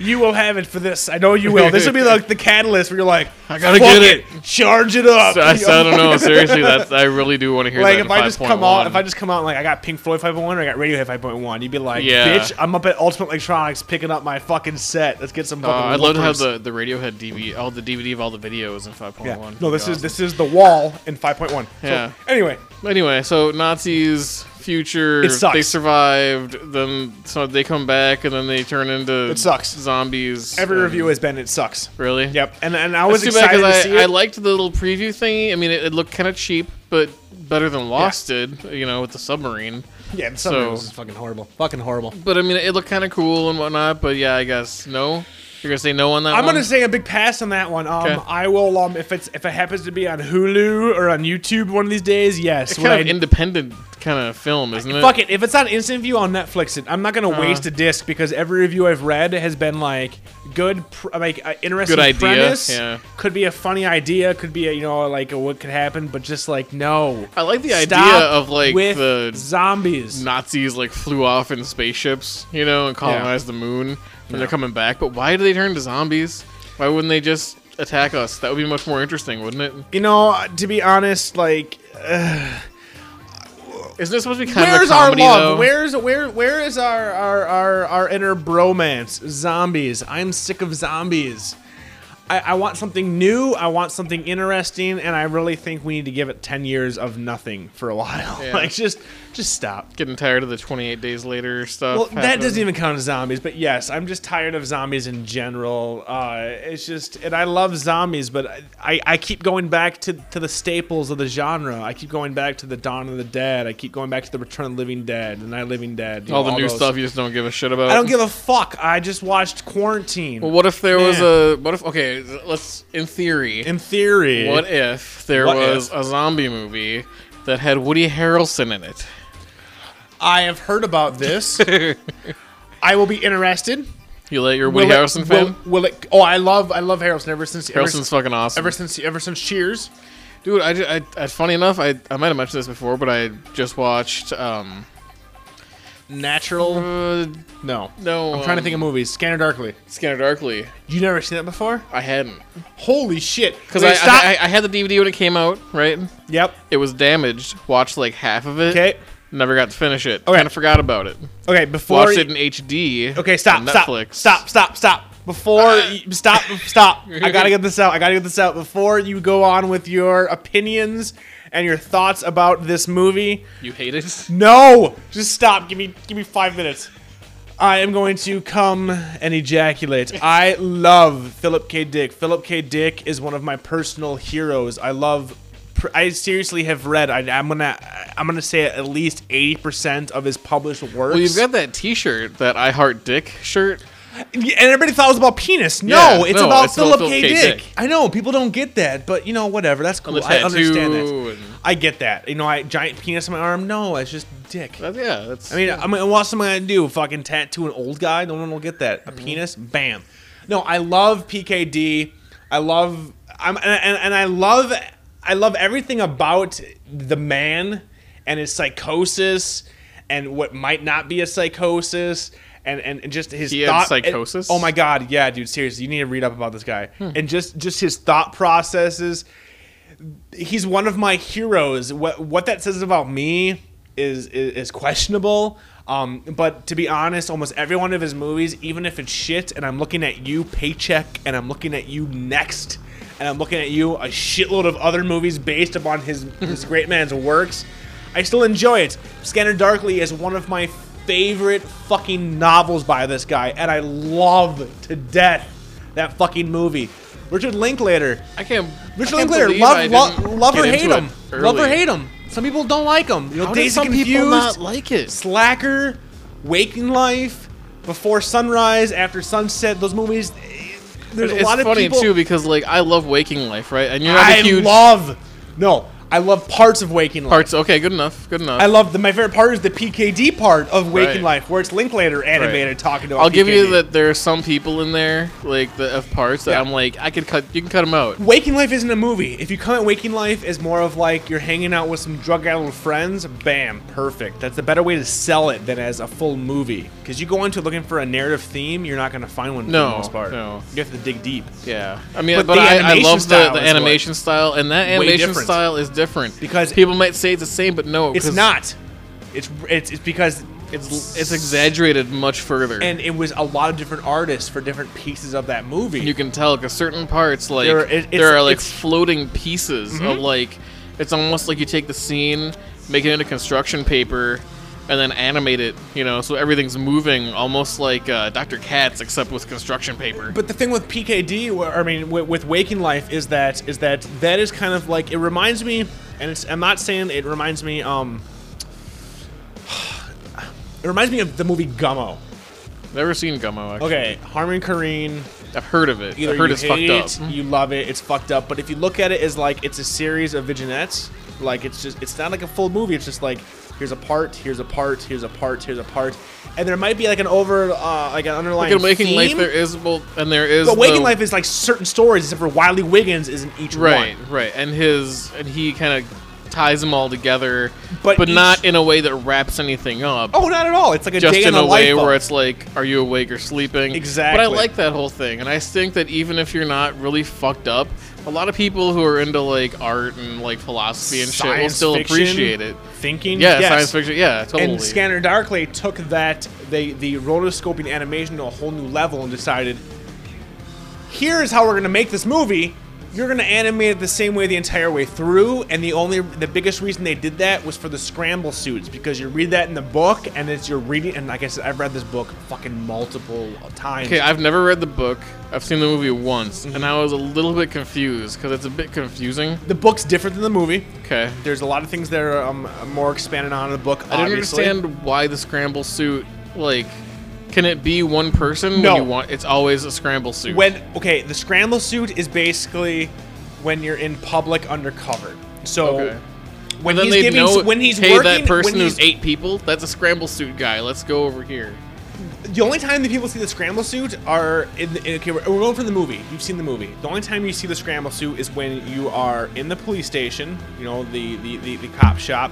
Speaker 3: You will have it for this. I know you will. This will be like the catalyst where you're like,
Speaker 2: *laughs* I gotta
Speaker 3: "Fuck
Speaker 2: get it."
Speaker 3: charge it
Speaker 2: *laughs*
Speaker 3: up.
Speaker 2: So I, so I don't
Speaker 3: *laughs*
Speaker 2: know. Seriously, that's I really do want to hear
Speaker 3: like
Speaker 2: that.
Speaker 3: if I just come out, if I just come out and like I got Pink Floyd 501 or I got Radiohead 5.1, you'd be like,
Speaker 2: Yeah.
Speaker 3: bitch, I'm up at Ultimate Electronics picking up my fucking set. Let's get some fucking.
Speaker 2: Uh, I'd love to have
Speaker 3: whoopers."
Speaker 2: the, the Radiohead DVD, all the DVD of all the videos in 5.1.
Speaker 3: Yeah.
Speaker 2: That'd
Speaker 3: No,
Speaker 2: be
Speaker 3: this is
Speaker 2: awesome.
Speaker 3: this is the wall in 5.1.
Speaker 2: Yeah.
Speaker 3: So, anyway,
Speaker 2: Anyway, so Nazis, future,
Speaker 3: It sucks.
Speaker 2: they survived. Then so they come back, and then they turn into
Speaker 3: It sucks.
Speaker 2: zombies.
Speaker 3: every
Speaker 2: and-
Speaker 3: review has been it sucks.
Speaker 2: really.
Speaker 3: Yep. And and I
Speaker 2: That's
Speaker 3: was
Speaker 2: too bad
Speaker 3: excited to
Speaker 2: because
Speaker 3: see
Speaker 2: I, I
Speaker 3: it.
Speaker 2: liked the little preview thingy. I mean, it, it looked kind of cheap, but better than Lost did. You know, with the submarine.
Speaker 3: yeah, the summary
Speaker 2: so-
Speaker 3: was just fucking horrible. Fucking horrible.
Speaker 2: But I mean, it looked kind of cool and whatnot. But yeah, I guess no. You're gonna say no on that.
Speaker 3: I'm
Speaker 2: one?
Speaker 3: gonna say a big pass on that one. Um,
Speaker 2: 'Kay.
Speaker 3: I will um if it's if it happens to be on Hulu or on YouTube one of these days, yes.
Speaker 2: It's
Speaker 3: would
Speaker 2: kind of
Speaker 3: I-
Speaker 2: independent kind of film, isn't it?
Speaker 3: fuck it. If it's on Instant View on Netflix, it, I'm not gonna
Speaker 2: Uh-huh.
Speaker 3: waste a disc because every review I've read has been like good, pr- like uh, interesting
Speaker 2: Good idea,
Speaker 3: premise.
Speaker 2: yeah.
Speaker 3: Could be a funny idea. Could be a, you know like a, what could happen, but just like no.
Speaker 2: I like the idea
Speaker 3: Stop
Speaker 2: of like
Speaker 3: with
Speaker 2: the
Speaker 3: zombies.
Speaker 2: Nazis like flew off in spaceships, you know, and colonized the moon, and they're coming back. But why do they turn to zombies? Why wouldn't they just attack us? That would be much more interesting, wouldn't it?
Speaker 3: You know, uh, to be honest, like
Speaker 2: Isn't it supposed to be kind
Speaker 3: where's
Speaker 2: of a comedy
Speaker 3: our love?
Speaker 2: though?
Speaker 3: Where's where where is our our our, our inner bromance? Zombies. I'm sick of zombies. I, I want something new. I want something interesting, and I really think we need to give it ten years of nothing for a *laughs* while.
Speaker 2: Yeah.
Speaker 3: like just just stop.
Speaker 2: Getting tired of the 28 days later stuff.
Speaker 3: Well, that
Speaker 2: happening.
Speaker 3: doesn't even count as zombies, but yes, I'm just tired of zombies in general. Uh, it's just, and I love zombies, but I, I, I keep going back to, to the staples of the genre. I keep going back to the Dawn of the Dead. I keep going back to the Return of the Living Dead, the Night of the Living Dead. you
Speaker 2: all
Speaker 3: know,
Speaker 2: the new
Speaker 3: those.
Speaker 2: stuff you just don't give a shit about.
Speaker 3: I don't give a fuck. I just watched Quarantine.
Speaker 2: Well, what if there was
Speaker 3: Man.
Speaker 2: a what if okay? Let's in theory.
Speaker 3: in theory,
Speaker 2: What if there
Speaker 3: What
Speaker 2: was
Speaker 3: if?
Speaker 2: a zombie movie that had Woody Harrelson in it?
Speaker 3: I have heard about
Speaker 2: *laughs*
Speaker 3: this. I will be interested.
Speaker 2: You let your Woody
Speaker 3: Will it-
Speaker 2: Harrelson
Speaker 3: will-
Speaker 2: fan?
Speaker 3: Will, it? Oh, I love, I love Harrelson ever since. ever
Speaker 2: Harrelson's
Speaker 3: since-
Speaker 2: fucking awesome.
Speaker 3: Ever since, ever since Cheers.
Speaker 2: Dude, I, ju- I, I- funny enough, I, I might have mentioned this before, but I just watched um
Speaker 3: Natural.
Speaker 2: uh,
Speaker 3: No.
Speaker 2: no um,
Speaker 3: I'm trying to think of movies. Scanner Darkly.
Speaker 2: Scanner Darkly.
Speaker 3: You never seen that before?
Speaker 2: I hadn't
Speaker 3: Holy shit!
Speaker 2: because
Speaker 3: Wait,
Speaker 2: I,
Speaker 3: stop.
Speaker 2: I, I I had the DVD when it came out, right?
Speaker 3: yep.
Speaker 2: It was damaged. Watched like half of it.
Speaker 3: Okay.
Speaker 2: Never got to finish it.
Speaker 3: Okay.
Speaker 2: Kind of forgot about it.
Speaker 3: Okay. Before.
Speaker 2: Watched it in HD.
Speaker 3: okay. Stop.
Speaker 2: on
Speaker 3: Stop.
Speaker 2: Netflix.
Speaker 3: Stop. Stop. Stop. Before you, stop. *laughs* Stop. I gotta get this out. I gotta get this out before you go on with your opinions and your thoughts about this movie.
Speaker 2: You hate
Speaker 3: *laughs*
Speaker 2: it.
Speaker 3: No, just stop. Give me give me five minutes. I am going to come and ejaculate. I love Philip K. Dick. Philip K. Dick is one of my personal heroes. I love. pr- I seriously have read. I, I'm gonna. I'm gonna say at least eighty percent of his published works.
Speaker 2: Well, you've got that T-shirt, that I Heart Dick shirt.
Speaker 3: and everybody thought it was about penis. No,
Speaker 2: Yeah,
Speaker 3: it's
Speaker 2: no,
Speaker 3: about
Speaker 2: it's about
Speaker 3: Philip
Speaker 2: Philip
Speaker 3: K.
Speaker 2: K.
Speaker 3: Dick.
Speaker 2: Dick.
Speaker 3: I know people don't get that, but you know, whatever. That's cool.
Speaker 2: the
Speaker 3: I understand
Speaker 2: tattoo
Speaker 3: that.
Speaker 2: and-
Speaker 3: I get that. You know, I giant penis on my arm. No, it's just dick.
Speaker 2: That, yeah, that's.
Speaker 3: I mean, I mean, what else am I gonna do? Fucking tattoo an old guy? No one will get that.
Speaker 2: Mm-hmm.
Speaker 3: A penis? Bam. No, I love PKD. I love. I'm and, and, and I love. I love everything about the man and his psychosis and what might not be a psychosis and and, and just his
Speaker 2: He had
Speaker 3: thought
Speaker 2: psychosis? Hmm.
Speaker 3: oh my god, yeah, dude, seriously, you need to read up about this guy and just just his thought processes. He's one of my heroes. What what that says about me is is, is questionable. Um, but to be honest, almost every one of his movies, even if it's shit, and I'm looking at you, paycheck, and I'm looking at you next, and I'm looking at you, a shitload of other movies based upon his this great man's works. I still enjoy it. Scanner Darkly is one of my favorite fucking novels by this guy, and I love to death that fucking movie. Richard Linklater.
Speaker 2: I can't.
Speaker 3: Richard
Speaker 2: I can't
Speaker 3: Linklater.
Speaker 2: believe I
Speaker 3: Love,
Speaker 2: didn't
Speaker 3: lo- love or
Speaker 2: get
Speaker 3: hate
Speaker 2: into
Speaker 3: him.
Speaker 2: it
Speaker 3: Love or
Speaker 2: early.
Speaker 3: hate him. Some people don't like him. You know,
Speaker 2: How did
Speaker 3: Daisy
Speaker 2: some
Speaker 3: Confused,
Speaker 2: people not like it?
Speaker 3: Slacker, Waking Life, Before Sunrise, After Sunset. Those movies. eh, There's
Speaker 2: it's
Speaker 3: a lot of
Speaker 2: funny
Speaker 3: people.
Speaker 2: too because like I love Waking Life, right? And you're not a
Speaker 3: I
Speaker 2: huge
Speaker 3: love. No, I love parts of Waking Life.
Speaker 2: parts. Okay, good enough. Good enough.
Speaker 3: I love the my favorite part is the PKD part of Waking
Speaker 2: Right.
Speaker 3: Life, where it's Linklater animated
Speaker 2: Right.
Speaker 3: talking about.
Speaker 2: I'll give you
Speaker 3: PKD.
Speaker 2: that there are some people in there like the of parts that
Speaker 3: Yeah.
Speaker 2: I'm like I could cut. You can cut them out.
Speaker 3: Waking Life isn't a movie. If you comment Waking Life as more of like you're hanging out with some drug-addled friends, bam, perfect. That's the better way to sell it than as a full movie. Because you go into looking for a narrative theme, you're not going to find one for
Speaker 2: No,
Speaker 3: the most part.
Speaker 2: no.
Speaker 3: You have to dig deep.
Speaker 2: Yeah, I mean, but,
Speaker 3: But the
Speaker 2: I, I
Speaker 3: animation
Speaker 2: love the,
Speaker 3: style
Speaker 2: the
Speaker 3: is what-
Speaker 2: animation style, and that animation
Speaker 3: different.
Speaker 2: style is different
Speaker 3: Because-
Speaker 2: people might say it's the same, but no,
Speaker 3: It's
Speaker 2: 'cause
Speaker 3: not. It's it's, it's because
Speaker 2: It's it's exaggerated much further,
Speaker 3: and it was a lot of different artists for different pieces of that movie.
Speaker 2: you can tell because certain parts like
Speaker 3: There- it-
Speaker 2: there
Speaker 3: it's-
Speaker 2: are like
Speaker 3: it's- Mm-hmm.
Speaker 2: floating pieces of like it's almost like you take the scene, make it into construction paper, and then animate it. You know, so everything's moving almost like uh, Dr. Katz, except with construction paper.
Speaker 3: But the thing with PKD, wh- I mean, with, with Waking Life, is that is that that is kind of like it reminds me, and it's I'm not saying it reminds me. Um, *sighs* it reminds me of the movie Gummo.
Speaker 2: Never seen Gummo. Actually.
Speaker 3: Okay, Harmon Korine.
Speaker 2: I've heard of it.
Speaker 3: Either
Speaker 2: I've heard
Speaker 3: you
Speaker 2: it's
Speaker 3: hate
Speaker 2: fucked
Speaker 3: it,
Speaker 2: up.
Speaker 3: you love it, it's fucked up. But if you look at it as like it's a series of vignettes, like it's just it's not like a full movie. It's just like here's a part, here's a part, here's a part, here's a part, and there might be like an over uh, like an underlying.
Speaker 2: Like in Waking
Speaker 3: theme.
Speaker 2: Life, there is well, and there is
Speaker 3: But Waking
Speaker 2: the-
Speaker 3: Life is like certain stories, except for Wiley Wiggins is in each
Speaker 2: right
Speaker 3: one.
Speaker 2: right and his and he kind of ties them all together but,
Speaker 3: But
Speaker 2: but
Speaker 3: each-
Speaker 2: not in a way that wraps anything up
Speaker 3: Oh, not at all. It's like a
Speaker 2: just
Speaker 3: day
Speaker 2: in
Speaker 3: in the
Speaker 2: a way
Speaker 3: life of-
Speaker 2: where it's like are you awake or sleeping but i
Speaker 3: Exactly.
Speaker 2: like that whole thing and i think that even if you're not really fucked up a lot of people who are into like art and like philosophy and shit will
Speaker 3: Science
Speaker 2: still
Speaker 3: fiction,
Speaker 2: appreciate it
Speaker 3: Thinking,
Speaker 2: yeah
Speaker 3: yes.
Speaker 2: science fiction yeah totally
Speaker 3: And Scanner Darkly took that they the rotoscoping animation to a whole new level and decided, here's how we're gonna make this movie. You're gonna animate it the same way the entire way through, and the only the biggest reason they did that was for the scramble suits because you read that in the book and it's you're reading and like I said I've read this book fucking multiple times.
Speaker 2: Okay, I've never read the book. I've seen the movie once,
Speaker 3: Mm-hmm.
Speaker 2: and I was a little bit confused because it's a bit confusing.
Speaker 3: the book's different than the movie.
Speaker 2: Okay,
Speaker 3: There's a lot of things that are um, more expanded on in the book.
Speaker 2: I don't
Speaker 3: obviously.
Speaker 2: understand why the scramble suit. Like, can it be one person?
Speaker 3: No.
Speaker 2: When you want it's always a scramble suit.
Speaker 3: when okay the scramble suit is basically when you're in public undercover so
Speaker 2: Okay.
Speaker 3: when
Speaker 2: then
Speaker 3: he's
Speaker 2: they
Speaker 3: giving
Speaker 2: know
Speaker 3: when he's
Speaker 2: hey
Speaker 3: working
Speaker 2: that person
Speaker 3: when
Speaker 2: who's
Speaker 3: he's-
Speaker 2: eight people that's a scramble suit guy. Let's go over here.
Speaker 3: the only time that people see the scramble suit are in, the, in okay we're, we're going for the movie you've seen the movie the only time you see the scramble suit is when you are in the police station you know the the, the, the cop shop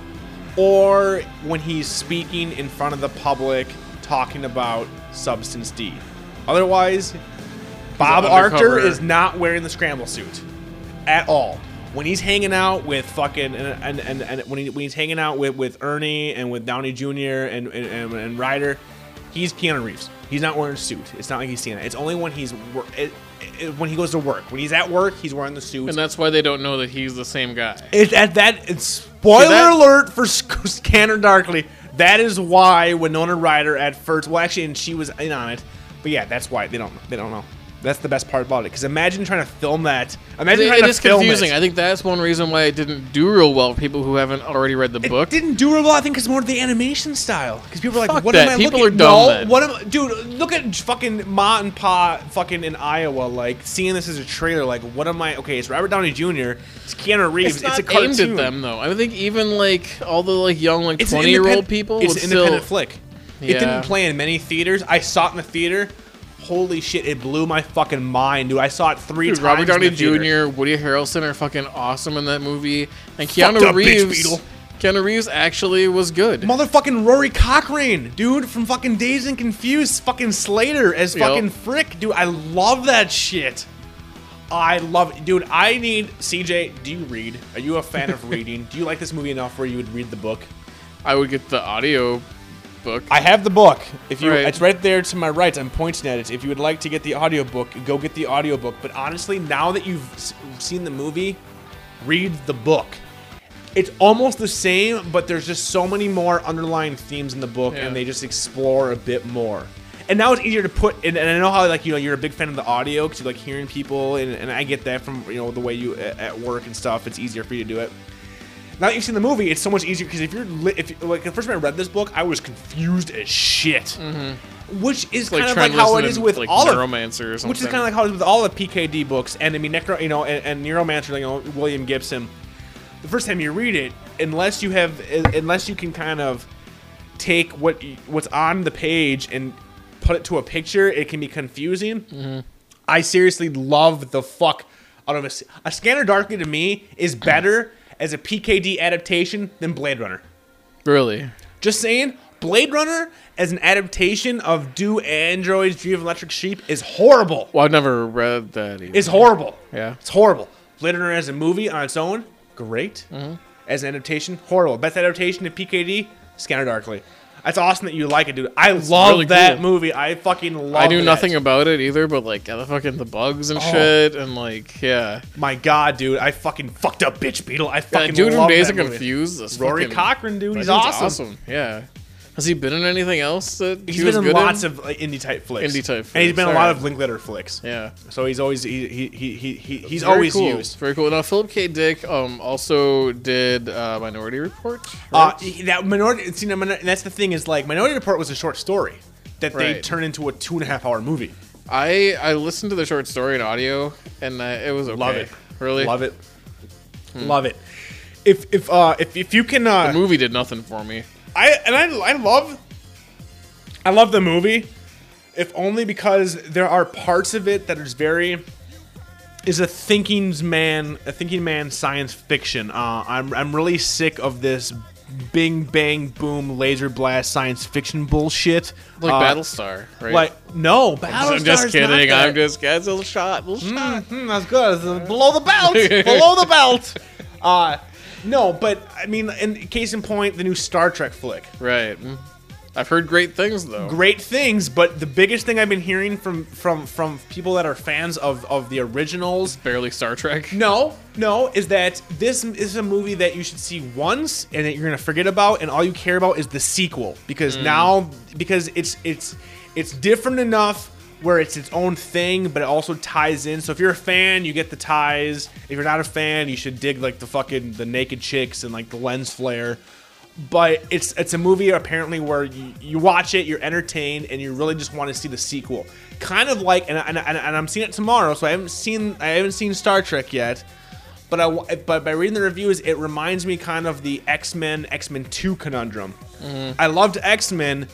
Speaker 3: or when he's speaking in front of the public talking about substance d otherwise Bob Arctor
Speaker 2: undercover.
Speaker 3: is not wearing the scramble suit at all. When he's hanging out with fucking and and, and, and when, he, when he's hanging out with, with Ernie and with Downey Jr. and and, and, and Ryder, he's Keanu Reeves. He's not wearing a suit. It's not like he's seeing it. It's only when he's wor- it, it, when he goes to work. When he's at work, he's wearing the suit.
Speaker 2: And that's why they don't know that he's the same guy.
Speaker 3: It, at that, it's spoiler
Speaker 2: See, that-
Speaker 3: alert for *laughs* Sc- Scanner Darkly. That is why Winona Ryder at first, well, actually, and she was in on it, but yeah, that's why they don't they don't know. That's the best part about it. Because imagine trying to film that. Imagine
Speaker 2: It-
Speaker 3: trying
Speaker 2: it
Speaker 3: to
Speaker 2: is
Speaker 3: film
Speaker 2: confusing.
Speaker 3: It.
Speaker 2: I think that's one reason why it didn't do real well for people who haven't already read the book.
Speaker 3: It didn't do real well. I think it's more the animation style. Because people are like,
Speaker 2: Fuck
Speaker 3: "What
Speaker 2: that.
Speaker 3: am I
Speaker 2: People
Speaker 3: looking?"
Speaker 2: are dumb
Speaker 3: no,
Speaker 2: then.
Speaker 3: what am? Dude, look at fucking Ma and Pa, fucking in Iowa. Like seeing this as a trailer. Like, what am I? Okay, it's Robert Downey Jr. It's Keanu
Speaker 2: It's,
Speaker 3: Reeves. It's,
Speaker 2: not
Speaker 3: a cartoon.
Speaker 2: aimed at them though. I think even like all the like young like
Speaker 3: It's an
Speaker 2: twenty year old
Speaker 3: independent-
Speaker 2: people
Speaker 3: It's
Speaker 2: would
Speaker 3: an
Speaker 2: still
Speaker 3: independent flick.
Speaker 2: Yeah.
Speaker 3: It didn't play in many theaters. I saw it in the theater. Holy shit! It blew my fucking mind, dude. I saw it three
Speaker 2: Dude,
Speaker 3: times.
Speaker 2: Robert
Speaker 3: in the
Speaker 2: Downey
Speaker 3: theater.
Speaker 2: Jr., Woody Harrelson are fucking awesome in that movie, and
Speaker 3: Fucked
Speaker 2: Keanu
Speaker 3: up, bitch,
Speaker 2: Reeves.
Speaker 3: Beetle.
Speaker 2: Keanu Reeves actually was good.
Speaker 3: Motherfucking Rory Cochrane, dude, from fucking Days and Confused, fucking Slater as
Speaker 2: Yep.
Speaker 3: fucking Frick, dude. I love that shit. I love it. Dude, I need. CJ, do you read? Are you a fan of reading? Do you like this movie enough where you would read the book?
Speaker 2: I would get the audio book.
Speaker 3: I have the book. If you
Speaker 2: Right.
Speaker 3: it's right there to my right. I'm pointing at it. If you would like to get the audiobook, go get the audiobook. But honestly, now that you've s- seen the movie, read the book. It's almost the same, but there's just so many more underlying themes in the book
Speaker 2: Yeah.
Speaker 3: and they just explore a bit more. And now it's easier to put and, and I know how like you know you're a big fan of the audio cuz you like hearing people and, and I get that from you know the way you a- at work and stuff. It's easier for you to do it now that you've seen the movie, it's so much easier because if you're li- if like the first time I read this book, I was confused as shit, which is kind of
Speaker 2: Mm-hmm. trying to
Speaker 3: like how
Speaker 2: listen
Speaker 3: it
Speaker 2: to,
Speaker 3: is with
Speaker 2: like,
Speaker 3: all of
Speaker 2: Neuromancer or something.
Speaker 3: which is kind of like how it is with all the PKD books, and I mean, Necro, you know, and, and Neuromancer, you know, William Gibson. The first time you read it, unless you have, unless you can kind of take what y- what's on the page and put it to a picture, it can be confusing. I seriously love the fuck out of a, s- a Scanner Darkly to me is better as a PKD adaptation than Blade Runner.
Speaker 2: really.
Speaker 3: Just saying, Blade Runner as an adaptation of Do Androids Dream of Electric Sheep is horrible.
Speaker 2: Well, I've never read that. Either.
Speaker 3: It's horrible.
Speaker 2: Yeah.
Speaker 3: It's horrible. Blade Runner as a movie on its own, great.
Speaker 2: Mm-hmm.
Speaker 3: As an adaptation, horrible. Best adaptation to PKD, Scanner Darkly. That's awesome that you like it, dude. I love
Speaker 2: really
Speaker 3: that
Speaker 2: cool.
Speaker 3: movie. I fucking love
Speaker 2: I knew
Speaker 3: that.
Speaker 2: nothing about it either, but like yeah, the fucking the bugs
Speaker 3: Oh.
Speaker 2: and shit, and like yeah,
Speaker 3: My god, dude. I fucking fucked up Bitch Beetle. I
Speaker 2: that
Speaker 3: fucking
Speaker 2: dude from
Speaker 3: love
Speaker 2: Days
Speaker 3: that
Speaker 2: of
Speaker 3: movie.
Speaker 2: Confused. This
Speaker 3: Rory
Speaker 2: fucking,
Speaker 3: Cochrane, dude.
Speaker 2: that
Speaker 3: He's
Speaker 2: dude's
Speaker 3: awesome.
Speaker 2: Yeah, has he been in anything else that
Speaker 3: He's
Speaker 2: he was
Speaker 3: been in
Speaker 2: good
Speaker 3: lots of like, indie type flicks.
Speaker 2: Indie type
Speaker 3: And he's
Speaker 2: flicks,
Speaker 3: been in a lot
Speaker 2: alright.
Speaker 3: of Linklater flicks.
Speaker 2: Yeah,
Speaker 3: So he's always he he he, he, he he's
Speaker 2: Very
Speaker 3: always
Speaker 2: cool.
Speaker 3: used.
Speaker 2: Very cool. Now Philip K. Dick um also did uh, Minority Report.
Speaker 3: Uh,
Speaker 2: right?
Speaker 3: that minority. See, now, Minor- that's the thing is like Minority Report was a short story that they
Speaker 2: Right.
Speaker 3: turned into a two and a half hour movie.
Speaker 2: I I listened to the short story in audio, and uh, it was okay.
Speaker 3: Love it.
Speaker 2: Really,
Speaker 3: Love it. Love it. If if uh if, if you can uh
Speaker 2: The movie did nothing for me.
Speaker 3: I and I I love I love the movie if only because there are parts of it that is very is a thinking's man a thinking man science fiction. Uh, I'm I'm really sick of this bing bang boom laser blast science fiction bullshit.
Speaker 2: Like
Speaker 3: Uh,
Speaker 2: Battlestar, right?
Speaker 3: Like no, Battlestar's
Speaker 2: I'm just
Speaker 3: Not
Speaker 2: kidding.
Speaker 3: that.
Speaker 2: I'm just guys. Little shot. Little shot.
Speaker 3: Mm, that's good. It's below
Speaker 2: *laughs*
Speaker 3: the belt. below the belt. Uh, no, but I mean, in case in point, the new Star Trek flick.
Speaker 2: Right. Mm. I've heard great things though.
Speaker 3: Great things, but the biggest thing I've been hearing from from from people that are fans of of the originals
Speaker 2: Barely Star Trek.
Speaker 3: No, no, is that this is a movie that you should see once and that you're gonna forget about, and all you care about is the sequel because now because it's it's it's different enough where it's its own thing, but it also ties in. So if you're a fan, you get the ties. If you're not a fan, you should dig like the fucking the naked chicks and like the lens flare. But it's it's a movie apparently where you, you watch it, you're entertained, and you really just want to see the sequel. Kind of like, and, I- and, I- and I'm seeing it tomorrow, so I haven't seen I haven't seen Star Trek yet. But I wa- but by reading the reviews, it reminds me kind of the X Men X Men Two conundrum. I loved X Men.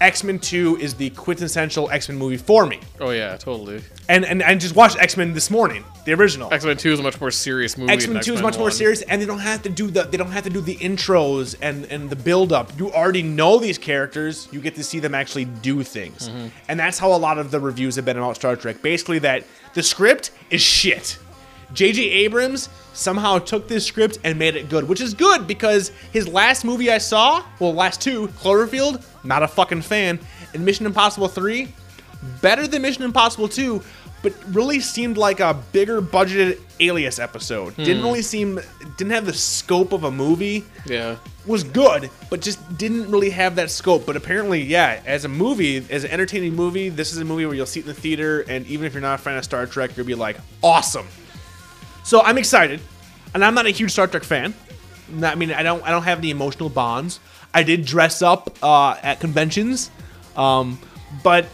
Speaker 3: X Men Two is the quintessential X Men movie for me,
Speaker 2: Oh yeah, totally.
Speaker 3: and and I just watched X Men this morning, the original.
Speaker 2: X Men Two is a much more serious movie.
Speaker 3: X Men Two is much more serious, and they don't have to do the they don't have to do the intros and and the build up. You already know these characters. You get to see them actually do things, and that's how a lot of the reviews have been about Star Trek. Basically, that the script is shit. J.J. Abrams somehow took this script and made it good, which is good because his last movie I saw, well, last two, Cloverfield, not a fucking fan, and Mission Impossible Three, better than Mission Impossible 2, but really seemed like a bigger budgeted alias episode. Didn't really seem didn't have the scope of a movie.
Speaker 2: Yeah.
Speaker 3: Was good, but just didn't really have that scope. But apparently, yeah, as a movie, as an entertaining movie, this is a movie where you'll see it in the theater, and even if you're not a fan of Star Trek, you'll be like, awesome. So I'm excited, and I'm not a huge Star Trek fan. Not- I mean, I don't, I don't have any emotional bonds. I did dress up uh, at conventions, um, but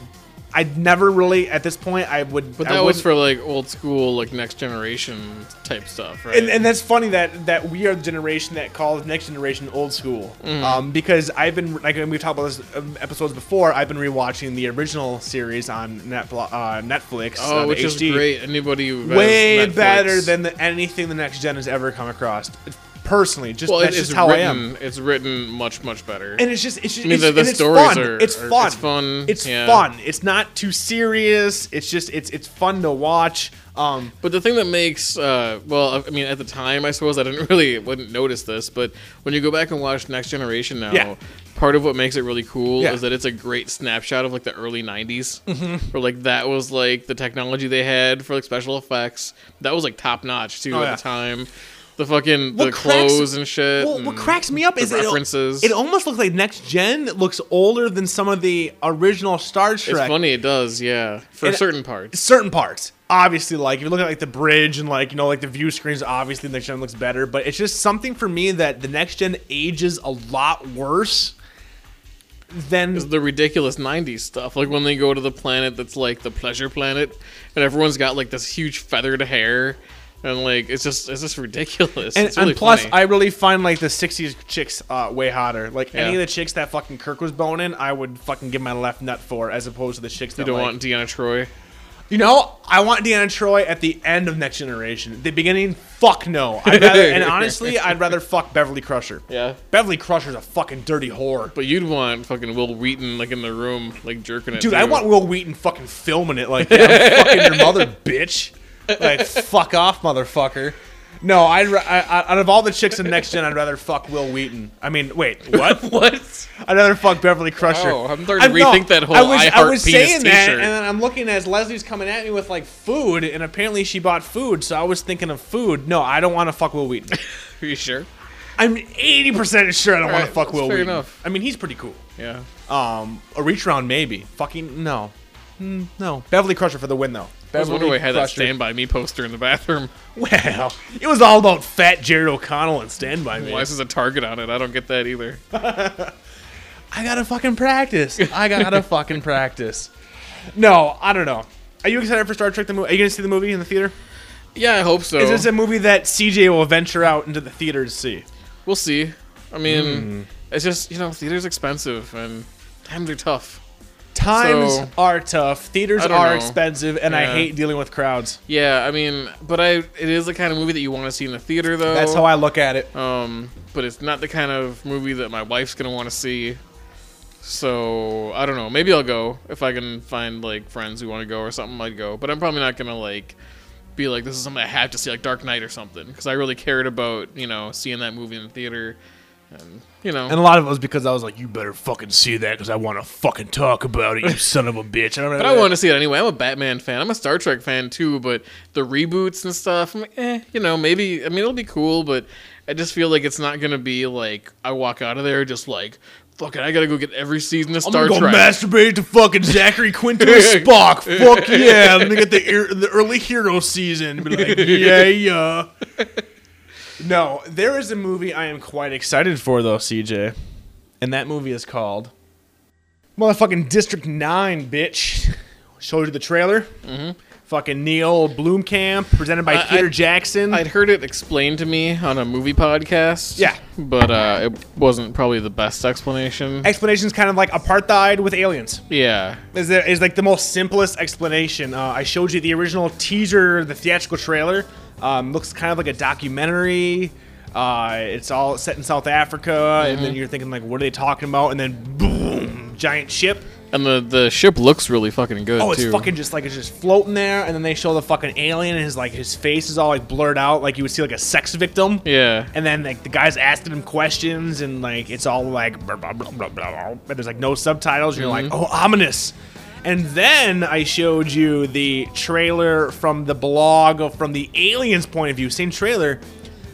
Speaker 3: I never really, at this point, I would.
Speaker 2: But
Speaker 3: I
Speaker 2: that was
Speaker 3: wouldn't-
Speaker 2: for like old school, like next generation type stuff, right?
Speaker 3: and, and that's funny that that we are the generation that calls next generation old school
Speaker 2: Mm-hmm.
Speaker 3: um, because i've been like and we've talked about this um, episodes before i've been rewatching the original series on net, uh, netflix uh,
Speaker 2: oh,
Speaker 3: the
Speaker 2: which is
Speaker 3: HD
Speaker 2: great. Anybody who has
Speaker 3: way
Speaker 2: Netflix-
Speaker 3: better than the, anything the next gen has ever come across. personally. Just
Speaker 2: Well, it-
Speaker 3: that's
Speaker 2: it's
Speaker 3: just how
Speaker 2: written.
Speaker 3: I am.
Speaker 2: It's written much much better.
Speaker 3: And it's just it's just
Speaker 2: I mean,
Speaker 3: it's,
Speaker 2: the- the
Speaker 3: and it's
Speaker 2: stories
Speaker 3: fun.
Speaker 2: are-
Speaker 3: it's
Speaker 2: are-
Speaker 3: fun.
Speaker 2: it's fun,
Speaker 3: It's
Speaker 2: yeah.
Speaker 3: fun. It's not too serious. It's just it's it's fun to watch. Um,
Speaker 2: But the thing that makes, uh, well, I mean, at the time, I suppose I didn't really wouldn't notice this, but when you go back and watch Next Generation now,
Speaker 3: Yeah.
Speaker 2: part of what makes it really cool
Speaker 3: Yeah. Mm-hmm.
Speaker 2: is that it's a great snapshot of like the early '90s, where like that was like the technology they had for like special effects. That was like top notch too
Speaker 3: Oh,
Speaker 2: at
Speaker 3: yeah.
Speaker 2: the time. The fucking
Speaker 3: What
Speaker 2: the
Speaker 3: cracks-
Speaker 2: clothes and shit.
Speaker 3: Well, what
Speaker 2: and
Speaker 3: cracks me up
Speaker 2: Mm. the
Speaker 3: is it,
Speaker 2: references.
Speaker 3: it almost looks like next gen looks older than some of the original Star Trek.
Speaker 2: it's funny. It does, yeah, for
Speaker 3: It-
Speaker 2: certain parts.
Speaker 3: Certain parts, obviously, like if you look at like the bridge and like you know like the view screens, obviously next gen looks better. But it's just something for me that the next gen ages a lot worse than
Speaker 2: is the ridiculous 90s stuff. Like when they go to the planet that's like the pleasure planet and everyone's got like this huge feathered hair and like it's just it's just ridiculous.
Speaker 3: And,
Speaker 2: it's really
Speaker 3: and plus,
Speaker 2: funny.
Speaker 3: I really find like the '60s chicks uh, way hotter. Like any of
Speaker 2: Yeah.
Speaker 3: the chicks that fucking Kirk was boning, I would fucking give my left nut for, as opposed to the chicks that
Speaker 2: you don't
Speaker 3: like-
Speaker 2: want Deanna Troy.
Speaker 3: You know, I want Deanna Troy at the end of Next Generation. The beginning, fuck no. I'd rather,
Speaker 2: *laughs*
Speaker 3: and honestly, I'd rather fuck Beverly Crusher.
Speaker 2: Yeah.
Speaker 3: Beverly Crusher's a fucking dirty whore.
Speaker 2: But you'd want fucking Will Wheaton like in the room, like jerking it.
Speaker 3: Dude, I
Speaker 2: too.
Speaker 3: want Will Wheaton fucking filming it like, yeah, I'm fucking your mother, bitch. Like, fuck off, motherfucker. No, I'd, ra- I, I, out of all the chicks in Next Gen, I'd rather fuck Will Wheaton. I mean, wait,
Speaker 2: *laughs*
Speaker 3: what?
Speaker 2: *laughs* what?
Speaker 3: I'd rather fuck Beverly Crusher.
Speaker 2: Wow, Oh, I'm starting to rethink that whole I heart penis
Speaker 3: that,
Speaker 2: t-shirt.
Speaker 3: and then I'm looking as Leslie's coming at me with like food, and apparently she bought food, so I was thinking of food. No, I don't want to fuck
Speaker 2: *laughs*
Speaker 3: Will Wheaton.
Speaker 2: Are you sure?
Speaker 3: I'm 80 percent sure I don't want
Speaker 2: right,
Speaker 3: to fuck
Speaker 2: that's
Speaker 3: Will
Speaker 2: fair
Speaker 3: Wheaton.
Speaker 2: enough.
Speaker 3: I mean, he's pretty cool.
Speaker 2: Yeah.
Speaker 3: Um, a reach round maybe. Fucking no, Mm, no. Beverly Crusher for the win though. *laughs*
Speaker 2: I was wondering why I had that
Speaker 3: Crusher.
Speaker 2: Stand By Me poster in the bathroom.
Speaker 3: Well, it was all about fat Jared O'Connell and Stand By Me.
Speaker 2: Why is there a target on it? I don't get that either.
Speaker 3: I gotta fucking practice.
Speaker 2: *laughs*
Speaker 3: I gotta fucking practice. No, I don't know. Are you excited for Star Trek the movie? Are you gonna see the movie in the theater?
Speaker 2: Yeah, I hope so.
Speaker 3: Is this a movie that CJ will venture out into the theater to see?
Speaker 2: We'll see. I mean, it's just you know, theater's expensive and times are tough.
Speaker 3: Times
Speaker 2: So-
Speaker 3: are tough. Theaters
Speaker 2: I don't
Speaker 3: are
Speaker 2: know.
Speaker 3: expensive, and I
Speaker 2: Yeah.
Speaker 3: hate dealing with crowds.
Speaker 2: Yeah, I mean, but I it is the kind of movie that you want to see in the theater though.
Speaker 3: That's how I look at it.
Speaker 2: Um, but it's not the kind of movie that my wife's gonna want to see. So I don't know. Maybe I'll go if I can find like friends who want to go or something. I'd go, but I'm probably not gonna like be like this is something I have to see, like Dark Knight or something, because I really cared about you know seeing that movie in the theater. And, you know,
Speaker 3: And a lot of it was because I was like, "You better fucking see that," because I want to fucking talk about
Speaker 2: *laughs*
Speaker 3: it, you son of a bitch. And I'm
Speaker 2: But I want to see it anyway. I'm a Batman fan. I'm a Star Trek fan too. But the reboots and stuff, I'm like, eh, you know, maybe. I mean, it'll be cool, but I just feel like it's not gonna be like I walk out of there just like, fuck it, I gotta go get every season of
Speaker 3: I'm
Speaker 2: Star
Speaker 3: gonna go
Speaker 2: Trek.
Speaker 3: masturbate to fucking Zachary
Speaker 2: *laughs*
Speaker 3: Quinto and Spock. Fuck yeah! Let me get the ear- the early hero season. Be like, yeah, yeah. No, there is a movie I am quite excited for though, CJ, and that movie is called motherfucking District Nine, bitch. Showed you the trailer. Mm-hmm. Fucking Neil Bloomkamp, presented by
Speaker 2: I-
Speaker 3: Peter
Speaker 2: I-
Speaker 3: Jackson.
Speaker 2: I'd heard it explained to me on a movie podcast.
Speaker 3: Yeah.
Speaker 2: but uh, it wasn't probably the best explanation.
Speaker 3: Explanation's kind of like apartheid with aliens.
Speaker 2: yeah,
Speaker 3: is, there, is like the most simplest explanation. Uh, I showed you the original teaser, the theatrical trailer. Um, looks kind of like a documentary. Uh, it's all set in South Africa, and then you're thinking like, what are they talking about? And then boom, giant ship.
Speaker 2: and the the ship looks really fucking good.
Speaker 3: Oh, it's
Speaker 2: too.
Speaker 3: fucking just like it's just floating there, and then they show the fucking alien, and his like his face is all like blurred out, like you would see like a sex victim.
Speaker 2: Yeah.
Speaker 3: And then like the guys asking him questions, and like it's all like blah, blah, blah, blah, blah, and there's like no subtitles. You're
Speaker 2: Mm-hmm.
Speaker 3: like, oh, ominous. And then I showed you the trailer from the blog from the alien's point of view, same trailer,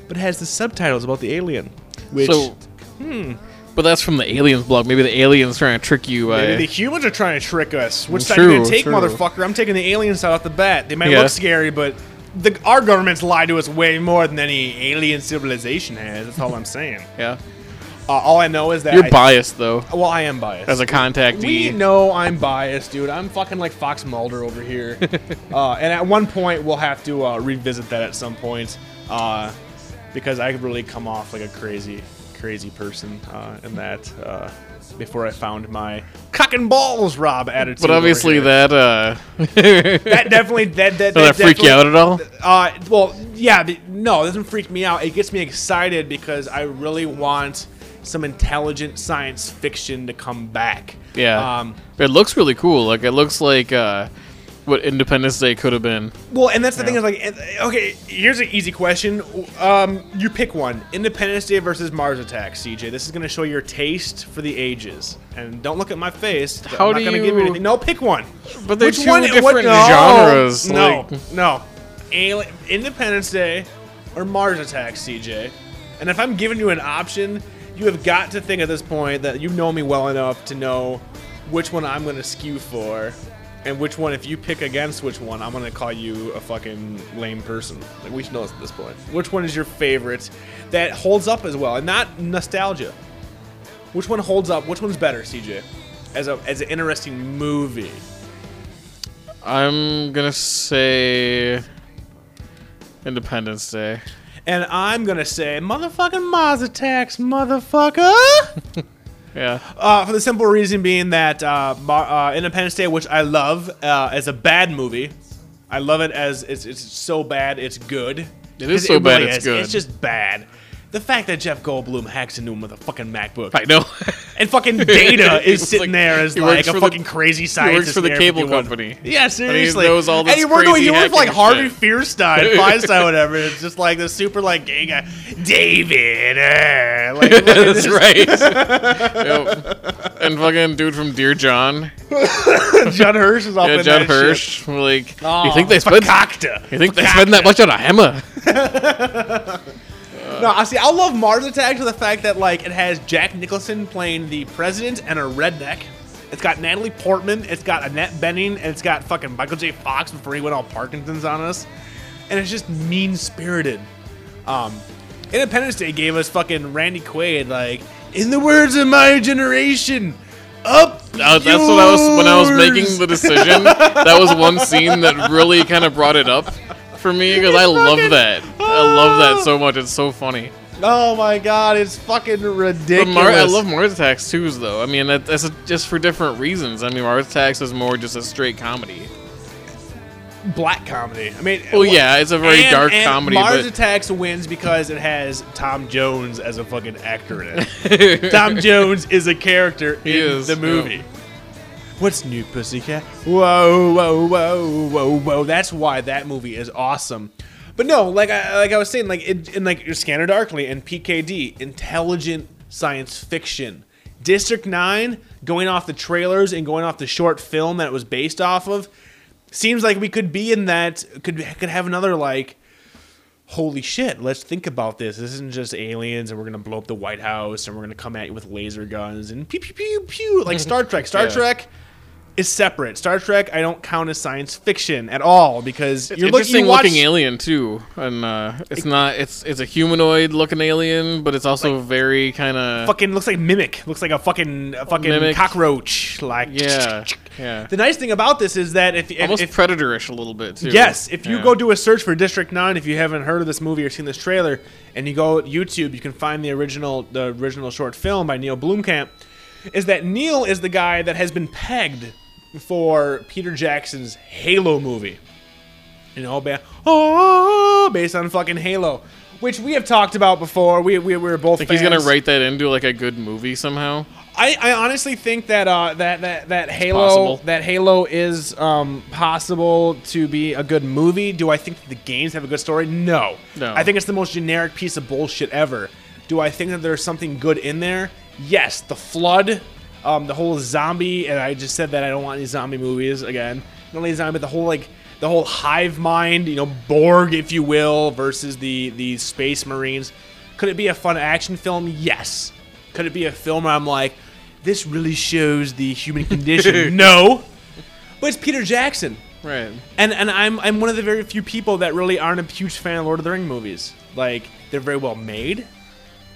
Speaker 3: but it has the subtitles about the alien, which
Speaker 2: so. Hmm. But that's from the aliens blog. Maybe the aliens trying to trick you.
Speaker 3: Maybe
Speaker 2: uh,
Speaker 3: the humans are trying to trick us. Which side are you
Speaker 2: True,
Speaker 3: gonna take,
Speaker 2: true.
Speaker 3: motherfucker? I'm taking the alien side off the bat. They might
Speaker 2: Yeah.
Speaker 3: look scary, but the, our government's lied to us way more than any alien civilization has. That's all
Speaker 2: *laughs*
Speaker 3: I'm saying.
Speaker 2: yeah,
Speaker 3: Uh, all I know is that
Speaker 2: you're
Speaker 3: I-
Speaker 2: biased though.
Speaker 3: Well, I am biased.
Speaker 2: as a contactee.
Speaker 3: we know I'm biased, dude. I'm fucking like Fox Mulder
Speaker 2: *laughs*
Speaker 3: over here. uh, and at one point, we'll have to uh, revisit that at some point, uh, because I could really come off like a crazy, crazy person uh, in that. Uh, before I found my cock and balls, Rob attitude.
Speaker 2: But
Speaker 3: over
Speaker 2: obviously
Speaker 3: here.
Speaker 2: that uh *laughs* Did
Speaker 3: that definitely
Speaker 2: *laughs*
Speaker 3: that that,
Speaker 2: that freak you out at all?
Speaker 3: Uh, well, yeah, the, no, it doesn't freak me out. It gets me excited because I really want some intelligent science fiction to come back.
Speaker 2: Yeah.
Speaker 3: Um,
Speaker 2: it looks really cool. Like it looks like uh what Independence Day could have been.
Speaker 3: well, and that's the thing is like, and- okay, here's an easy question. Um, you pick one: Independence Day versus Mars Attack. CJ, this is gonna show your taste for the ages. And don't look at my face.
Speaker 2: How
Speaker 3: I'm not
Speaker 2: do
Speaker 3: gonna give you
Speaker 2: you-
Speaker 3: anything. No, pick one.
Speaker 2: But they're two different
Speaker 3: no,
Speaker 2: genres.
Speaker 3: No,
Speaker 2: like-
Speaker 3: no. Ali- Independence Day or Mars Attack, CJ. And if I'm giving you an option, you have got to think at this point that you know me well enough to know which one I'm going to skew for. And which one, if you pick against which one, I'm gonna call you a fucking lame person. Like we should know this at this point. Which one is your favorite that holds up as well, and not nostalgia? Which one holds up? Which one's better, CJ? As a as an interesting movie.
Speaker 2: I'm gonna say Independence Day.
Speaker 3: And I'm gonna say, motherfucking Mars attacks, motherfucker. *laughs*
Speaker 2: Yeah.
Speaker 3: uh, for the simple reason being that uh, Mar- uh, Independence Day, which I love, uh, is a bad movie. I love it as it's, it's so bad, it's good.
Speaker 2: It is so bad, it's
Speaker 3: is.
Speaker 2: good.
Speaker 3: It's just bad. The fact that Jeff Goldblum hacks into him with a fucking MacBook *laughs*
Speaker 2: I know. *laughs*
Speaker 3: and fucking Data
Speaker 2: He
Speaker 3: is
Speaker 2: was
Speaker 3: sitting
Speaker 2: like-
Speaker 3: there as
Speaker 2: he works
Speaker 3: like a
Speaker 2: for the-
Speaker 3: fucking crazy scientist.
Speaker 2: works for the
Speaker 3: there, but
Speaker 2: cable
Speaker 3: you want- *laughs*
Speaker 2: company.
Speaker 3: Yeah, seriously.
Speaker 2: knows all this
Speaker 3: and he worked,
Speaker 2: crazy
Speaker 3: he worked for like
Speaker 2: hacking
Speaker 3: Harvey
Speaker 2: shit. *laughs*
Speaker 3: Fierstein, Feinstein, whatever. It's just like this super like gay guy, David. uh,
Speaker 2: *laughs*
Speaker 3: like, look at
Speaker 2: That's
Speaker 3: *laughs*
Speaker 2: right. Yep. And fucking dude from Dear John.
Speaker 3: this- John Hirsch is off
Speaker 2: Yeah,
Speaker 3: in
Speaker 2: John
Speaker 3: that shit.
Speaker 2: Hirsch. Like you think
Speaker 3: Oh,
Speaker 2: they spent
Speaker 3: Fakakta.
Speaker 2: you think they spend that much on a hammer?
Speaker 3: No, I see. I love Mars Attacks for the fact that like it has Jack Nicholson playing the president and a redneck. It's got Natalie Portman. It's got Annette Benning, and it's got fucking Michael J. Fox before he went all Parkinson's on us. And it's just mean spirited. Um, Independence Day gave us fucking Randy Quaid, like in the words of my generation, up.
Speaker 2: Uh, that's what I was when I was making
Speaker 3: yours."
Speaker 2: the decision. that was one scene that really kind of brought it up for me because I love
Speaker 3: fucking-
Speaker 2: that. I love that so much. It's so funny.
Speaker 3: Oh my god, it's fucking
Speaker 2: But
Speaker 3: ridiculous.
Speaker 2: Mar- I love Mars Attacks too, though. I mean, that, that's just for different reasons. I mean, Mars Attacks is more just a straight comedy.
Speaker 3: black comedy. I mean,
Speaker 2: Well, yeah, it's a very
Speaker 3: And-
Speaker 2: dark
Speaker 3: and
Speaker 2: comedy,
Speaker 3: Mars
Speaker 2: but
Speaker 3: Attacks wins because it has Tom Jones as a fucking actor in
Speaker 2: *laughs*
Speaker 3: it. *laughs* Tom Jones is a character
Speaker 2: He
Speaker 3: in
Speaker 2: is,
Speaker 3: the
Speaker 2: yeah.
Speaker 3: movie. What's new, pussycat? Whoa, whoa, whoa, whoa, whoa! That's why that movie is awesome. But no, like I like I was saying, like it, in like your Scanner Darkly and PKD, intelligent science fiction. District Nine, going off the trailers and going off the short film that it was based off of, seems like we could be in that. Could could have another like holy shit, let's think about this. This isn't just aliens and we're gonna blow up the White House and we're gonna come at you with laser guns and pew pew pew pew
Speaker 2: *laughs*
Speaker 3: like Star Trek. Star
Speaker 2: Yeah.
Speaker 3: Trek is separate. Star Trek I don't count as science fiction at all because you're looking
Speaker 2: interesting
Speaker 3: you watch,
Speaker 2: looking alien too, and uh, it's not it's it's a humanoid looking alien, but it's also very kind of
Speaker 3: fucking looks like mimic. Looks like a fucking a fucking
Speaker 2: Mimic.
Speaker 3: cockroach. Like
Speaker 2: yeah yeah
Speaker 3: The nice thing about this is that if, if
Speaker 2: almost
Speaker 3: if-
Speaker 2: predatorish a little bit too.
Speaker 3: Yes, if you
Speaker 2: Yeah.
Speaker 3: go do a search for District Nine, if you haven't heard of this movie or seen this trailer, and you go to YouTube, you can find the original the original short film by Neil Blomkamp. Is that Neil is the guy that has been pegged for Peter Jackson's Halo movie? You know, ba- oh, based on fucking Halo, which we have talked about before. We we, we were both.
Speaker 2: Think he's gonna
Speaker 3: fans.
Speaker 2: write that into like a good movie somehow.
Speaker 3: I, I honestly think that uh, that that that Halo
Speaker 2: possible.
Speaker 3: that Halo is um, possible to be a good movie. Do I think that the games have a good story? No.
Speaker 2: No.
Speaker 3: I think it's the most generic piece of bullshit ever. Do I think that there's something good in there? Yes. The flood, um, the whole zombie, and I just said that I don't want any zombie movies again. Not only zombie, but the whole like the whole hive mind, you know, Borg, if you will, versus the the space marines. Could it be a fun action film? Yes. Could it be a film where I'm like, this really shows the human condition? no. But it's Peter Jackson.
Speaker 2: Right.
Speaker 3: And and I'm I'm one of the very few people that really aren't a huge fan of Lord of the Ring movies. Like they're very well made.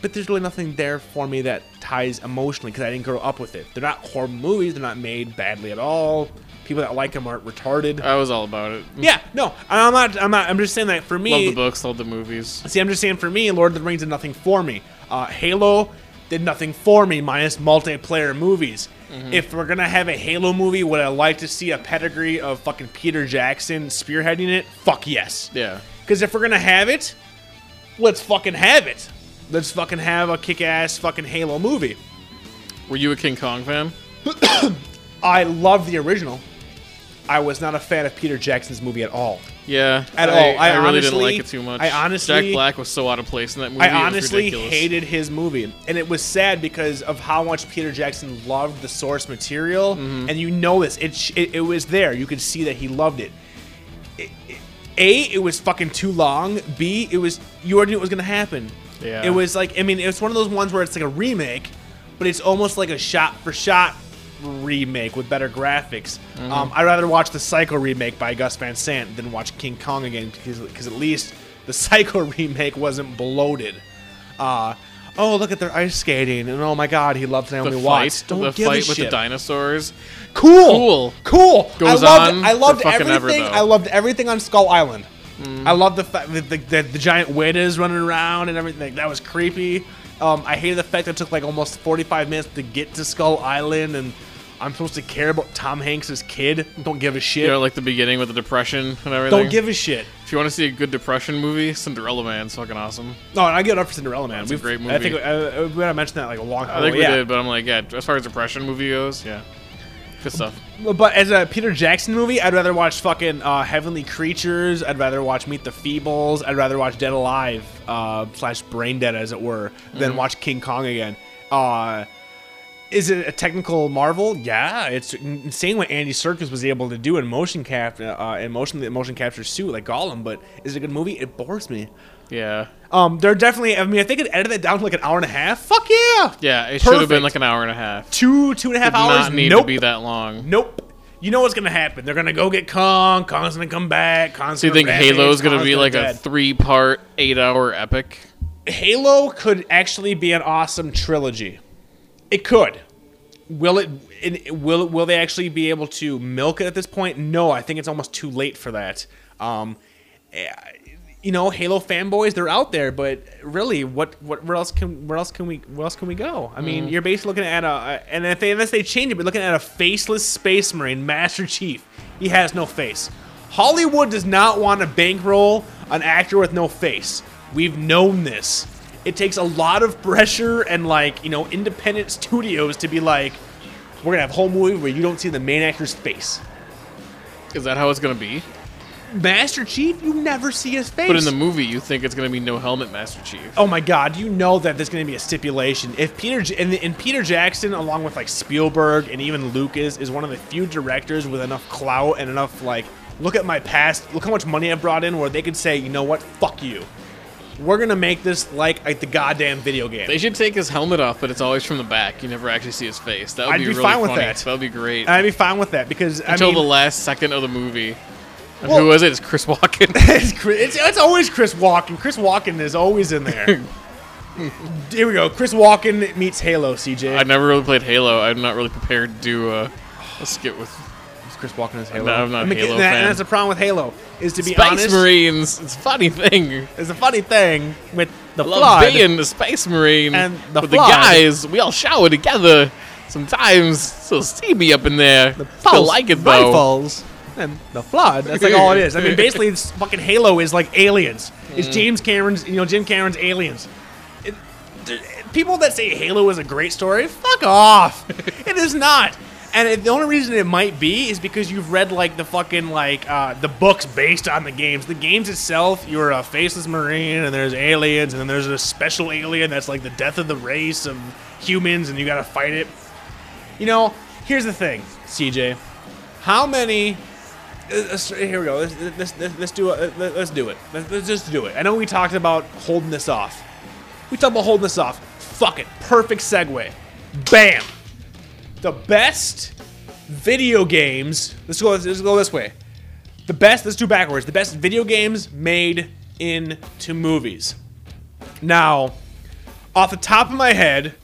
Speaker 3: but there's really nothing there for me that ties emotionally because I didn't grow up with it. They're not horror movies. They're not made badly at all. People that like them aren't retarded.
Speaker 2: I was all about it.
Speaker 3: yeah, no, I'm not. I'm not. I'm just saying that for me,
Speaker 2: Love the books, love the movies.
Speaker 3: See, I'm just saying for me, Lord of the Rings did nothing for me. Uh, Halo did nothing for me, minus multiplayer movies. If we're gonna have a Halo movie, would I like to see a pedigree of fucking Peter Jackson spearheading it? Fuck yes.
Speaker 2: Yeah.
Speaker 3: Because if we're gonna have it, let's fucking have it. Let's fucking have a kick-ass fucking Halo movie.
Speaker 2: Were you a King Kong fan?
Speaker 3: I love the original. I was not a fan of Peter Jackson's movie at all.
Speaker 2: Yeah.
Speaker 3: At
Speaker 2: I,
Speaker 3: all. I
Speaker 2: I, really didn't
Speaker 3: honestly-
Speaker 2: like it too much.
Speaker 3: I honestly-
Speaker 2: Jack Black was so out of place in that movie. it was
Speaker 3: I honestly
Speaker 2: ridiculous.
Speaker 3: hated his movie, and it was sad because of how much Peter Jackson loved the source material,
Speaker 2: Mm-hmm.
Speaker 3: and you know this. It, sh- it it was there. You could see that he loved it. It- it- A, it was fucking too long. B, it was you already knew it was gonna happen.
Speaker 2: Yeah.
Speaker 3: It was like I mean, it's one of those ones where it's like a remake, but it's almost like a shot for shot remake with better graphics.
Speaker 2: Mm-hmm.
Speaker 3: Um, I'd rather watch the Psycho remake by Gus Van Sant than watch King Kong again because because at least the *laughs* Psycho remake wasn't bloated. Uh, oh look at their ice skating and oh my god he loves
Speaker 2: the
Speaker 3: Naomi
Speaker 2: fight,
Speaker 3: Watts. Don't
Speaker 2: the
Speaker 3: give a
Speaker 2: fight with the
Speaker 3: shit. Oh.
Speaker 2: dinosaurs.
Speaker 3: Cool. Cool.
Speaker 2: Goes
Speaker 3: I loved,
Speaker 2: on
Speaker 3: I loved
Speaker 2: for fucking
Speaker 3: everything.
Speaker 2: ever, though. Mm.
Speaker 3: I loved everything on Skull Island. I loved the fact that the, the, the giant is running around and everything. That was creepy. Um, I hated the fact that it took like almost 45 minutes to get to Skull Island and I'm supposed to care about Tom Hanks' kid. Don't give a shit.
Speaker 2: You know, like the beginning with the depression and everything.
Speaker 3: Don't give a shit.
Speaker 2: If you want to see a good depression movie, Cinderella Man's fucking awesome.
Speaker 3: No, and I give it up for Cinderella Man.
Speaker 2: That's a
Speaker 3: We've-
Speaker 2: great
Speaker 3: I think
Speaker 2: movie.
Speaker 3: uh, uh, we had mentioned that like a long time
Speaker 2: I think
Speaker 3: ago. yeah.
Speaker 2: we did, but I'm like, yeah, as far as depression movie goes, yeah. Good stuff.
Speaker 3: But as a Peter Jackson movie, I'd rather watch fucking uh, Heavenly Creatures. I'd rather watch Meet the Feebles. I'd rather watch Dead Alive uh, slash Brain Dead, as it were,
Speaker 2: Mm-hmm.
Speaker 3: than watch King Kong again. Uh, is it a technical marvel? Yeah, it's insane what Andy Serkis was able to do in motion cap, uh, in motion, the motion capture suit like Gollum. But is it a good movie? It bores me.
Speaker 2: Yeah.
Speaker 3: Um, they're definitely. I mean, if they could edit that down to like an hour and a half, fuck yeah,
Speaker 2: Yeah, it should have
Speaker 3: Perfect.
Speaker 2: been like an hour and a half.
Speaker 3: two two and a half
Speaker 2: Did
Speaker 3: hours.
Speaker 2: not need
Speaker 3: nope.
Speaker 2: to be that long.
Speaker 3: Nope. You know what's gonna happen? They're gonna go get Kong. Kong's gonna come back. Kong's.
Speaker 2: Do you
Speaker 3: gonna
Speaker 2: think
Speaker 3: rampage,
Speaker 2: Halo's gonna
Speaker 3: Kong's
Speaker 2: be like a
Speaker 3: dead.
Speaker 2: three part, eight hour epic?
Speaker 3: Halo could actually be an awesome trilogy. It could. Will it? it will Will they actually be able to milk it at this point? No, I think it's almost too late for that. Um, eh, you know, Halo fanboys, they're out there, but really, what, what where else can where else can we where else can we go? I
Speaker 2: Mm-hmm.
Speaker 3: mean, you're basically looking at a and if they, unless they change it, we're looking at a faceless space marine, Master Chief. He has no face. Hollywood does not want to bankroll an actor with no face. We've known this. It takes a lot of pressure and like you know independent studios to be like, we're gonna have a whole movie where you don't see the main actor's face.
Speaker 2: Is that how it's gonna be?
Speaker 3: Master Chief, you never see his face.
Speaker 2: But in the movie, you think it's gonna be no helmet, Master Chief.
Speaker 3: oh my god, you know that there's going to be a stipulation. If Peter J- and, and Peter Jackson, along with like Spielberg and even Lucas, is one of the few directors with enough clout and enough like, look at my past, look how much money I brought in, where they could say, you know what, fuck you. We're gonna make this like like the goddamn video game.
Speaker 2: They should take his helmet off, but it's always from the back. You never actually see his face. That would
Speaker 3: I'd
Speaker 2: be,
Speaker 3: be
Speaker 2: really
Speaker 3: fine with
Speaker 2: funny.
Speaker 3: that.
Speaker 2: That would be great.
Speaker 3: and I'd be fine with that because
Speaker 2: Until
Speaker 3: I mean,
Speaker 2: the last second of the movie. And
Speaker 3: Well-
Speaker 2: who was it? It's Chris Walken.
Speaker 3: *laughs* it's, Chris, it's, it's always Chris Walken. Chris Walken is always
Speaker 2: *laughs*
Speaker 3: in there. Here we go. Chris Walken meets Halo. CJ.
Speaker 2: I never really played Halo. I'm not really prepared to do a, a skit with
Speaker 3: Chris Walken is Halo.
Speaker 2: No, I'm
Speaker 3: *laughs*
Speaker 2: not a Halo
Speaker 3: and that-
Speaker 2: fan.
Speaker 3: And that's the problem with Halo. Is to be
Speaker 2: Space
Speaker 3: honest,
Speaker 2: Marines. It's a funny thing.
Speaker 3: is a funny thing with the
Speaker 2: Love
Speaker 3: flood.
Speaker 2: being the Space Marine.
Speaker 3: And the
Speaker 2: but the
Speaker 3: flood.
Speaker 2: guys, we all shower together. Sometimes so steamy up in there.
Speaker 3: the
Speaker 2: Still
Speaker 3: false
Speaker 2: like it though.
Speaker 3: rifles and the flood. That's like all it is. I mean, basically, it's fucking Halo is like aliens. It's James Cameron's, you know, Jim Cameron's aliens. It, th- people that say Halo is a great story, fuck off. it is not. And it, the only reason it might be is because you've read like the fucking like uh, the books based on the games. The games itself, you're a faceless marine, and there's aliens, and then there's a special alien that's like the death of the race of humans, and you gotta fight it. You know, here's the thing, CJ. How many? Let's, here we go. Let's, let's, let's, let's do it. Let- Let's do it. Let's, let's just do it. I know we talked about holding this off. We talked about holding this off. Fuck it. Perfect segue. Bam. The best video games. Let's go. Let's go this way. The best. Let's do backwards. The best video games made into movies. Now, off the top of my head,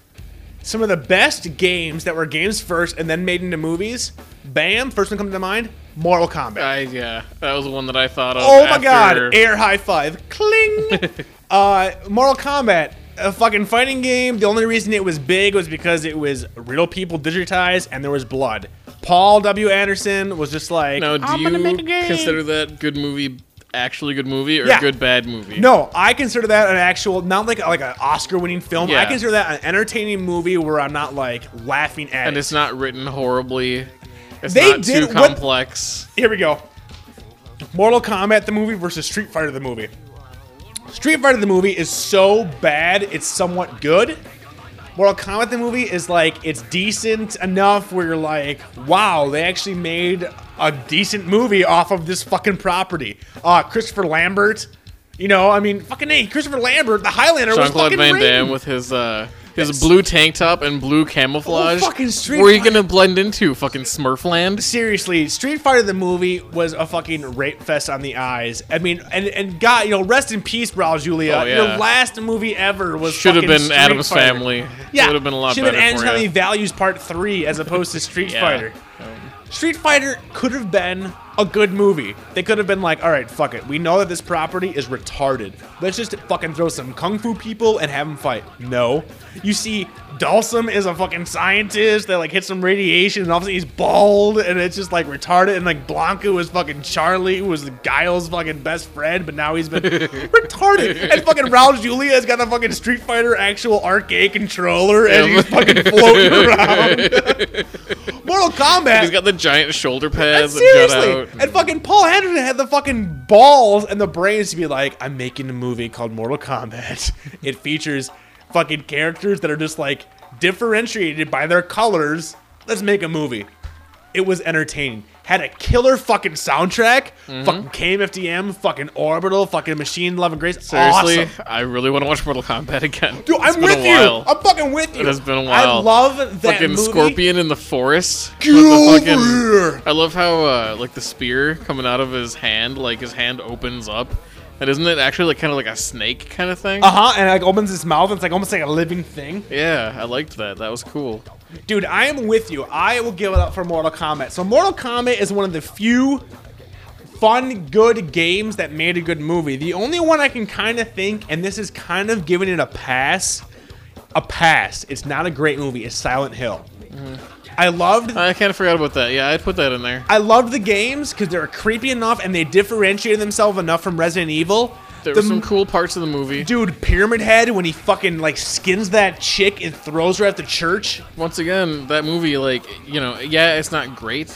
Speaker 3: some of the best games that were games first and then made into movies. Bam, first one comes to mind, Mortal Kombat.
Speaker 2: I, yeah, that was one that I thought of.
Speaker 3: Oh my
Speaker 2: after-
Speaker 3: god! Air high five, cling. uh, Mortal Kombat, a fucking fighting game. The only reason it was big was because it was real people digitized and there was blood. Paul W. Anderson was just like,
Speaker 2: Now, do
Speaker 3: "I'm
Speaker 2: you
Speaker 3: gonna make a game."
Speaker 2: consider that good movie, actually good movie, or
Speaker 3: Yeah.
Speaker 2: good bad movie?
Speaker 3: No, I consider that an actual, not like like an Oscar-winning film. I
Speaker 2: Yeah.
Speaker 3: consider that an entertaining movie where I'm not like laughing at.
Speaker 2: and
Speaker 3: it.
Speaker 2: it's not written horribly. It's
Speaker 3: They
Speaker 2: not
Speaker 3: did
Speaker 2: too
Speaker 3: what-
Speaker 2: complex.
Speaker 3: Here we go. Mortal Kombat the movie versus Street Fighter the movie. Street Fighter the movie is so bad, it's somewhat good. Mortal Kombat the movie is like it's decent enough where you're like, wow, they actually made a decent movie off of this fucking property. Uh, Christopher Lambert, you know, I mean, fucking hey, Christopher Lambert, the Highlander was
Speaker 2: Jean Claude
Speaker 3: fucking
Speaker 2: Van
Speaker 3: great.
Speaker 2: Damme with his uh his blue tank top and blue camouflage.
Speaker 3: Oh, fucking Street
Speaker 2: Where are you
Speaker 3: Fighter.
Speaker 2: gonna blend into fucking Smurfland?
Speaker 3: seriously, Street Fighter the movie was a fucking rape fest on the eyes. I mean, and and God, you know, rest in peace, Raul Julia.
Speaker 2: Oh, yeah.
Speaker 3: Your last movie ever was
Speaker 2: Should have
Speaker 3: fucking
Speaker 2: been
Speaker 3: Street
Speaker 2: Adam's
Speaker 3: Fighter.
Speaker 2: Family.
Speaker 3: Yeah,
Speaker 2: would have been a lot
Speaker 3: should
Speaker 2: better
Speaker 3: have been Adam's
Speaker 2: for
Speaker 3: Family
Speaker 2: you.
Speaker 3: Values Part Three as opposed to Street
Speaker 2: Yeah.
Speaker 3: Fighter. Street Fighter could have been a good movie. They could have been like, all right, fuck it. We know that this property is retarded. Let's just fucking throw some kung fu people and have them fight. No. You see, Dalsum is a fucking scientist that like hits some radiation and all of a sudden he's bald and it's just like retarded. And like Blanca was fucking Charlie, who was Guile's fucking best friend, but now he's been retarded. And fucking Raul Julia has got the fucking Street Fighter actual arcade controller and
Speaker 2: Yeah.
Speaker 3: he's fucking floating around. *laughs* Mortal Kombat.
Speaker 2: He's got the giant shoulder pads that jut out.
Speaker 3: Uh, Seriously, and fucking Paul Henderson had the fucking balls and the brains to be like, "I'm making a movie called Mortal Kombat. *laughs* It features fucking characters that are just like differentiated by their colors. Let's make a movie." It was entertaining. Had a killer fucking soundtrack.
Speaker 2: Mm-hmm.
Speaker 3: Fucking KMFDM. Fucking Orbital. Fucking Machine Love and Grace.
Speaker 2: Seriously,
Speaker 3: awesome.
Speaker 2: I really want to watch Mortal Kombat again.
Speaker 3: Dude,
Speaker 2: It's
Speaker 3: I'm
Speaker 2: been a
Speaker 3: with you.
Speaker 2: while.
Speaker 3: I'm fucking with you.
Speaker 2: It has been a
Speaker 3: I
Speaker 2: while.
Speaker 3: love that
Speaker 2: fucking
Speaker 3: movie.
Speaker 2: scorpion in the forest.
Speaker 3: Get
Speaker 2: with the
Speaker 3: over
Speaker 2: fucking-
Speaker 3: here.
Speaker 2: I love how uh, like the spear coming out of his hand, like his hand opens up, and isn't it actually like kind of like a snake kind of thing?
Speaker 3: Uh huh. And it like opens his mouth. And it's like almost like a living thing.
Speaker 2: Yeah, I liked that. That was cool.
Speaker 3: Dude, I am with you. I will give it up for Mortal Kombat. So Mortal Kombat is one of the few fun, good games that made a good movie. The only one I can kind of think, and this is kind of giving it a pass, a pass. It's not a great movie. It's Silent Hill. I loved.
Speaker 2: I kind of forgot about that. Yeah, I'd put that in there.
Speaker 3: I loved the games because they were creepy enough and they differentiated themselves enough from Resident Evil.
Speaker 2: There
Speaker 3: The
Speaker 2: were some
Speaker 3: m-
Speaker 2: cool parts of the movie.
Speaker 3: dude Pyramid Head when he fucking like skins that chick and throws her at the church.
Speaker 2: Once again, that movie, like you know, yeah, it's not great,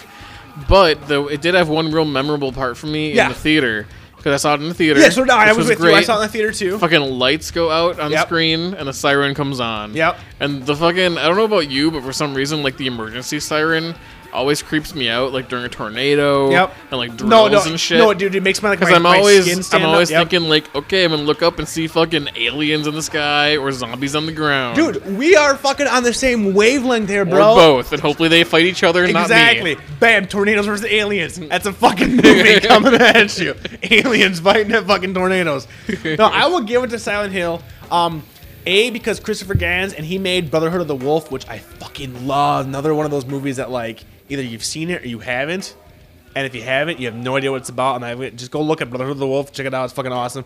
Speaker 2: but though it did have one real memorable part for me
Speaker 3: Yeah.
Speaker 2: in the theater because I saw it in the theater.
Speaker 3: Yeah, so no, I
Speaker 2: which
Speaker 3: was, with you. I saw it in the theater too.
Speaker 2: fucking lights go out on
Speaker 3: Yep.
Speaker 2: screen and the siren comes on.
Speaker 3: Yep.
Speaker 2: And the fucking I don't know about you, but for some reason like the emergency siren always creeps me out like during a tornado
Speaker 3: Yep.
Speaker 2: and like drills
Speaker 3: No, no,
Speaker 2: and shit.
Speaker 3: no, dude, it makes my like my,
Speaker 2: Because I'm
Speaker 3: my skin
Speaker 2: always,
Speaker 3: stand
Speaker 2: I'm always
Speaker 3: up. Yep.
Speaker 2: thinking like, okay, I'm gonna look up and see fucking aliens in the sky or zombies on the ground,
Speaker 3: dude, we are fucking on the same wavelength here,
Speaker 2: or
Speaker 3: bro.
Speaker 2: both, and hopefully they fight each other, and
Speaker 3: Exactly.
Speaker 2: not me.
Speaker 3: Bam, tornadoes versus aliens. That's a
Speaker 2: *laughs*
Speaker 3: fucking movie coming at you. Aliens fighting at fucking tornadoes. No, I will give it to Silent Hill. Um, a because Christopher Gans and he made Brotherhood of the Wolf, which I fucking love. Another one of those movies that like either you've seen it or you haven't. And if you haven't, you have no idea what it's about. And I would- just go look at Brotherhood of the Wolf, check it out. It's fucking awesome.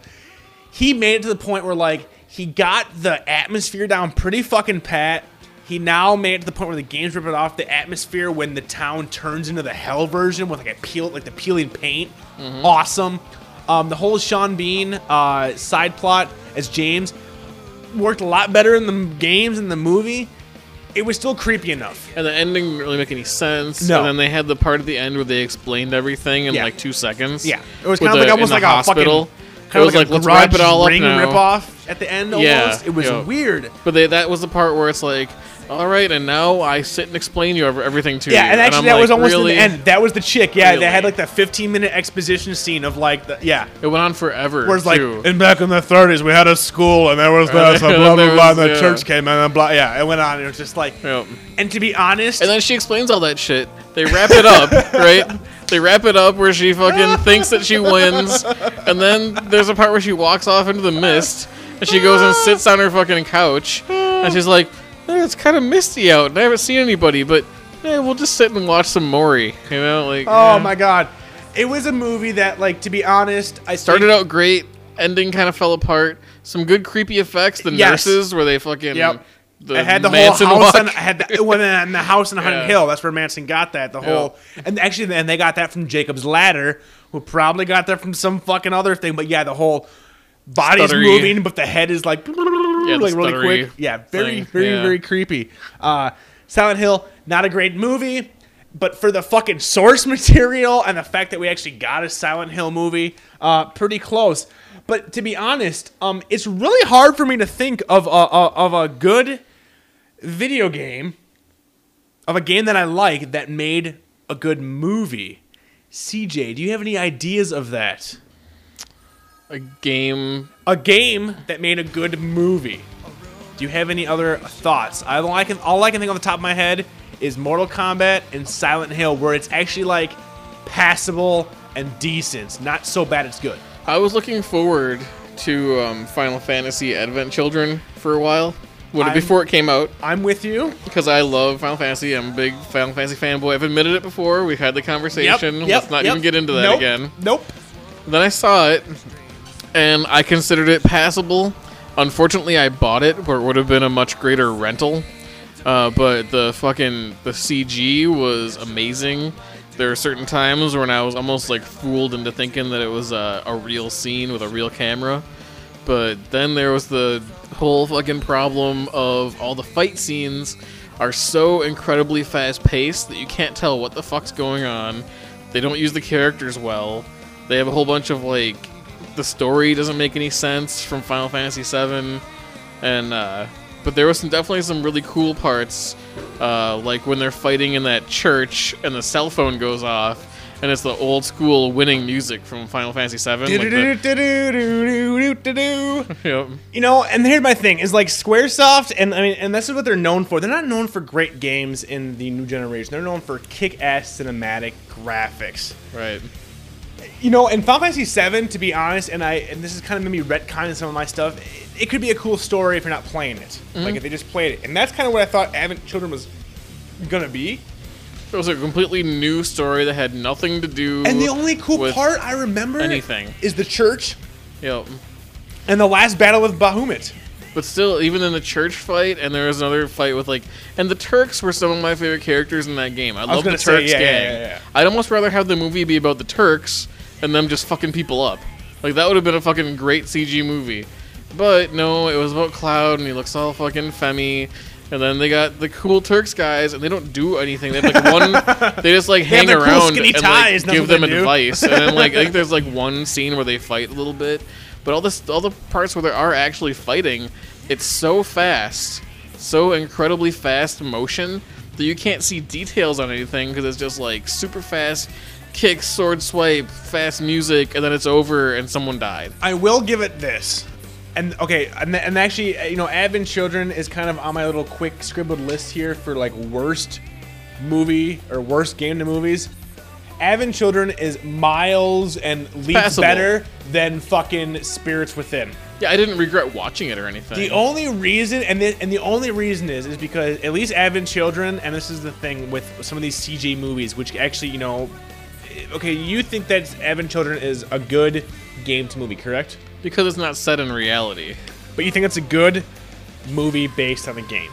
Speaker 3: He made it to the point where like he got the atmosphere down pretty fucking pat. He now made it to the point where the game's ripping off the atmosphere when the town turns into the hell version with like a peel, like the peeling paint.
Speaker 2: Mm-hmm.
Speaker 3: Awesome. Um, the whole Sean Bean uh, side plot as James worked a lot better in the games and the movie. It was still creepy enough.
Speaker 2: And the ending didn't really make any sense.
Speaker 3: No.
Speaker 2: And then they had the part at the end where they explained everything in
Speaker 3: Yeah.
Speaker 2: like two seconds.
Speaker 3: Yeah. It was
Speaker 2: With
Speaker 3: kind
Speaker 2: the-
Speaker 3: of like almost
Speaker 2: in
Speaker 3: like
Speaker 2: the
Speaker 3: a
Speaker 2: hospital.
Speaker 3: fucking.
Speaker 2: It
Speaker 3: Kind
Speaker 2: was
Speaker 3: of
Speaker 2: like, let's wrap it all up
Speaker 3: ring
Speaker 2: now.
Speaker 3: rip off at the end. Almost.
Speaker 2: Yeah,
Speaker 3: it was
Speaker 2: yeah.
Speaker 3: weird.
Speaker 2: But they, that was the part where it's like, all right, and now I sit and explain you ever- everything to you.
Speaker 3: Yeah, and actually,
Speaker 2: I'm
Speaker 3: that
Speaker 2: like,
Speaker 3: was almost
Speaker 2: really?
Speaker 3: in the end. That was the chick. Yeah, they had
Speaker 2: Really?
Speaker 3: like the 15 minute exposition scene of like, the, yeah.
Speaker 2: It went on forever.
Speaker 3: Where it's like,
Speaker 2: too.
Speaker 3: and back in the 30s, we had a school, and there was this, and
Speaker 2: *laughs* And
Speaker 3: blah,
Speaker 2: there
Speaker 3: blah, blah,
Speaker 2: was-
Speaker 3: and the
Speaker 2: yeah.
Speaker 3: church came, in, and blah, yeah, it went on. And it was just like,
Speaker 2: Yep.
Speaker 3: and to be honest,
Speaker 2: And then she explains all that shit. They wrap it
Speaker 3: *laughs*
Speaker 2: up, right? They wrap it up where she fucking thinks that she wins, and then there's a part where she walks off into the mist, And she goes and sits on her fucking couch, and she's like, "Eh, "It's kind of misty out, and I haven't seen anybody, but eh, we'll just sit and watch some Maury." You know, like
Speaker 3: Oh
Speaker 2: yeah.
Speaker 3: my god. It was a movie that, like, to be honest, I
Speaker 2: Started
Speaker 3: think-
Speaker 2: out great, ending kind of fell apart. Some good creepy effects. The
Speaker 3: Yes.
Speaker 2: nurses where they fucking
Speaker 3: Yep.
Speaker 2: the
Speaker 3: I had the
Speaker 2: Manson
Speaker 3: whole house.
Speaker 2: walk.
Speaker 3: On, I had the, it was in the
Speaker 2: *laughs*
Speaker 3: house in Hunting
Speaker 2: Yeah.
Speaker 3: Hill. That's where Manson got that. The whole and actually, then they got that from Jacob's Ladder, who probably got that from some fucking other thing. But yeah, the whole body's
Speaker 2: Stuttery.
Speaker 3: moving, but the head is like,
Speaker 2: the
Speaker 3: like really
Speaker 2: stuttery
Speaker 3: quick. Yeah, very,
Speaker 2: thing.
Speaker 3: very,
Speaker 2: Yeah.
Speaker 3: very creepy. Uh, Silent Hill, not a great movie, but for the fucking source *laughs* material and the fact that we actually got a Silent Hill movie, uh, pretty close. But to be honest, um, it's really hard for me to think of a, a, of a good video game of a game that I like that made a good movie. CJ, do you have any ideas of that?
Speaker 2: a game
Speaker 3: A game that made a good movie. Do you have any other thoughts? I all I can all I can think on the top of my head is Mortal Kombat and Silent Hill, where it's actually like passable and decent, not so bad it's good.
Speaker 2: I was looking forward to um, Final Fantasy Advent Children for a while, when,
Speaker 3: I'm-
Speaker 2: before it came out,
Speaker 3: I'm with you.
Speaker 2: because I love Final Fantasy. I'm a big Final Fantasy fanboy. I've admitted it before. We've had the conversation. Let's not
Speaker 3: yep.
Speaker 2: even get into that
Speaker 3: Nope,
Speaker 2: again.
Speaker 3: Nope.
Speaker 2: Then I saw it, and I considered it passable. Unfortunately, I bought it, where it would have been a much greater rental. Uh, but the fucking the CG was amazing. There were certain times when I was almost like fooled into thinking that it was a, a real scene with a real camera. But then there was the whole fucking problem of all the fight scenes are so incredibly fast paced that you can't tell what the fuck's going on. They don't use the characters well. They have a whole bunch of like the story doesn't make any sense from Final Fantasy VII, and uh, but there was some definitely some really cool parts, uh, like when they're fighting in that church and the cell phone goes off, and it's the old school winning music from Final Fantasy VII. like the-
Speaker 3: Do-do-do-do-do-do-do-do-do.
Speaker 2: Yep.
Speaker 3: *laughs* You know, and here's my thing: is like SquareSoft, and I mean, and this is what they're known for. They're not known for great games in the new generation. They're known for kick-ass cinematic graphics.
Speaker 2: Right.
Speaker 3: You know, and Final Fantasy VII, to be honest, and I and this is kind of made me retconning some of my stuff. It, it could be a cool story if you're not playing it, like if they just played it, and that's kind of what I thought Advent Children was gonna be.
Speaker 2: It was a completely new story that had nothing to do.
Speaker 3: And the only cool
Speaker 2: with-
Speaker 3: part I remember
Speaker 2: anything.
Speaker 3: is the church
Speaker 2: Yep.
Speaker 3: and the last battle with Bahamut.
Speaker 2: But still, even in the church fight, and there was another fight with like, and the Turks were some of my favorite characters in that game. I, love the
Speaker 3: gonna
Speaker 2: Turks
Speaker 3: say, yeah, yeah,
Speaker 2: gang.
Speaker 3: yeah, yeah.
Speaker 2: I'd almost rather have the movie be about the Turks and them just fucking people up. Like that would have been a fucking great CG movie. But no, it was about Cloud, and he looks all fucking femmy. And then they got the cool Turks guys, and they don't do anything. They have like
Speaker 3: *laughs*
Speaker 2: one, they just like
Speaker 3: have
Speaker 2: hang
Speaker 3: their cool
Speaker 2: around
Speaker 3: skinny
Speaker 2: and like,
Speaker 3: ties, that's
Speaker 2: give
Speaker 3: what they
Speaker 2: them
Speaker 3: do.
Speaker 2: advice. And then like I think
Speaker 3: *laughs*
Speaker 2: there's like one scene where they fight a little bit, but all this, all the parts where they are actually fighting, it's so fast, so incredibly fast motion that you can't see details on anything because it's just like super fast kick, sword swipe, fast music, and then it's over and someone died.
Speaker 3: I will give it this. And okay, and, and actually, uh, you know, Advent Children is kind of on my little quick scribbled list here for like worst movie or worst game to movies. Advent Children is miles and leaps
Speaker 2: Passable.
Speaker 3: better than fucking Spirits Within.
Speaker 2: Yeah, I didn't regret watching it or anything.
Speaker 3: The only reason, and the, and the only reason is, is because at least Advent Children, and this is the thing with some of these CG movies, which actually, you know, eh, okay, you think that Advent Children is a good game to movie, correct?
Speaker 2: because it's not set in reality.
Speaker 3: But you think it's a good movie based on a game.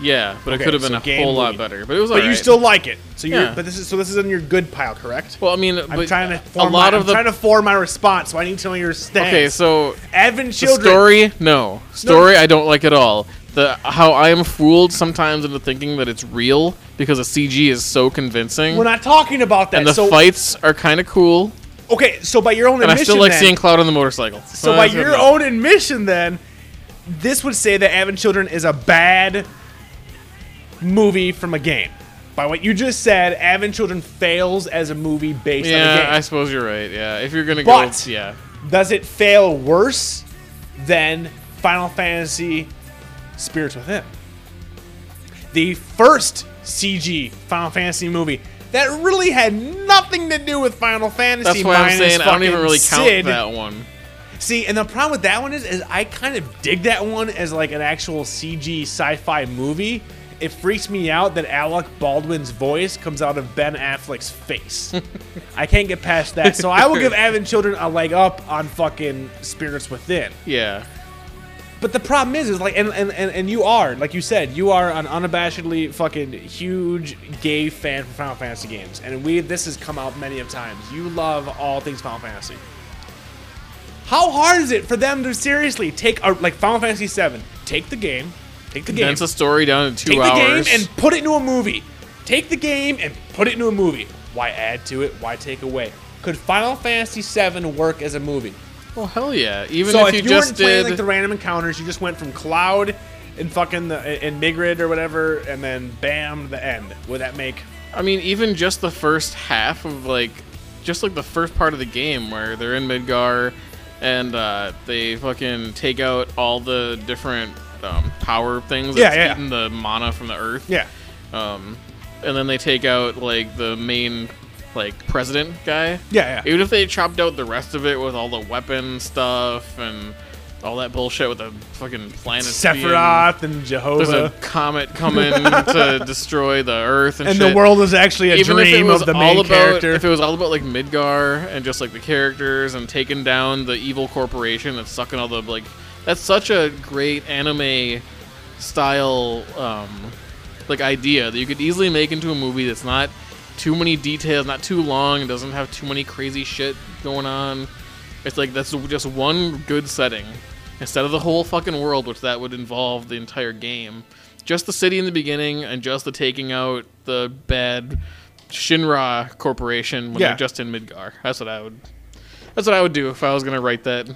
Speaker 2: Yeah, but
Speaker 3: Okay,
Speaker 2: it could have been
Speaker 3: so
Speaker 2: a
Speaker 3: game
Speaker 2: whole lot
Speaker 3: movie.
Speaker 2: better. But it was.
Speaker 3: But you
Speaker 2: alright.
Speaker 3: still like it. So you're,
Speaker 2: Yeah.
Speaker 3: but this is so this is in your good pile, correct?
Speaker 2: Well, I mean,
Speaker 3: I'm
Speaker 2: but
Speaker 3: trying to
Speaker 2: a
Speaker 3: form
Speaker 2: lot
Speaker 3: my,
Speaker 2: of
Speaker 3: I'm
Speaker 2: the.
Speaker 3: trying to form my response, so I need to know your stance.
Speaker 2: okay, so
Speaker 3: Advent
Speaker 2: The
Speaker 3: Children.
Speaker 2: story, no. Story, I don't like at all. The how I am fooled sometimes into thinking that it's real because the CG is so convincing,
Speaker 3: We're not talking about that.
Speaker 2: and the
Speaker 3: so
Speaker 2: fights are kind of cool.
Speaker 3: okay, so by your own
Speaker 2: And I
Speaker 3: admission,
Speaker 2: still like
Speaker 3: then,
Speaker 2: seeing Cloud on the motorcycle.
Speaker 3: So
Speaker 2: Uh,
Speaker 3: by
Speaker 2: that's good
Speaker 3: your
Speaker 2: enough.
Speaker 3: own admission, then this would say that Advent Children is a bad movie from a game. By what you just said, Advent Children fails as a movie based on a
Speaker 2: yeah,
Speaker 3: game.
Speaker 2: I suppose you're right. Yeah, if you're gonna
Speaker 3: But-
Speaker 2: go, yeah,
Speaker 3: does it fail worse than Final Fantasy Spirits Within? The first CG Final Fantasy movie that really had nothing to do with Final Fantasy.
Speaker 2: that's why I'm
Speaker 3: minus
Speaker 2: saying I don't
Speaker 3: fucking
Speaker 2: even really count
Speaker 3: Sid.
Speaker 2: that one.
Speaker 3: See, and the problem with that one is, is I kind of dig that one as like an actual CG sci-fi movie. It freaks me out that Alec Baldwin's voice comes out of Ben Affleck's face. I can't get past that. So I will give Avin Children a leg up on fucking Spirits Within.
Speaker 2: Yeah.
Speaker 3: But the problem is, is like, and, and, and, and you are, like you said, you are an unabashedly fucking huge gay fan for Final Fantasy games. And we, this has come out many of times. You love all things Final Fantasy. How hard is it for them to seriously take, a, like, Final Fantasy VII, take the game, take the game,
Speaker 2: That's a story down to two
Speaker 3: take
Speaker 2: hours.
Speaker 3: the game and put it into a movie. Take the game and put it into a movie. Why add to it? Why take away? Could Final Fantasy VII work as a movie?
Speaker 2: well, hell yeah. Even
Speaker 3: so
Speaker 2: if you,
Speaker 3: weren't
Speaker 2: just
Speaker 3: playing
Speaker 2: did.
Speaker 3: like the random encounters, you just went from Cloud and fucking the and Migrid or whatever, and then bam, the end. Would that make?
Speaker 2: I mean, even just the first half of like, just like the first part of the game where they're in Midgar, and uh, they fucking take out all the different um, power things
Speaker 3: Yeah,
Speaker 2: that's
Speaker 3: yeah.
Speaker 2: eating the mana from the earth.
Speaker 3: Yeah,
Speaker 2: Um, and then they take out like the main like president guy.
Speaker 3: yeah, yeah.
Speaker 2: Even if they chopped out the rest of it with all the weapon stuff and all that bullshit with the fucking planet.
Speaker 3: Sephiroth and
Speaker 2: There's a
Speaker 3: Jehovah,
Speaker 2: comet
Speaker 3: *laughs*
Speaker 2: coming to destroy the Earth and,
Speaker 3: and
Speaker 2: shit
Speaker 3: the world is actually a
Speaker 2: even if it
Speaker 3: dream
Speaker 2: was
Speaker 3: of the
Speaker 2: all
Speaker 3: main
Speaker 2: about
Speaker 3: character.
Speaker 2: if it was all about like Midgar and just like the characters and taking down the evil corporation that's sucking all the like that's such a great anime style um like idea that you could easily make into a movie that's not too many details, not too long, and doesn't have too many crazy shit going on. It's like that's just one good setting instead of the whole fucking world, which that would involve the entire game. Just the city in the beginning and just the taking out the bad Shinra Corporation when
Speaker 3: Yeah.
Speaker 2: they're just in Midgar. That's what I would. That's what I would do if I was gonna write that.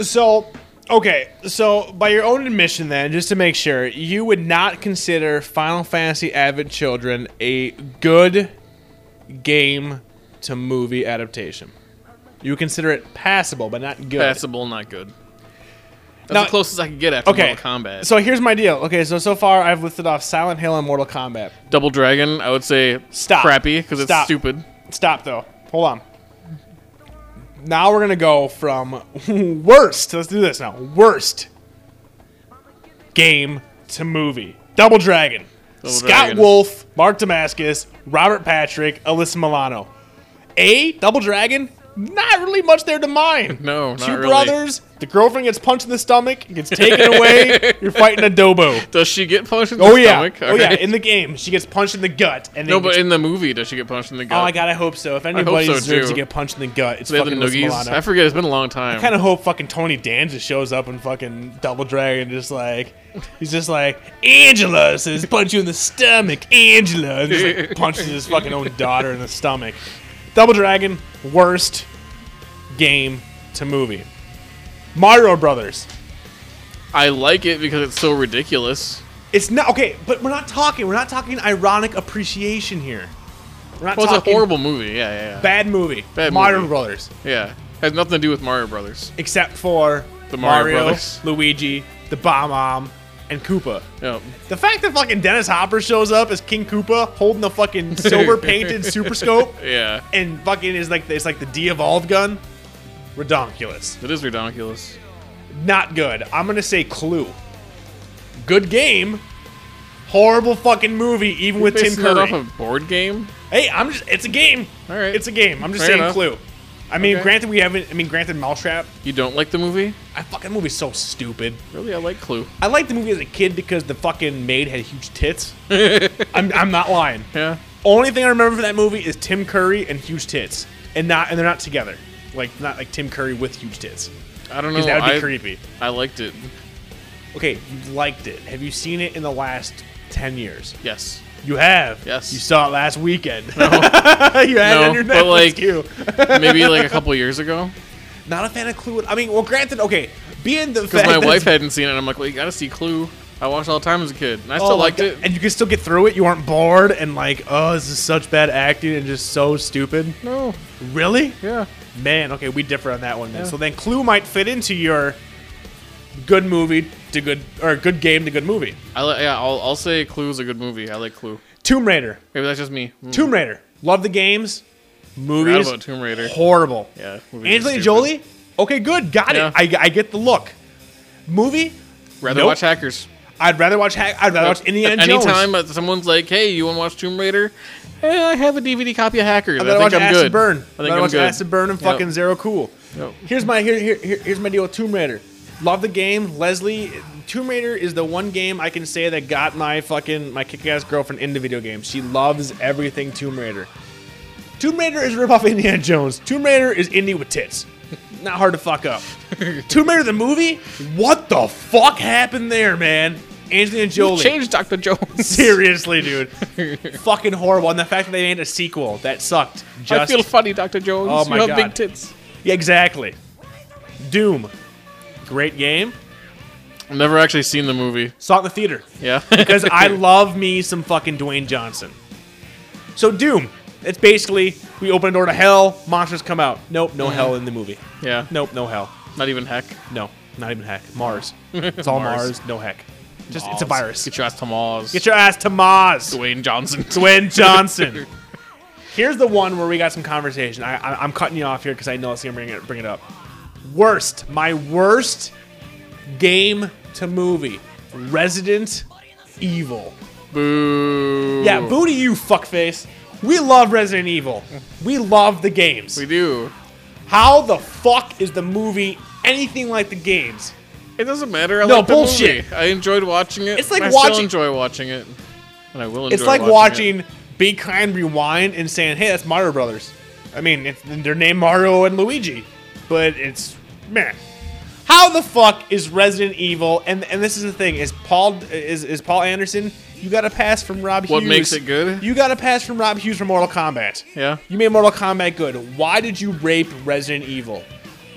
Speaker 3: so, okay, so by your own admission, then, just to make sure, you would not consider Final Fantasy Advent Children a good game to movie adaptation. You consider it passable, but not good.
Speaker 2: Passable, not good. That's
Speaker 3: Now-
Speaker 2: the closest I could get after
Speaker 3: Okay.
Speaker 2: Mortal Kombat.
Speaker 3: So here's my deal. Okay, so so far I've listed off Silent Hill and Mortal Kombat.
Speaker 2: Double Dragon, I would say
Speaker 3: Stop.
Speaker 2: crappy because it's
Speaker 3: Stop.
Speaker 2: stupid.
Speaker 3: Stop though. Hold on. Now we're gonna go from *laughs* worst. Let's do this now. Worst game to movie. Double Dragon. Scott
Speaker 2: Dragon.
Speaker 3: Wolf, Mark Damascus, Robert Patrick, Alyssa Milano. A Double Dragon. Not really much there to mine.
Speaker 2: *laughs* No, not
Speaker 3: Two
Speaker 2: really.
Speaker 3: brothers. The girlfriend gets punched in the stomach. Gets
Speaker 2: *laughs*
Speaker 3: taken away. You're fighting a dobo.
Speaker 2: Does she get punched in the
Speaker 3: Oh yeah,
Speaker 2: stomach?
Speaker 3: oh yeah.
Speaker 2: Okay.
Speaker 3: In the game, she gets punched in the gut, and then
Speaker 2: no, but
Speaker 3: gets-
Speaker 2: in the movie, does she get punched in the gut?
Speaker 3: oh my god, I hope so. If
Speaker 2: hope
Speaker 3: anybody
Speaker 2: so,
Speaker 3: deserves
Speaker 2: too.
Speaker 3: to get punched in the gut, it's
Speaker 2: They have the
Speaker 3: fucking Alyssa
Speaker 2: noogies.
Speaker 3: Milano.
Speaker 2: I forget. It's been a long time.
Speaker 3: I kind of hope fucking Tony Danza shows up and fucking Double Dragon just like he's just like Angela says punch you in the stomach, Angela, and just
Speaker 2: *laughs*
Speaker 3: like, punches his fucking own daughter in the stomach. Double Dragon worst game to movie. Mario Brothers.
Speaker 2: I like it because it's so ridiculous.
Speaker 3: It's not okay, but we're not talking. We're not talking ironic appreciation here. We're not
Speaker 2: Well, it's a
Speaker 3: talking
Speaker 2: horrible movie. Yeah, yeah, yeah.
Speaker 3: bad movie.
Speaker 2: Bad
Speaker 3: Mario
Speaker 2: movie.
Speaker 3: Brothers.
Speaker 2: yeah. Has nothing to do with Mario Brothers.
Speaker 3: except for
Speaker 2: The Mario
Speaker 3: Mario,
Speaker 2: Brothers.
Speaker 3: Luigi, the Bomb Mom, and Koopa.
Speaker 2: No.
Speaker 3: The fact that fucking Dennis Hopper shows up as King Koopa holding
Speaker 2: *laughs*
Speaker 3: the fucking silver painted super scope
Speaker 2: Yeah.
Speaker 3: and fucking is like it's like the de-evolved gun. Redonkulous.
Speaker 2: It is ridiculous.
Speaker 3: Not good. I'm gonna say Clue. Good game. Horrible fucking movie, even with Tim
Speaker 2: Basing that
Speaker 3: Curry.
Speaker 2: off a board game.
Speaker 3: Hey, I'm just it's a game.
Speaker 2: All right.
Speaker 3: It's a game. I'm just
Speaker 2: Fair
Speaker 3: saying
Speaker 2: enough.
Speaker 3: Clue. I mean,
Speaker 2: Okay.
Speaker 3: granted we haven't I mean granted Mousetrap.
Speaker 2: You don't like the movie?
Speaker 3: I fucking movie's so stupid.
Speaker 2: Really, I like Clue.
Speaker 3: I liked the movie as a kid because the fucking maid had huge
Speaker 2: *laughs*
Speaker 3: tits. I'm, I'm not lying.
Speaker 2: Yeah.
Speaker 3: Only thing I remember from that movie is Tim Curry and huge tits, and not and they're not together. Like not like Tim Curry with huge tits.
Speaker 2: I don't know.
Speaker 3: 'Cause that would be
Speaker 2: I,
Speaker 3: creepy.
Speaker 2: I liked it.
Speaker 3: Okay, you liked it. Have you seen it in the last ten years?
Speaker 2: Yes.
Speaker 3: You have.
Speaker 2: Yes.
Speaker 3: You saw it last weekend. *laughs* you had it
Speaker 2: No,
Speaker 3: on your
Speaker 2: but,
Speaker 3: Netflix
Speaker 2: like-
Speaker 3: queue.
Speaker 2: Maybe like a couple years
Speaker 3: *laughs*
Speaker 2: ago,
Speaker 3: Not a fan of Clue. I mean, well, granted, okay, being the
Speaker 2: because
Speaker 3: fact
Speaker 2: my
Speaker 3: that-
Speaker 2: wife hadn't seen it. and I'm like, well, you gotta see Clue. I watched it all the time as a kid, and I still
Speaker 3: Oh my
Speaker 2: liked
Speaker 3: God.
Speaker 2: it.
Speaker 3: and you can still get through it. You aren't bored, and like, oh, this is such bad acting and just so stupid.
Speaker 2: No.
Speaker 3: Really?
Speaker 2: Yeah.
Speaker 3: Man, okay, we differ on that one then. So then Clue might fit into your good movie to good or good game to good movie.
Speaker 2: I li- yeah, I'll, I'll say Clue is a good movie. I like Clue.
Speaker 3: Tomb Raider.
Speaker 2: Maybe that's just me. Mm.
Speaker 3: Tomb Raider. Love the games.
Speaker 2: Forgot
Speaker 3: Movies.
Speaker 2: about Tomb Raider.
Speaker 3: Horrible.
Speaker 2: Yeah. movies are
Speaker 3: Angelina
Speaker 2: stupid.
Speaker 3: Jolie, Okay, good. Got
Speaker 2: Yeah.
Speaker 3: it. I, I get the look. Movie?
Speaker 2: Rather
Speaker 3: Nope.
Speaker 2: watch Hackers.
Speaker 3: I'd rather watch. Hack- I'd rather watch Indiana
Speaker 2: Uh, Anytime
Speaker 3: Jones.
Speaker 2: that someone's like, "Hey, you want to watch Tomb Raider?" Eh, I have a DVD copy of Hackers. I
Speaker 3: I'd rather
Speaker 2: think
Speaker 3: watch
Speaker 2: I'm
Speaker 3: Acid
Speaker 2: good.
Speaker 3: Burn.
Speaker 2: I
Speaker 3: I
Speaker 2: think
Speaker 3: rather
Speaker 2: I'm
Speaker 3: watch
Speaker 2: good.
Speaker 3: Acid Burn and
Speaker 2: Yep.
Speaker 3: fucking Zero Cool.
Speaker 2: Yep.
Speaker 3: Here's my here, here here here's my deal with Tomb Raider. Love the game, Leslie. Tomb Raider is the one game I can say that got my fucking my kick-ass girlfriend into video games. She loves everything Tomb Raider. Tomb Raider is a rip off Indiana Jones. Tomb Raider is indie with tits. *laughs* Not hard to fuck up. Tomb Raider the movie? What the fuck happened there, man? Angelina Jolie.
Speaker 2: Change Dr. Jones.
Speaker 3: *laughs*
Speaker 2: *laughs*
Speaker 3: Seriously, dude. fucking horrible. And the fact that they made a sequel, that sucked. Just
Speaker 2: I feel funny, Dr. Jones.
Speaker 3: Oh my
Speaker 2: you have
Speaker 3: God.
Speaker 2: big tits.
Speaker 3: yeah, exactly. Doom. Great game.
Speaker 2: I've never actually seen the movie.
Speaker 3: Saw it in the theater.
Speaker 2: Yeah.
Speaker 3: *laughs*
Speaker 2: *laughs*
Speaker 3: Because I love me some fucking Dwayne Johnson. So Doom. It's basically we open a door to hell, monsters come out. Nope, no hell
Speaker 2: Mm-hmm.
Speaker 3: in the movie.
Speaker 2: yeah.
Speaker 3: Nope, no hell.
Speaker 2: Not even heck.
Speaker 3: No, not even heck. Mars. *laughs* It's all Mars. No heck. Just it's a
Speaker 2: Oz.
Speaker 3: virus.
Speaker 2: Get your ass to Mars.
Speaker 3: Get your ass to
Speaker 2: *laughs*
Speaker 3: Mars.
Speaker 2: Dwayne Johnson.
Speaker 3: *laughs* Dwayne Johnson. Here's the one where we got some conversation. I, I, I'm cutting you off here because I know it's gonna bring it bring it up. Worst, my worst game to movie, Resident Evil.
Speaker 2: *laughs* Boo.
Speaker 3: Yeah, booty you fuckface. We love Resident Evil. We love the games.
Speaker 2: We do.
Speaker 3: How the fuck is the movie anything like the games?
Speaker 2: It doesn't matter. I
Speaker 3: No,
Speaker 2: like the
Speaker 3: bullshit.
Speaker 2: movie. I enjoyed watching it.
Speaker 3: It's like
Speaker 2: I
Speaker 3: watching-
Speaker 2: Still enjoy watching it, and I will enjoy.
Speaker 3: It's like
Speaker 2: watching.
Speaker 3: watching Be Kind Rewind and saying, "Hey, that's Mario Brothers." I mean, it's, they're named Mario and Luigi, but it's man. How the fuck is Resident Evil? And and this is the thing: is Paul is is Paul Anderson? You got a pass from Rob.
Speaker 2: What
Speaker 3: Hughes.
Speaker 2: makes it good?
Speaker 3: You got a pass from Rob Hughes for Mortal Kombat.
Speaker 2: Yeah.
Speaker 3: You made Mortal Kombat good. Why did you rape Resident Evil?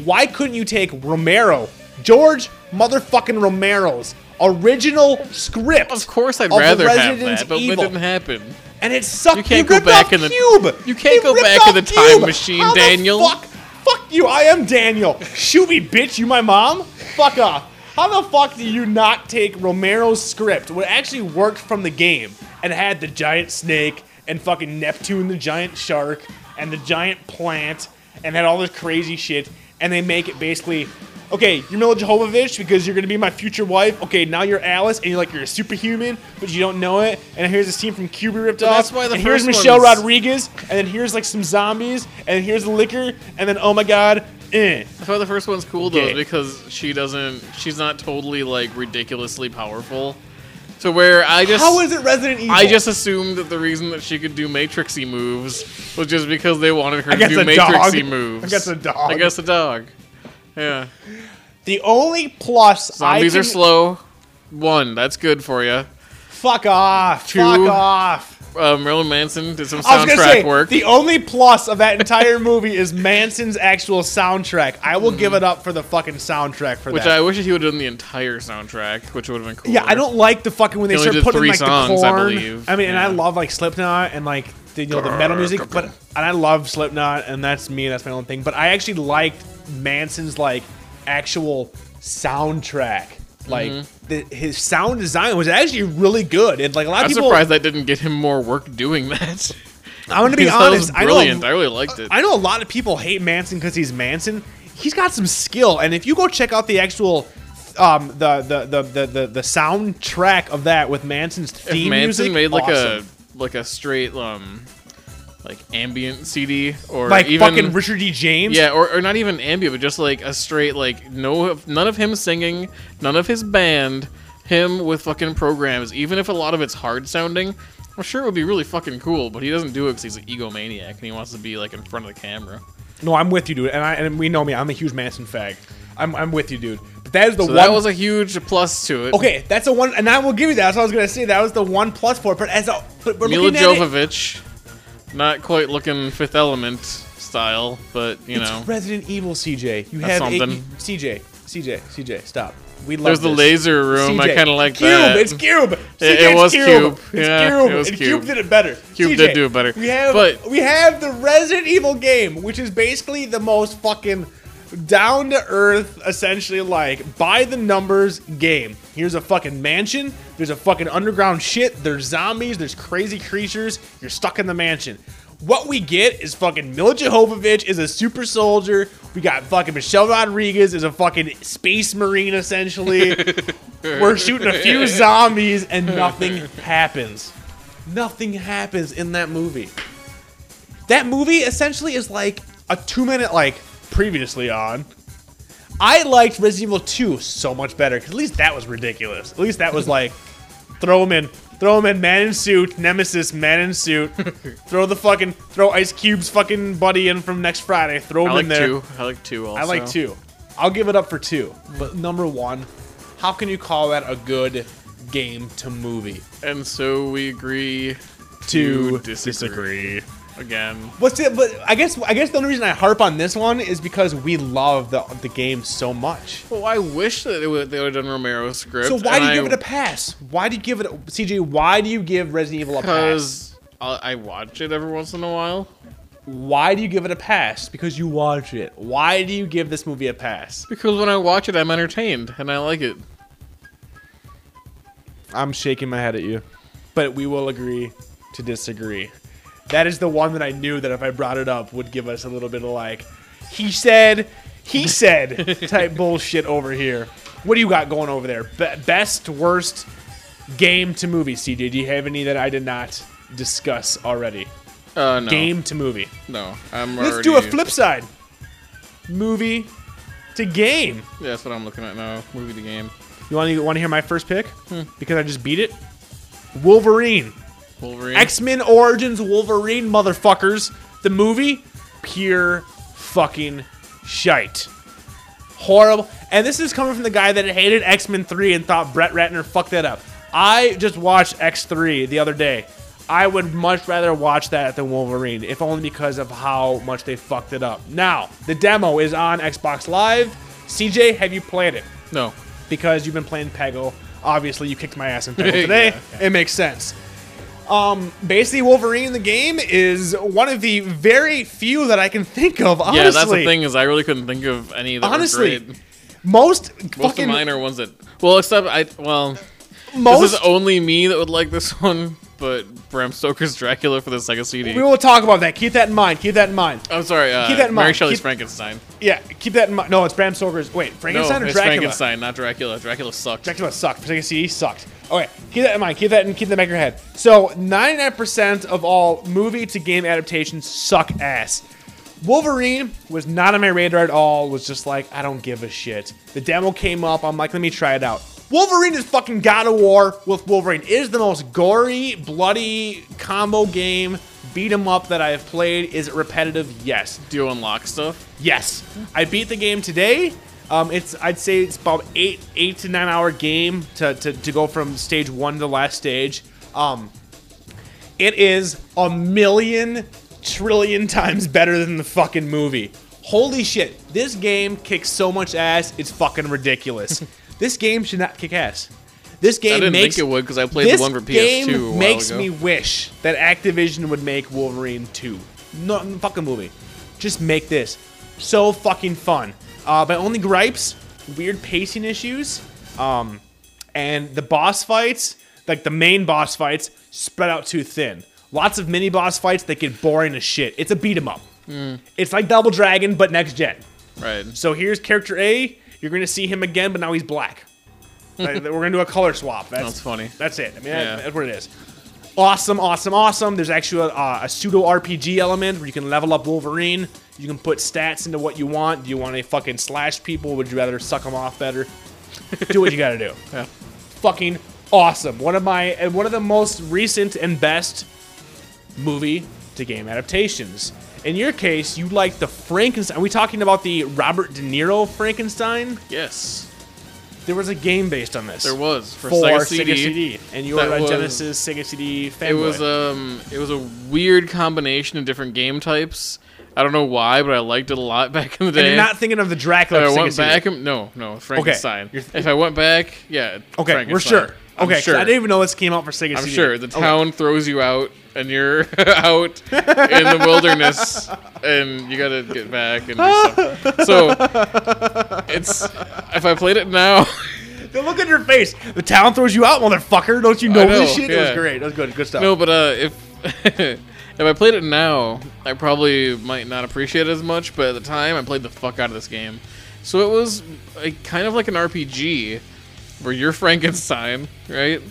Speaker 3: Why couldn't you take Romero, George motherfucking Romero's original script?
Speaker 2: Of course, I'd
Speaker 3: of
Speaker 2: rather have
Speaker 3: Resident
Speaker 2: that, but
Speaker 3: Evil.
Speaker 2: it didn't happen.
Speaker 3: And it sucked.
Speaker 2: You can't
Speaker 3: ripped
Speaker 2: go back
Speaker 3: off
Speaker 2: in the-
Speaker 3: cube.
Speaker 2: you can't go
Speaker 3: ripped
Speaker 2: back in the
Speaker 3: off
Speaker 2: time
Speaker 3: Cube.
Speaker 2: machine,
Speaker 3: How the
Speaker 2: Daniel.
Speaker 3: fuck? Fuck you. I am Daniel. Shoot me, bitch. You my mom? Fuck off. How the fuck do you not take Romero's script, what actually worked from the game, and had the giant snake and fucking Neptune, the giant shark, and the giant plant, and had all this crazy shit, and they make it basically. Okay, you're Mila Jovovich because you're gonna be my future wife. Okay, now you're Alice, and you're like you're a superhuman, but you don't know it. And here's a scene from Cuba ripped off.
Speaker 2: that's why the
Speaker 3: and here's
Speaker 2: first
Speaker 3: Michelle
Speaker 2: one's-
Speaker 3: Rodriguez, and then here's like some zombies, and then here's the liquor, and then oh my god, eh.
Speaker 2: That's why the first one's cool though,
Speaker 3: Okay.
Speaker 2: is because she doesn't. She's not totally like ridiculously powerful. To where I just
Speaker 3: How is it Resident Evil?
Speaker 2: I just assumed that the reason that she could do matrixy moves was just because they wanted her to
Speaker 3: Against
Speaker 2: do
Speaker 3: a dog.
Speaker 2: matrixy moves.
Speaker 3: Against a dog.
Speaker 2: Against a dog. Yeah.
Speaker 3: the only plus
Speaker 2: Zombies
Speaker 3: I can,
Speaker 2: are slow. One, that's good for you.
Speaker 3: Fuck off.
Speaker 2: Two.
Speaker 3: Fuck off.
Speaker 2: Uh, Marilyn Manson did some
Speaker 3: I was
Speaker 2: soundtrack
Speaker 3: gonna say
Speaker 2: work.
Speaker 3: the only plus of that entire movie is Manson's actual soundtrack. I will give it up for the fucking soundtrack for
Speaker 2: which
Speaker 3: that.
Speaker 2: I wish he would have done the entire soundtrack, which would have been cool.
Speaker 3: Yeah, I don't like the fucking when they
Speaker 2: They only did
Speaker 3: start putting
Speaker 2: three
Speaker 3: like
Speaker 2: songs,
Speaker 3: the
Speaker 2: I
Speaker 3: corn.
Speaker 2: believe.
Speaker 3: I mean, and I
Speaker 2: Yeah.
Speaker 3: love like Slipknot and like the, you know the metal music, but and I love Slipknot, and that's me, that's my own thing. But I actually liked Manson's like actual soundtrack. Like
Speaker 2: Mm-hmm.
Speaker 3: the, his sound design was actually really good, and like a lot of
Speaker 2: I'm
Speaker 3: people.
Speaker 2: surprised that didn't get him more work doing that.
Speaker 3: I'm
Speaker 2: *laughs*
Speaker 3: gonna be
Speaker 2: Because that was
Speaker 3: honest. I
Speaker 2: brilliant.
Speaker 3: know,
Speaker 2: I, really liked it.
Speaker 3: I know a lot of people hate Manson because he's Manson. He's got some skill, and if you go check out the actual, um, the the the the the, the soundtrack of that with Manson's
Speaker 2: if
Speaker 3: theme
Speaker 2: Manson
Speaker 3: music,
Speaker 2: made like
Speaker 3: awesome.
Speaker 2: a like a straight um like ambient CD or
Speaker 3: like
Speaker 2: even
Speaker 3: fucking Richard D. James.
Speaker 2: yeah or, or not even ambient but just like a straight like no none of him singing none of his band him with fucking programs even if a lot of it's hard sounding I'm sure it would be really fucking cool but he doesn't do it because he's an egomaniac and he wants to be like in front of the camera
Speaker 3: No, I'm with you, dude, and I and we know me. I'm a huge Manson fag. I'm, I'm with you, dude. But that is the
Speaker 2: so
Speaker 3: one.
Speaker 2: that was a huge plus to it
Speaker 3: okay, that's the one, and I will give you that. That's what I was gonna say. That was the one plus for it. But as a but we're
Speaker 2: Mila
Speaker 3: looking at it-
Speaker 2: Jovovich not quite looking Fifth Element style but you
Speaker 3: it's
Speaker 2: know
Speaker 3: Resident Evil, CJ. You
Speaker 2: That's
Speaker 3: have a,
Speaker 2: something.
Speaker 3: CJ, CJ, CJ. Stop. We love
Speaker 2: There's the
Speaker 3: this.
Speaker 2: laser room. I
Speaker 3: CJ.
Speaker 2: kind of like
Speaker 3: Cube,
Speaker 2: that.
Speaker 3: It's Cube.
Speaker 2: It-
Speaker 3: CJ,
Speaker 2: it
Speaker 3: it's
Speaker 2: was Cube.
Speaker 3: It's
Speaker 2: Yeah,
Speaker 3: Cube.
Speaker 2: it was
Speaker 3: and
Speaker 2: Cube.
Speaker 3: Cube did it better.
Speaker 2: Cube
Speaker 3: CJ,
Speaker 2: did do better.
Speaker 3: We have
Speaker 2: But-
Speaker 3: we have the Resident Evil game, which is basically the most fucking down to earth, essentially like by the numbers game. Here's a fucking mansion. There's a fucking underground shit. There's zombies. There's crazy creatures. You're stuck in the mansion. What we get is fucking Mila Jovovich is a super soldier. We got fucking Michelle Rodriguez is a fucking space marine essentially. We're shooting a few zombies and nothing happens. Nothing happens in that movie. That movie essentially is like a two minute like previously on. I liked Resident Evil 2 so much better because at least that was ridiculous. At least
Speaker 2: *laughs*
Speaker 3: that was like throw him in, throw him in, man in suit, Nemesis, man
Speaker 2: *laughs*
Speaker 3: in suit. throw the fucking throw Ice Cube's fucking buddy in from next Friday. Throw him
Speaker 2: I like
Speaker 3: in there.
Speaker 2: two. I like two. Also,
Speaker 3: I like two. I'll give it up for two. But number one, how can you call that a good game to movie?
Speaker 2: And so we agree
Speaker 3: To
Speaker 2: disagree. again.
Speaker 3: What's it? But I guess I guess the only reason I harp on this one is because we love the the game so much.
Speaker 2: Well, I wish that it would, they would have done Romero's script.
Speaker 3: So why do you
Speaker 2: and
Speaker 3: give it
Speaker 2: I-
Speaker 3: a pass? Why do you give it a, CJ? Why do you give Resident Evil a pass?
Speaker 2: Because I I watch it every once in a while.
Speaker 3: Why do you give it a pass? Because you watch it. Why do you give this movie a pass?
Speaker 2: Because when I watch it, I'm entertained and I like it.
Speaker 3: I'm shaking my head at you. But we will agree to disagree. That is the one that I knew that if I brought it up would give us a little bit of like, he said, he said type bullshit over here. What do you got going over there? Be- best, worst game to movie, CJ. Do you have any that I did not discuss already?
Speaker 2: Uh, no,
Speaker 3: Game to movie.
Speaker 2: No, I'm
Speaker 3: Let's
Speaker 2: already.
Speaker 3: do a flip side. Movie to game.
Speaker 2: Yeah, that's what I'm looking at now. Movie the game.
Speaker 3: You want to want to hear my first pick? Because I just beat it. Wolverine.
Speaker 2: Wolverine.
Speaker 3: X Men Origins Wolverine, motherfuckers. The movie, pure fucking shite. Horrible. And this is coming from the guy that hated X Men 3 and thought Brett Ratner fucked that up. I just watched X3 the other day. I would much rather watch that than Wolverine, if only because of how much they fucked it up. Now, the demo is on Xbox Live. CJ, have you played it?
Speaker 2: no.
Speaker 3: because you've been playing Peggle. Obviously, you kicked my
Speaker 2: *laughs*
Speaker 3: ass in Peggle today. It makes sense. Um, basically, Wolverine in the game is one of the very few that I can think of. Honestly,
Speaker 2: Yeah, that's the thing is I really couldn't think of any that
Speaker 3: Honestly,
Speaker 2: were great.
Speaker 3: Most
Speaker 2: Most
Speaker 3: fucking
Speaker 2: of mine are ones that. Well, except I. Well, this
Speaker 3: most.
Speaker 2: is only me that would like this *laughs* one, but Bram Stoker's Dracula for the Sega CD.
Speaker 3: we will talk about that. Keep that in mind. Keep that in mind.
Speaker 2: I'm sorry. Uh,
Speaker 3: Keep that in
Speaker 2: Mary
Speaker 3: mind.
Speaker 2: Shelley's
Speaker 3: Keep-
Speaker 2: Frankenstein.
Speaker 3: Yeah, keep that in mind. No, it's Bram Stoker's. Wait,
Speaker 2: No,
Speaker 3: Frankenstein or
Speaker 2: it's
Speaker 3: Dracula?
Speaker 2: Frankenstein, not Dracula. Dracula sucked.
Speaker 3: Dracula sucked. Sega CD sucked. Okay, keep that in mind. Keep that in, keep that back in your head. So, 99% of all movie to game adaptations suck ass. Wolverine was not on my radar at all. Was just like, I don't give a shit. The demo came up. I'm like, let me try it out. Wolverine is fucking God of War with Wolverine. It is the most gory, bloody combo game beat 'em up that I have played. Is it repetitive? Yes.
Speaker 2: Do you unlock stuff?
Speaker 3: Yes, I beat the game today. Um, it's I'd say it's about eight eight to nine hour game to, to, to go from stage one to the last stage. Um, it is a million trillion times better than the fucking movie. Holy shit! This game kicks so much ass. It's fucking
Speaker 2: *laughs*
Speaker 3: ridiculous. this game should not kick ass. This
Speaker 2: I
Speaker 3: game
Speaker 2: didn't
Speaker 3: makes
Speaker 2: think it would because I played
Speaker 3: this
Speaker 2: the one for PS2
Speaker 3: game
Speaker 2: a while
Speaker 3: makes
Speaker 2: ago.
Speaker 3: me wish that Activision would make Wolverine 2. No fucking movie. Just make this. So fucking fun. Uh, my only gripes, weird pacing issues, um, and the boss fights, like the main boss fights, spread out too thin. Lots of mini boss fights that get boring as shit. It's a beat 'em up.
Speaker 2: Hmm.
Speaker 3: It's like Double Dragon, but next gen.
Speaker 2: Right.
Speaker 3: So here's character A. You're gonna see him again, but now
Speaker 2: *laughs*
Speaker 3: he's black. Like, We're gonna do a color swap. That's,
Speaker 2: That's funny.
Speaker 3: That's it. I mean,
Speaker 2: Yeah.
Speaker 3: that, that's what it is. Awesome, awesome, awesome. There's actually a, uh, a pseudo RPG element where you can level up Wolverine. You can put stats into what you want. Do you want to fucking slash people? Would you rather suck them off better? do what you gotta do.
Speaker 2: *laughs* Yeah.
Speaker 3: Fucking awesome. One of my and one of the most recent and best movie to game adaptations. In your case, you like the Frankenstein. Are we talking about the Robert De Niro Frankenstein?
Speaker 2: Yes.
Speaker 3: There was a game based on this.
Speaker 2: There was for,
Speaker 3: for
Speaker 2: Sega,
Speaker 3: CD. And you
Speaker 2: That
Speaker 3: are a
Speaker 2: was-
Speaker 3: Genesis Sega CD fanboy.
Speaker 2: It was um, it was a weird combination of different game types. I don't know why, but I liked it a lot *laughs* back in the
Speaker 3: and
Speaker 2: day.
Speaker 3: you're not thinking of the Dracula.
Speaker 2: if I
Speaker 3: Sega
Speaker 2: went
Speaker 3: CD.
Speaker 2: back, and- no, no, Frankenstein.
Speaker 3: You're th-
Speaker 2: if I went back, yeah,
Speaker 3: Okay,
Speaker 2: Frankenstein.
Speaker 3: we're sure.
Speaker 2: I'm
Speaker 3: okay, 'cause
Speaker 2: sure.
Speaker 3: I didn't even know this came out for Sega
Speaker 2: I'm
Speaker 3: CD.
Speaker 2: sure the
Speaker 3: Okay.
Speaker 2: town throws you out, and you're *laughs* out in the wilderness, and you gotta get back. And do something. so it's if I played it now, *laughs*
Speaker 3: The look at your face. The town throws you out, motherfucker. Don't you know,
Speaker 2: know,
Speaker 3: this shit? It was
Speaker 2: yeah.
Speaker 3: great. That was good. Good stuff.
Speaker 2: no, but uh, *laughs* if If I played it now, I probably might not appreciate it as much, but at the time, I played the fuck out of this game. So it was like, kind of like an RPG where you're *laughs* Frankenstein, right?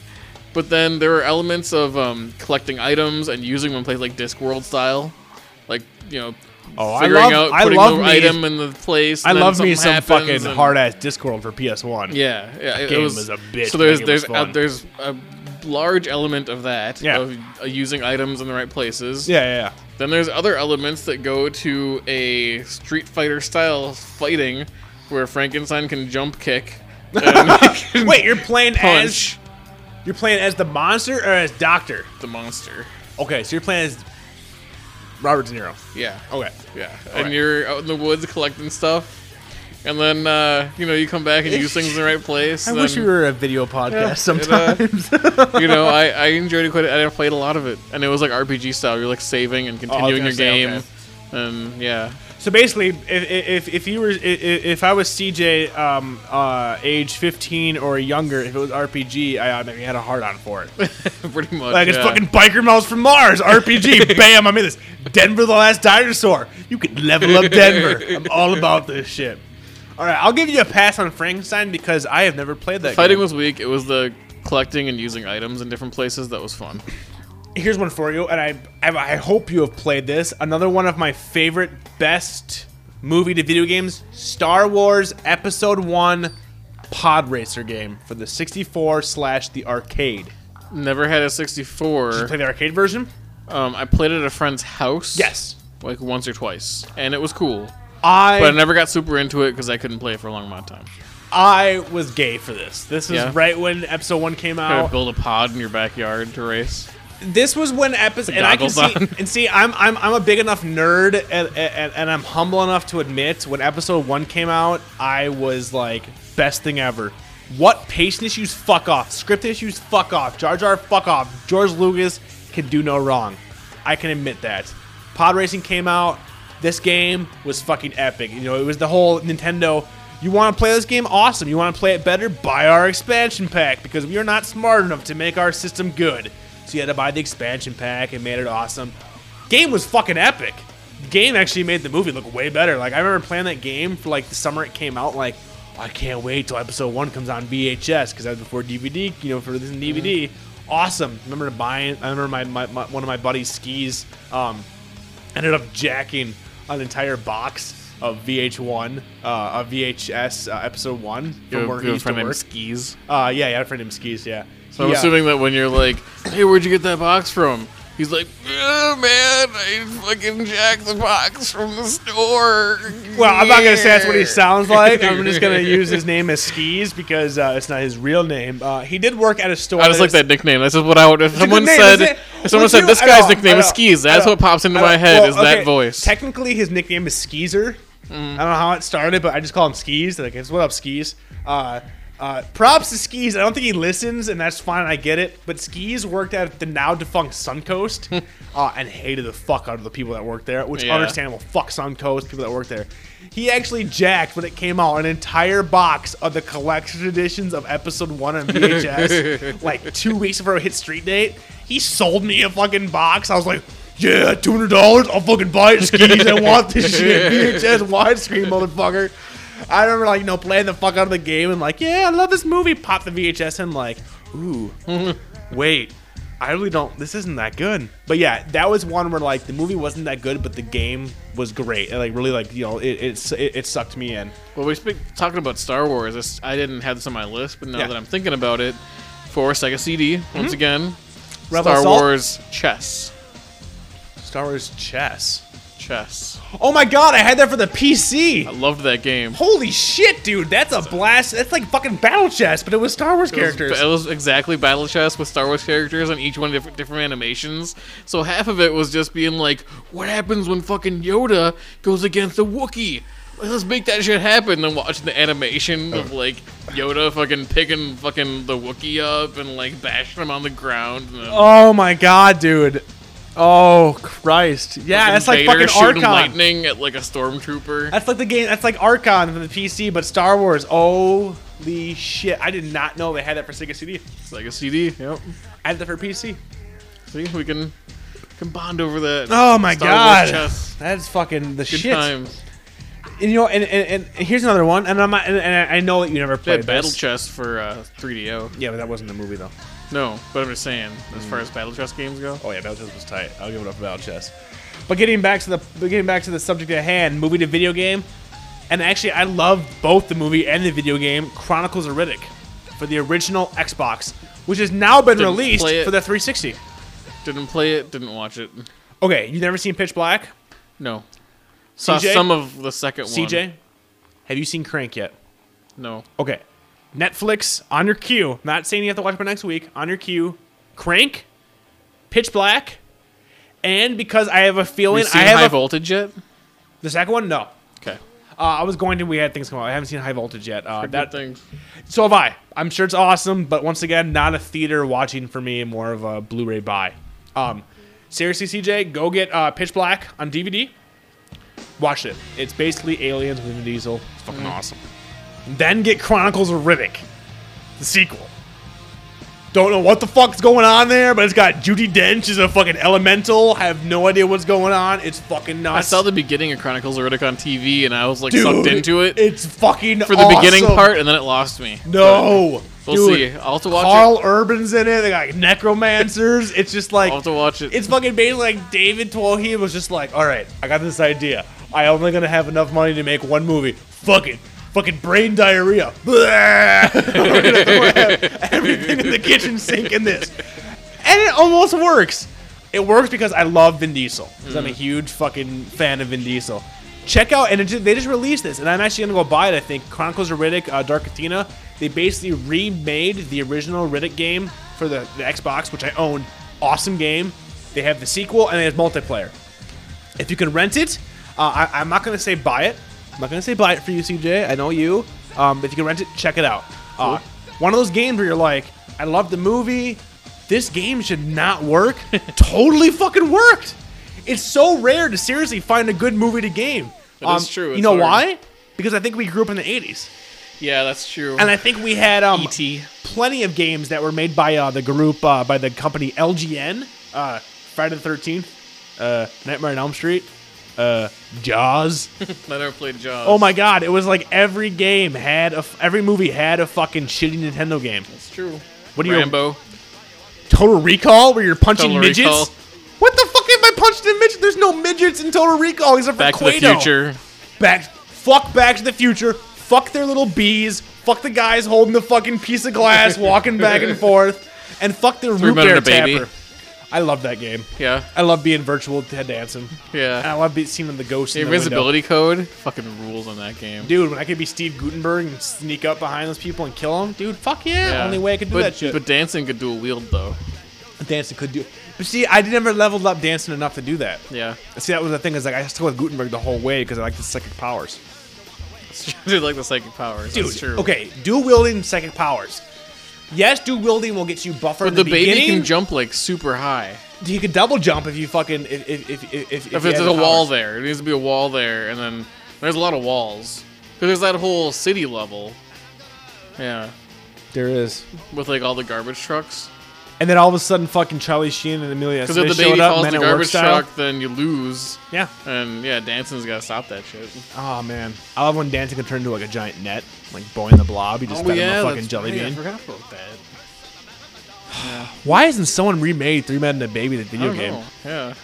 Speaker 2: But then there are elements of um, collecting items and using them in places like Discworld style, like you know,
Speaker 3: Oh, I
Speaker 2: figuring
Speaker 3: love-
Speaker 2: out
Speaker 3: I
Speaker 2: putting
Speaker 3: love
Speaker 2: the
Speaker 3: me-
Speaker 2: item in the place.
Speaker 3: I
Speaker 2: and then
Speaker 3: love me
Speaker 2: something
Speaker 3: some
Speaker 2: happens
Speaker 3: fucking
Speaker 2: and-
Speaker 3: hard ass Discworld for PS1.
Speaker 2: yeah, yeah. It, it
Speaker 3: game
Speaker 2: was,
Speaker 3: is a bitch,
Speaker 2: So
Speaker 3: but
Speaker 2: there's
Speaker 3: it was
Speaker 2: there's a,
Speaker 3: fun.
Speaker 2: there's a large element of that
Speaker 3: Yeah.
Speaker 2: of uh, using items in the right places.
Speaker 3: Yeah, yeah,
Speaker 2: Then there's other elements that go to a Street Fighter style fighting where Frankenstein can jump
Speaker 3: *laughs*
Speaker 2: kick. *laughs*
Speaker 3: yeah. Wait, you're playing as
Speaker 2: Punch.
Speaker 3: you're playing as the monster or as Doctor?
Speaker 2: The monster.
Speaker 3: Okay, so you're playing as Robert De Niro.
Speaker 2: Yeah.
Speaker 3: Okay.
Speaker 2: Yeah. and you're out in the woods collecting stuff. And then uh, you know you come
Speaker 3: *laughs*
Speaker 2: back and use things in the right place.
Speaker 3: I
Speaker 2: and
Speaker 3: wish
Speaker 2: then-
Speaker 3: we were a video podcast *laughs*
Speaker 2: it, uh,
Speaker 3: sometimes.
Speaker 2: you know, I, I enjoyed it quite. a- I played a lot of it, and it was like RPG style. You're like saving and continuing
Speaker 3: Oh, gonna
Speaker 2: your
Speaker 3: say,
Speaker 2: game,
Speaker 3: okay.
Speaker 2: and yeah, *laughs*
Speaker 3: so basically, if, if, if you were if, if I was CJ, um, uh, age 15 or younger, if it was RPG, I automatically had a hard on
Speaker 2: *laughs*
Speaker 3: for it.
Speaker 2: pretty much.
Speaker 3: Like it's
Speaker 2: yeah.
Speaker 3: fucking biker miles from
Speaker 2: *laughs*
Speaker 3: Mars, RPG, bam, I'm in this. Denver the last dinosaur. You can level up Denver. I'm all about this shit. Alright, I'll give you a pass on Frankenstein because I have never played that
Speaker 2: fighting
Speaker 3: game.
Speaker 2: was weak. It was the collecting and using items in different places that was fun.
Speaker 3: Here's one for you, and I, I I hope you have played this. Another one of my favorite best movie to video games, Star Wars Episode One Pod Racer game for the 64 slash the arcade.
Speaker 2: Never had a 64.
Speaker 3: Play the arcade version?
Speaker 2: Um, I played it at a friend's house.
Speaker 3: Yes.
Speaker 2: like once or twice, and it was cool.
Speaker 3: I
Speaker 2: But I never got super into it because I couldn't play it for a long amount of time.
Speaker 3: I was gay for this. This is
Speaker 2: Yeah.
Speaker 3: right when episode one came
Speaker 2: Try to
Speaker 3: out.
Speaker 2: build a pod in your backyard to race.
Speaker 3: This was when episode and I can
Speaker 2: goggles
Speaker 3: see
Speaker 2: on.
Speaker 3: and see I'm I'm I'm a big enough nerd and, and and I'm humble enough to admit when episode one came out I was like best thing ever. What patient issues? Fuck off. Script issues? Fuck off. Jar Jar? Fuck off. George Lucas can do no wrong. I can admit that. Pod racing came out. This game was fucking epic. You know, it was the whole Nintendo. You want to play this game? Awesome. You want to play it better? Buy our expansion pack because we are not smart enough to make our system good. So you had to buy the expansion pack and made it awesome. Game was fucking epic. The game actually made the movie look way better. Like I remember playing that game for like the summer it came out. Like I can't wait till episode one comes on VHS because that was before DVD. You know, for this in DVD. Awesome. Remember buying. I remember my, my, my one of my buddies skis. Um, ended up jacking an entire box of VH1, uh, of VHS uh, episode one
Speaker 2: You
Speaker 3: from
Speaker 2: have-
Speaker 3: where
Speaker 2: you
Speaker 3: he
Speaker 2: have a
Speaker 3: used to
Speaker 2: friend named
Speaker 3: work.
Speaker 2: Skis.
Speaker 3: Uh, yeah, yeah, I had a friend named Skis. Yeah,
Speaker 2: So I'm
Speaker 3: He, uh,
Speaker 2: assuming that when you're like, "Hey, where'd you get that box from?" He's like, "Yeah, "Man, I fucking jacked the box from the store."
Speaker 3: Well, I'm not gonna say that's what
Speaker 2: *laughs*
Speaker 3: he sounds like. I'm just gonna use his name as Skis because uh, it's not his real name. Uh, he did work at a store.
Speaker 2: I just like that nickname. That's just what I would. If someone
Speaker 3: name,
Speaker 2: said,
Speaker 3: isn't it?
Speaker 2: if someone
Speaker 3: Would
Speaker 2: said
Speaker 3: you-
Speaker 2: this
Speaker 3: I
Speaker 2: guy's
Speaker 3: know,
Speaker 2: nickname
Speaker 3: I
Speaker 2: is
Speaker 3: know,
Speaker 2: Skis,
Speaker 3: I
Speaker 2: that's
Speaker 3: know.
Speaker 2: what pops into
Speaker 3: I know.
Speaker 2: my head
Speaker 3: Well,
Speaker 2: is
Speaker 3: okay,
Speaker 2: that voice. Hmm.
Speaker 3: Technically, his nickname is Skeezer. I don't know how it started, but I just call him Skis. Like, it's what up, Skis? Uh, uh, props to Skis. I don't think he listens, and that's fine. I get it. But Skis worked at the now
Speaker 2: *laughs*
Speaker 3: defunct Suncoast uh, and hated the fuck out of the people that worked there, which
Speaker 2: Yeah.
Speaker 3: understandable. Fuck Suncoast, people that work there. He actually jacked when it came out an entire box of the collection editions of episode one on VHS, like two weeks before it hit street date. He sold me a fucking box. I was like, yeah, two hundred dollars. I'll fucking buy it. Skis. I want this shit. VHS widescreen, motherfucker. I remember like you know playing the fuck out of the game and like, yeah, I love this movie. Pop the VHS in like, ooh, wait. I really don't. This isn't that good. But yeah, that was one where like the movie wasn't that good, but the game was great. And, like really, like you know, it it, it, it sucked me in.
Speaker 2: Well, we speak talking about Star Wars. this- I didn't have this on my list, but now
Speaker 3: Yeah. Mm-hmm.
Speaker 2: that I'm thinking about it, for Sega CD once again,
Speaker 3: Rebel
Speaker 2: Star
Speaker 3: Assault?
Speaker 2: Wars chess,
Speaker 3: Star Wars Chess.
Speaker 2: chess.
Speaker 3: Oh my god, I had that for the PC.
Speaker 2: I loved that game.
Speaker 3: Holy shit, dude, that's a blast. That's like fucking battle chess, but it was Star Wars
Speaker 2: It was-
Speaker 3: characters.
Speaker 2: It was, exactly battle chess with Star Wars characters and each one different, different animations. So half of it was just being like, what happens when fucking Yoda goes against a Wookiee? Let's make that shit happen. Then watching the animation
Speaker 3: Oh.
Speaker 2: of like Yoda fucking picking fucking the Wookiee up and like bashing him on the ground. And then
Speaker 3: Oh my god, dude. Oh Christ. Yeah, that's like
Speaker 2: Vader
Speaker 3: fucking
Speaker 2: shooting
Speaker 3: Archon.
Speaker 2: lightning at like a stormtrooper.
Speaker 3: That's like the game. That's like Archon from the PC, but Star Wars. Holy shit! I did not know they had that for Sega CD.
Speaker 2: It's like a CD. Yep.
Speaker 3: I had that for PC.
Speaker 2: See, we can can bond over that.
Speaker 3: Oh my
Speaker 2: Star Wars
Speaker 3: god,
Speaker 2: chess.
Speaker 3: that's fucking the
Speaker 2: Good
Speaker 3: shit.
Speaker 2: times.
Speaker 3: And you know, and, and, and here's another one. And I'm not, and, and I know that you never
Speaker 2: They
Speaker 3: played
Speaker 2: had battle
Speaker 3: this.
Speaker 2: chess for uh, 3DO.
Speaker 3: Yeah, but that wasn't the movie though.
Speaker 2: No, but I'm just saying, as far
Speaker 3: Mm.
Speaker 2: as battle chess games go,
Speaker 3: Oh yeah, Battle Chess was tight. I'll give it up for Battle Chess. But getting back to the but getting back to the subject at hand, movie to video game, and actually I love both the movie and the video game Chronicles of Riddick for the original Xbox, which has now been
Speaker 2: Didn't
Speaker 3: released
Speaker 2: play it.
Speaker 3: for the 360.
Speaker 2: didn't play it, didn't watch it.
Speaker 3: Okay, you never seen Pitch Black,
Speaker 2: No. Saw
Speaker 3: CJ?
Speaker 2: some of the second one.
Speaker 3: CJ? Have you seen Crank yet?
Speaker 2: No.
Speaker 3: Okay, Netflix on your queue. Not saying you have to watch it by next week. On your queue, Crank, Pitch Black, and because I have a feeling
Speaker 2: You seen
Speaker 3: I
Speaker 2: High
Speaker 3: have a,
Speaker 2: Voltage yet?
Speaker 3: the second one. No,
Speaker 2: Okay.
Speaker 3: Uh, I was going to. We had things come out. I haven't seen High Voltage yet. Uh,
Speaker 2: That
Speaker 3: that
Speaker 2: thing.
Speaker 3: so have I. I'm sure it's awesome, but once again, not a theater watching for me. More of a Blu-ray buy. Um, seriously, CJ, go get uh, Pitch Black on DVD. Watch it. It's basically Aliens with Vin Diesel. It's fucking
Speaker 2: Mm-hmm.
Speaker 3: awesome. Then get Chronicles of Riddick, the sequel. Don't know what the fuck's going on there, but it's got Judy Dench as a fucking elemental. I have no idea what's going on. It's fucking nuts.
Speaker 2: I saw the beginning of Chronicles of Riddick on TV, and I was like
Speaker 3: Dude,
Speaker 2: sucked into it
Speaker 3: It's fucking
Speaker 2: for the beginning
Speaker 3: awesome.
Speaker 2: part, and then it lost me.
Speaker 3: No.
Speaker 2: We'll
Speaker 3: Dude,
Speaker 2: see. I'll have to watch it.
Speaker 3: Carl Urban's in it. They got like, necromancers. it's just like
Speaker 2: I'll have to watch it.
Speaker 3: it's fucking basically like David Twohy was just like, all right, I got this idea. I only gonna have enough money to make one movie. Fuck it. Fucking brain diarrhea. *laughs* Blah! We're gonna throw everything in the kitchen sink in this, and it almost works. It works because I love Vin Diesel because I'm a huge fucking fan of Vin Diesel. Check out and it ju- they just released this, and I'm actually gonna go buy it. I think Chronicles of Riddick, uh, Dark Athena. They basically remade the original Riddick game for the, the Xbox, which I own. Awesome game. They have the sequel and they have multiplayer. If you can rent it, uh, I, I'm not gonna say buy it. I'm not gonna say buy it for you, CJ. I know you. Um, if you can rent it, check it out. Uh, one of those games where you're like, I love the movie. This game should
Speaker 2: *laughs*
Speaker 3: not work. totally fucking worked. It's so rare to seriously find a good movie to game. Um,
Speaker 2: That is true.
Speaker 3: You
Speaker 2: It's
Speaker 3: know
Speaker 2: hard.
Speaker 3: why? Because I think we grew up in the '80s,
Speaker 2: Yeah, that's true.
Speaker 3: and I think we had um,
Speaker 2: E.T.
Speaker 3: plenty of games that were made by uh, the group uh, by the company LGN, uh, Friday the Thirteenth, uh, Nightmare on Elm Street, uh, Jaws.
Speaker 2: I never played Jaws.
Speaker 3: oh my God! It was like every game had a f- every movie had a fucking shitty Nintendo game.
Speaker 2: It's true.
Speaker 3: What do you
Speaker 2: Rambo.
Speaker 3: Total Recall, where you're punching
Speaker 2: Total
Speaker 3: midgets?
Speaker 2: Recall.
Speaker 3: What the fuck am I punching a midget? There's no midgets in Total Recall except for
Speaker 2: Back to the
Speaker 3: Quaid.
Speaker 2: Future.
Speaker 3: Back, fuck Back to the Future. Fuck their little bees. Fuck the guys holding the fucking piece of glass,
Speaker 2: *laughs*
Speaker 3: walking back and forth, and fuck the
Speaker 2: Men
Speaker 3: root bear
Speaker 2: and a Baby.
Speaker 3: tapper. I love that game.
Speaker 2: Yeah.
Speaker 3: I love being virtual head dancing. And I
Speaker 2: Yeah.
Speaker 3: love being seen in the ghost.
Speaker 2: The
Speaker 3: in the window.
Speaker 2: invisibility code. Fucking rules on that game.
Speaker 3: Dude, when I could be Steve Gutenberg and sneak up behind those people and kill them, dude, fuck yeah.
Speaker 2: Yeah.
Speaker 3: Only way I could do
Speaker 2: but,
Speaker 3: that shit.
Speaker 2: But dancing could do a wield though.
Speaker 3: dancing could do. But see, I never leveled up dancing enough to do that.
Speaker 2: Yeah. *laughs*
Speaker 3: See, that was the thing is like I stuck with Gutenberg the whole way because I like the psychic powers.
Speaker 2: Dude, like the psychic powers.
Speaker 3: Dude,
Speaker 2: that's true.
Speaker 3: okay, dual wielding psychic powers. Yes, dual wielding will get you buffer
Speaker 2: But
Speaker 3: in
Speaker 2: the,
Speaker 3: the,
Speaker 2: baby
Speaker 3: beginning.
Speaker 2: can jump like super high.
Speaker 3: he could double jump if you fucking if if if if, if, you
Speaker 2: If there's
Speaker 3: had
Speaker 2: a
Speaker 3: the
Speaker 2: wall
Speaker 3: powers.
Speaker 2: there, there needs to be a wall there, and then there's a lot of walls. 'Cause there's that whole city level. Yeah.
Speaker 3: There is.
Speaker 2: With like all the garbage trucks.
Speaker 3: And then all of a sudden, fucking Charlie Sheen and Amelia
Speaker 2: Because if
Speaker 3: Smith
Speaker 2: the baby
Speaker 3: showed up.
Speaker 2: falls in
Speaker 3: Men
Speaker 2: the
Speaker 3: at Work
Speaker 2: garbage
Speaker 3: style.
Speaker 2: truck, then you lose.
Speaker 3: Yeah.
Speaker 2: And yeah, dancing's gotta stop that shit.
Speaker 3: Oh man, I love when dancing can turn into like a giant net, like Boy and the Blob. You just got him a fucking
Speaker 2: Oh, that's
Speaker 3: jelly
Speaker 2: right, I
Speaker 3: bean.
Speaker 2: forgot about that.
Speaker 3: Why isn't someone remade Three Men and a Baby the
Speaker 2: I
Speaker 3: video
Speaker 2: don't
Speaker 3: game?
Speaker 2: know. Yeah.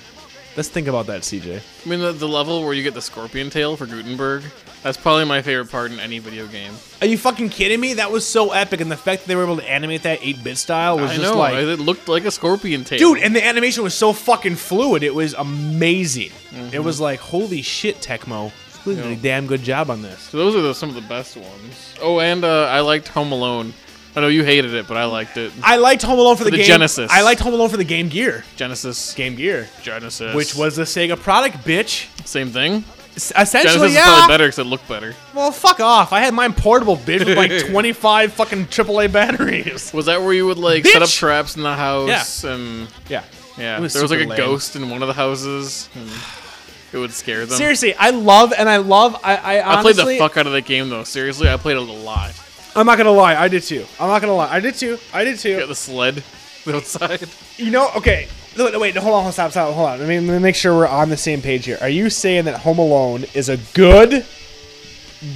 Speaker 3: Let's think about that, CJ.
Speaker 2: I mean, the, the level where you get the scorpion tail for Gutenberg, that's probably my favorite part in any video game.
Speaker 3: Are you fucking kidding me? That was so epic, and the fact that they were able to animate that eight bit style was
Speaker 2: I
Speaker 3: just
Speaker 2: know,
Speaker 3: like
Speaker 2: it looked like a scorpion tail.
Speaker 3: dude and the animation was so fucking fluid it was amazing
Speaker 2: Mm-hmm.
Speaker 3: it was like holy shit tecmo you did a damn good job on this
Speaker 2: So those are the, some of the best ones. Oh, and uh, I liked Home Alone. I know you hated it, but I liked it.
Speaker 3: i liked home alone for the,
Speaker 2: the
Speaker 3: game
Speaker 2: Genesis.
Speaker 3: i liked home alone for the game gear
Speaker 2: Genesis.
Speaker 3: game gear
Speaker 2: Genesis.
Speaker 3: which was a sega product bitch
Speaker 2: Same thing.
Speaker 3: S- essentially
Speaker 2: Genesis is
Speaker 3: yeah
Speaker 2: probably better because it looked better.
Speaker 3: well fuck off i had mine portable bitch
Speaker 2: *laughs*
Speaker 3: with like 25 fucking aaa batteries
Speaker 2: Was that where you would like set up
Speaker 3: Bitch!
Speaker 2: traps in the house and
Speaker 3: yeah
Speaker 2: *laughs* yeah,
Speaker 3: It was
Speaker 2: there was like a
Speaker 3: super lame.
Speaker 2: ghost in one of the houses. And it would scare them.
Speaker 3: seriously i love and i love i i
Speaker 2: I played
Speaker 3: honestly
Speaker 2: the fuck out of that game though. Seriously, I played it a lot.
Speaker 3: i'm not gonna lie i did too i'm not gonna lie i did too i did too
Speaker 2: Got the sled *laughs* outside.
Speaker 3: You know, okay. No, no, wait, no, hold on, hold on, stop, stop, hold on. Let me, let me make sure we're on the same page here. Are you saying that Home Alone is a good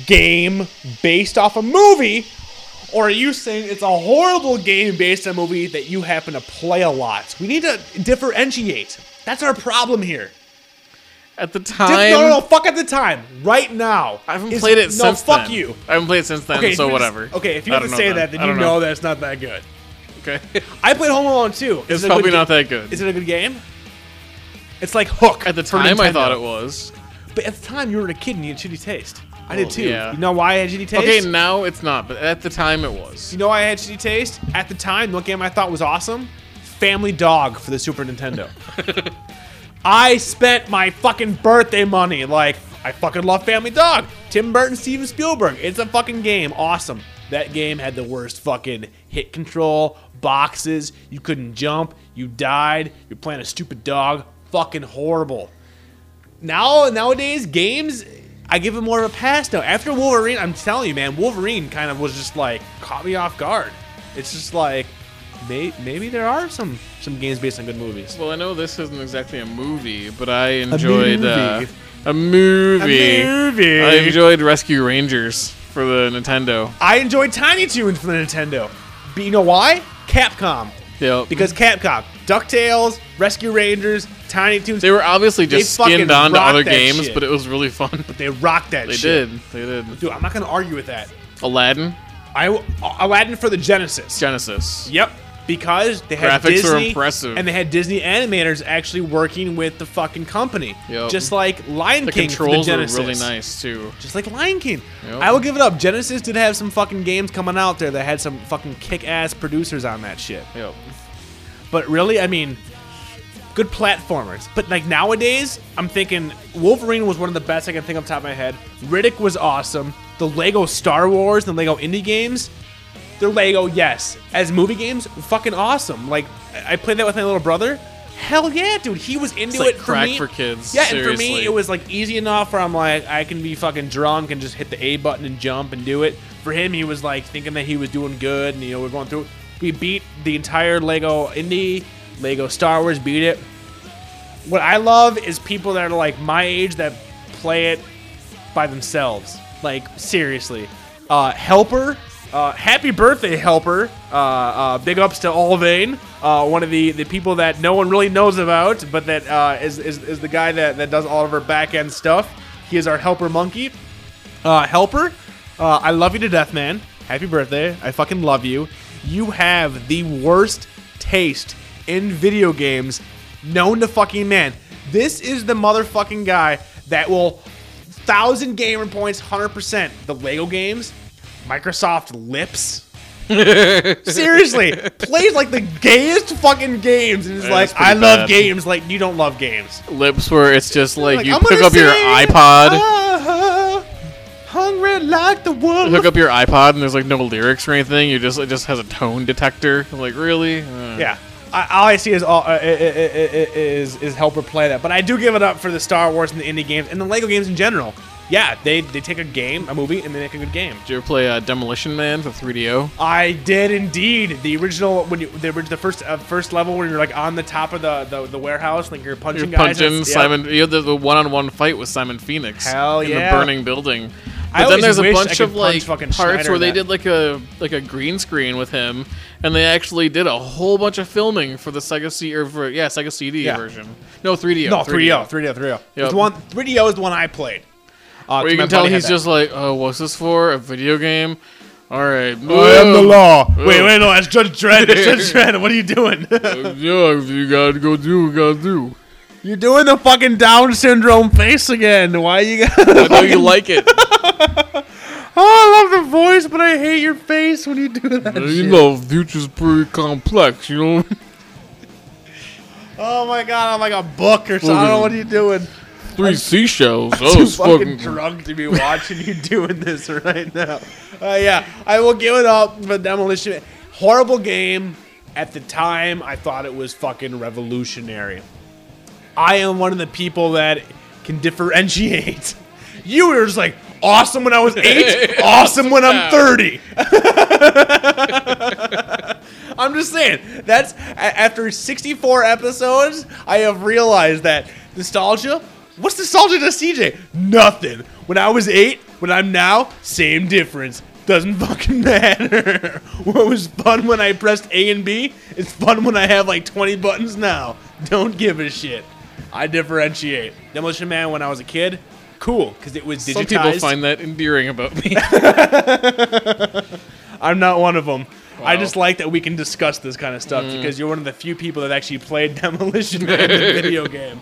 Speaker 3: game based off a movie, or are you saying it's a horrible game based on a movie that you happen to play a lot? We need to differentiate. That's our problem here.
Speaker 2: At the
Speaker 3: Diff-
Speaker 2: time,
Speaker 3: no, no, no, fuck at the time. Right now.
Speaker 2: I haven't
Speaker 3: Is-
Speaker 2: played it
Speaker 3: no,
Speaker 2: since.
Speaker 3: fuck
Speaker 2: then.
Speaker 3: you.
Speaker 2: I haven't played it since then,
Speaker 3: Okay, if
Speaker 2: so
Speaker 3: you just-
Speaker 2: whatever.
Speaker 3: Okay, if you
Speaker 2: I
Speaker 3: have to
Speaker 2: don't know
Speaker 3: say that, then
Speaker 2: I
Speaker 3: you
Speaker 2: don't
Speaker 3: know. that's not that good. *laughs*
Speaker 2: Okay,
Speaker 3: I played Home Alone too.
Speaker 2: it's probably not that good.
Speaker 3: Is it a good game? It's like Hook.
Speaker 2: At the
Speaker 3: for
Speaker 2: time, I
Speaker 3: Nintendo.
Speaker 2: thought it was.
Speaker 3: But at the time, you were a kid and you had shitty taste. I
Speaker 2: Well,
Speaker 3: did too.
Speaker 2: yeah.
Speaker 3: You know why I had shitty taste?
Speaker 2: Okay, now it's not, but at the time it was.
Speaker 3: You know why I had shitty taste? At the time, what game I thought was awesome? Family Dog for the
Speaker 2: *laughs*
Speaker 3: Super Nintendo. I spent my fucking birthday money like I fucking love Family Dog. Tim Burton, Steven Spielberg. It's a fucking game. Awesome. That game had the worst fucking hit control, boxes, you couldn't jump, you died, you're playing a stupid dog. Fucking horrible. Now nowadays games I give it more of a pass now. After Wolverine, I'm telling you, man, Wolverine kind of was just like caught me off guard. It's just like may, maybe there are some some games based on good movies.
Speaker 2: Well, I know this isn't exactly a movie, but I enjoyed uh, a movie.
Speaker 3: movie.
Speaker 2: I enjoyed Rescue Rangers for the Nintendo.
Speaker 3: I enjoyed Tiny Toons for the Nintendo. But you know why? Capcom.
Speaker 2: Yep.
Speaker 3: Because Capcom, DuckTales, Rescue Rangers, Tiny Toons,
Speaker 2: they were obviously just
Speaker 3: fucking
Speaker 2: skinned on to
Speaker 3: rocked
Speaker 2: other
Speaker 3: that
Speaker 2: games,
Speaker 3: shit.
Speaker 2: but it was really fun.
Speaker 3: they rocked that
Speaker 2: They
Speaker 3: shit.
Speaker 2: did. They did.
Speaker 3: Dude, I'm not going to argue with that.
Speaker 2: Aladdin,
Speaker 3: I Aladdin for the Genesis.
Speaker 2: Genesis.
Speaker 3: Yep. Because they had
Speaker 2: Graphics
Speaker 3: Disney,
Speaker 2: were impressive.
Speaker 3: and they had Disney animators actually working with the fucking company.
Speaker 2: Yep.
Speaker 3: Just like Lion
Speaker 2: The
Speaker 3: King for the
Speaker 2: controls were
Speaker 3: Genesis.
Speaker 2: really nice too.
Speaker 3: Just like Lion King.
Speaker 2: Yep.
Speaker 3: I will give it up. Genesis did have some fucking games coming out there that had some fucking kick-ass producers on that shit.
Speaker 2: Yep.
Speaker 3: But really, I mean, good platformers. But like nowadays, I'm thinking Wolverine was one of the best I can think of off the top of my head. Riddick was awesome. The Lego Star Wars and the Lego indie games, they're Lego, yes. As movie games, fucking awesome. Like I I played that with my little brother. Hell yeah, dude. He was into
Speaker 2: like
Speaker 3: it for
Speaker 2: crack
Speaker 3: me.
Speaker 2: for kids,
Speaker 3: Yeah, and for me,
Speaker 2: seriously.
Speaker 3: it was like easy enough where I'm like, I can be fucking drunk and just hit the A button and jump and do it. For him, he was like thinking that he was doing good, and you know we're going through. We beat the entire Lego indie, Lego Star Wars beat it. What I love is people that are like my age that play it by themselves. Like seriously, uh, Helper, uh, happy birthday, Helper! Uh, uh, big ups to Alvain, uh, one of the, the people that no one really knows about, but that uh, is, is is the guy that that does all of our back end stuff. He is our Helper monkey. Uh, Helper, uh, I love you to death, man. Happy birthday! I fucking love you. You have the worst taste in video games known to fucking man. This is the motherfucking guy that will thousand gamer points, hundred percent. The Lego games, Microsoft lips.
Speaker 2: *laughs*
Speaker 3: Seriously, plays like the gayest fucking games, and is
Speaker 2: that's
Speaker 3: like, I
Speaker 2: pretty
Speaker 3: love
Speaker 2: bad.
Speaker 3: games. Like you don't love games.
Speaker 2: Lips where it's just like,
Speaker 3: Like,
Speaker 2: you
Speaker 3: I'm
Speaker 2: pick
Speaker 3: gonna
Speaker 2: up your
Speaker 3: say,
Speaker 2: iPod,
Speaker 3: "Ah, hungry like the wolf.
Speaker 2: hook up your iPod, and there's like no lyrics or anything. You just it just has a tone detector. I'm like really? Uh,
Speaker 3: Yeah. I, all I see is all uh, i- i- i- i- is is helper play that, but I do give it up for the Star Wars and the indie games and the Lego games in general. Yeah, they they take a game, a movie, and they make a good game.
Speaker 2: Did you ever play uh, Demolition Man for 3DO?
Speaker 3: I did indeed. The original when you the, orig- the first uh, first level when you're like on the top of the the, the warehouse, like you're punching
Speaker 2: You're
Speaker 3: guys.
Speaker 2: punching *laughs*
Speaker 3: it's- yeah.
Speaker 2: Simon. You had the, the one-on-one fight with Simon Phoenix
Speaker 3: Hell
Speaker 2: in
Speaker 3: yeah.
Speaker 2: the burning building.
Speaker 3: I
Speaker 2: But then
Speaker 3: always
Speaker 2: there's a
Speaker 3: wished I
Speaker 2: bunch
Speaker 3: could
Speaker 2: of like
Speaker 3: punch fucking
Speaker 2: parts
Speaker 3: Schneider
Speaker 2: where they
Speaker 3: in that.
Speaker 2: did like a like a green screen with him, and they actually did a whole bunch of filming for the Sega C or for yeah Sega CD
Speaker 3: Yeah.
Speaker 2: version. No 3DO.
Speaker 3: No, 3DO, 3DO, 3DO.
Speaker 2: Yep.
Speaker 3: It's one 3DO is the one I played. Uh,
Speaker 2: Where
Speaker 3: 'cause
Speaker 2: you
Speaker 3: my
Speaker 2: can tell
Speaker 3: buddy had
Speaker 2: he's
Speaker 3: that.
Speaker 2: just like, oh, what's this for? A video game? All right.
Speaker 3: I am the law. Wait,
Speaker 2: Ugh.
Speaker 3: wait, no, that's Judge Dredd. That's *laughs* Judge Dredd. What are you doing?
Speaker 2: *laughs* yeah, you gotta go do, what you gotta do.
Speaker 3: You're doing the fucking Down syndrome face again. Why you got?
Speaker 2: I know you like it.
Speaker 3: oh, I love the voice, but I hate your face when you do that.
Speaker 2: *laughs* you know, future's pretty complex. You
Speaker 3: *laughs*
Speaker 2: know. *laughs*
Speaker 3: Oh my god, I'm like a book or something. I don't know what are you doing.
Speaker 2: Three seashells. That
Speaker 3: too
Speaker 2: was
Speaker 3: fucking
Speaker 2: fucking.
Speaker 3: drunk to be watching you *laughs* doing this right now. Uh, yeah, I will give it up for Demolition. Man. Horrible game. At the time, I thought it was fucking revolutionary. I am one of the people that can differentiate. *laughs* You were just like awesome when I *laughs* was eight, awesome when I'm thirty. I'm just saying. That's a- after 64 episodes, I have realized that nostalgia. What's nostalgia to CJ? Nothing. When I was eight, when I'm now, same difference. Doesn't *laughs* fucking matter. what was fun when I pressed A and B is fun when I have like 20 buttons now. Don't give a shit. I differentiate. Demolition Man when I was a kid, cool, because it was digitized.
Speaker 2: Some people find that endearing about
Speaker 3: *laughs*
Speaker 2: me.
Speaker 3: I'm not one of them. I
Speaker 2: Wow.
Speaker 3: just like that we can discuss this kind of stuff because you're one of the few people that actually played *laughs* Demolition Man in the *laughs* video game.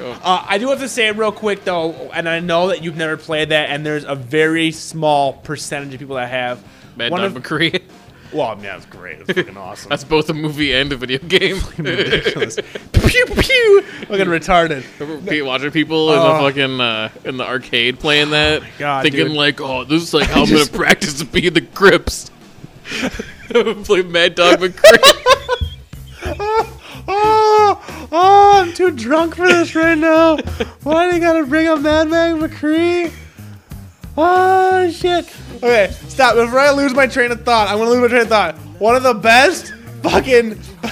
Speaker 3: Uh, I do have to say it real quick though, and I know that you've never played that, and there's a very small percentage of people that have.
Speaker 2: Mad
Speaker 3: one
Speaker 2: Dog
Speaker 3: of,
Speaker 2: McCree.
Speaker 3: well, man, that's great. That's fucking awesome.
Speaker 2: That's both a movie and a video game. *laughs*
Speaker 3: ridiculous. pew pew. *laughs* Fucking retarded.
Speaker 2: Be watching people in
Speaker 3: Oh.
Speaker 2: the fucking uh, in the arcade playing that,
Speaker 3: God,
Speaker 2: thinking
Speaker 3: dude.
Speaker 2: like, "Oh, this is like *laughs* how I'm gonna practice to be the *laughs* Crips." Play Mad Dog McCree.
Speaker 3: Oh, oh, I'm too drunk for this right now. Why do you gotta bring up Mad Mag McCree? Oh shit. Okay, stop. Before I lose my train of thought, I'm gonna lose my train of thought. One of the best fucking *laughs*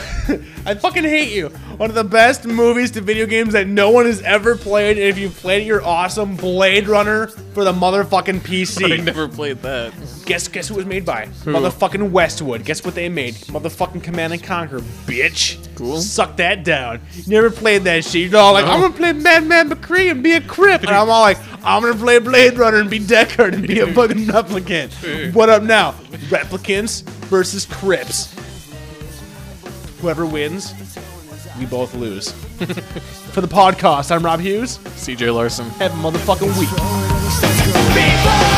Speaker 3: I fucking hate you. One of the best movies to video games that no one has ever played, and if you played it, you're awesome. Blade Runner for the motherfucking
Speaker 2: I
Speaker 3: PC.
Speaker 2: never played that.
Speaker 3: Guess guess who it was made by? Motherfucking Westwood. Guess what they made? Motherfucking Command and Conquer, bitch.
Speaker 2: Cool.
Speaker 3: Suck that down. You never played that shit. You're all like, I'm gonna play Madman McCree and be a crip. And I'm all like, I'm gonna play Blade Runner and be Deckard and be a fucking replicant. what up now? Replicants versus crips. Whoever wins, we both lose. *laughs* For the podcast, I'm Rob Hughes.
Speaker 2: CJ Larson.
Speaker 3: Have a motherfucking week.
Speaker 7: People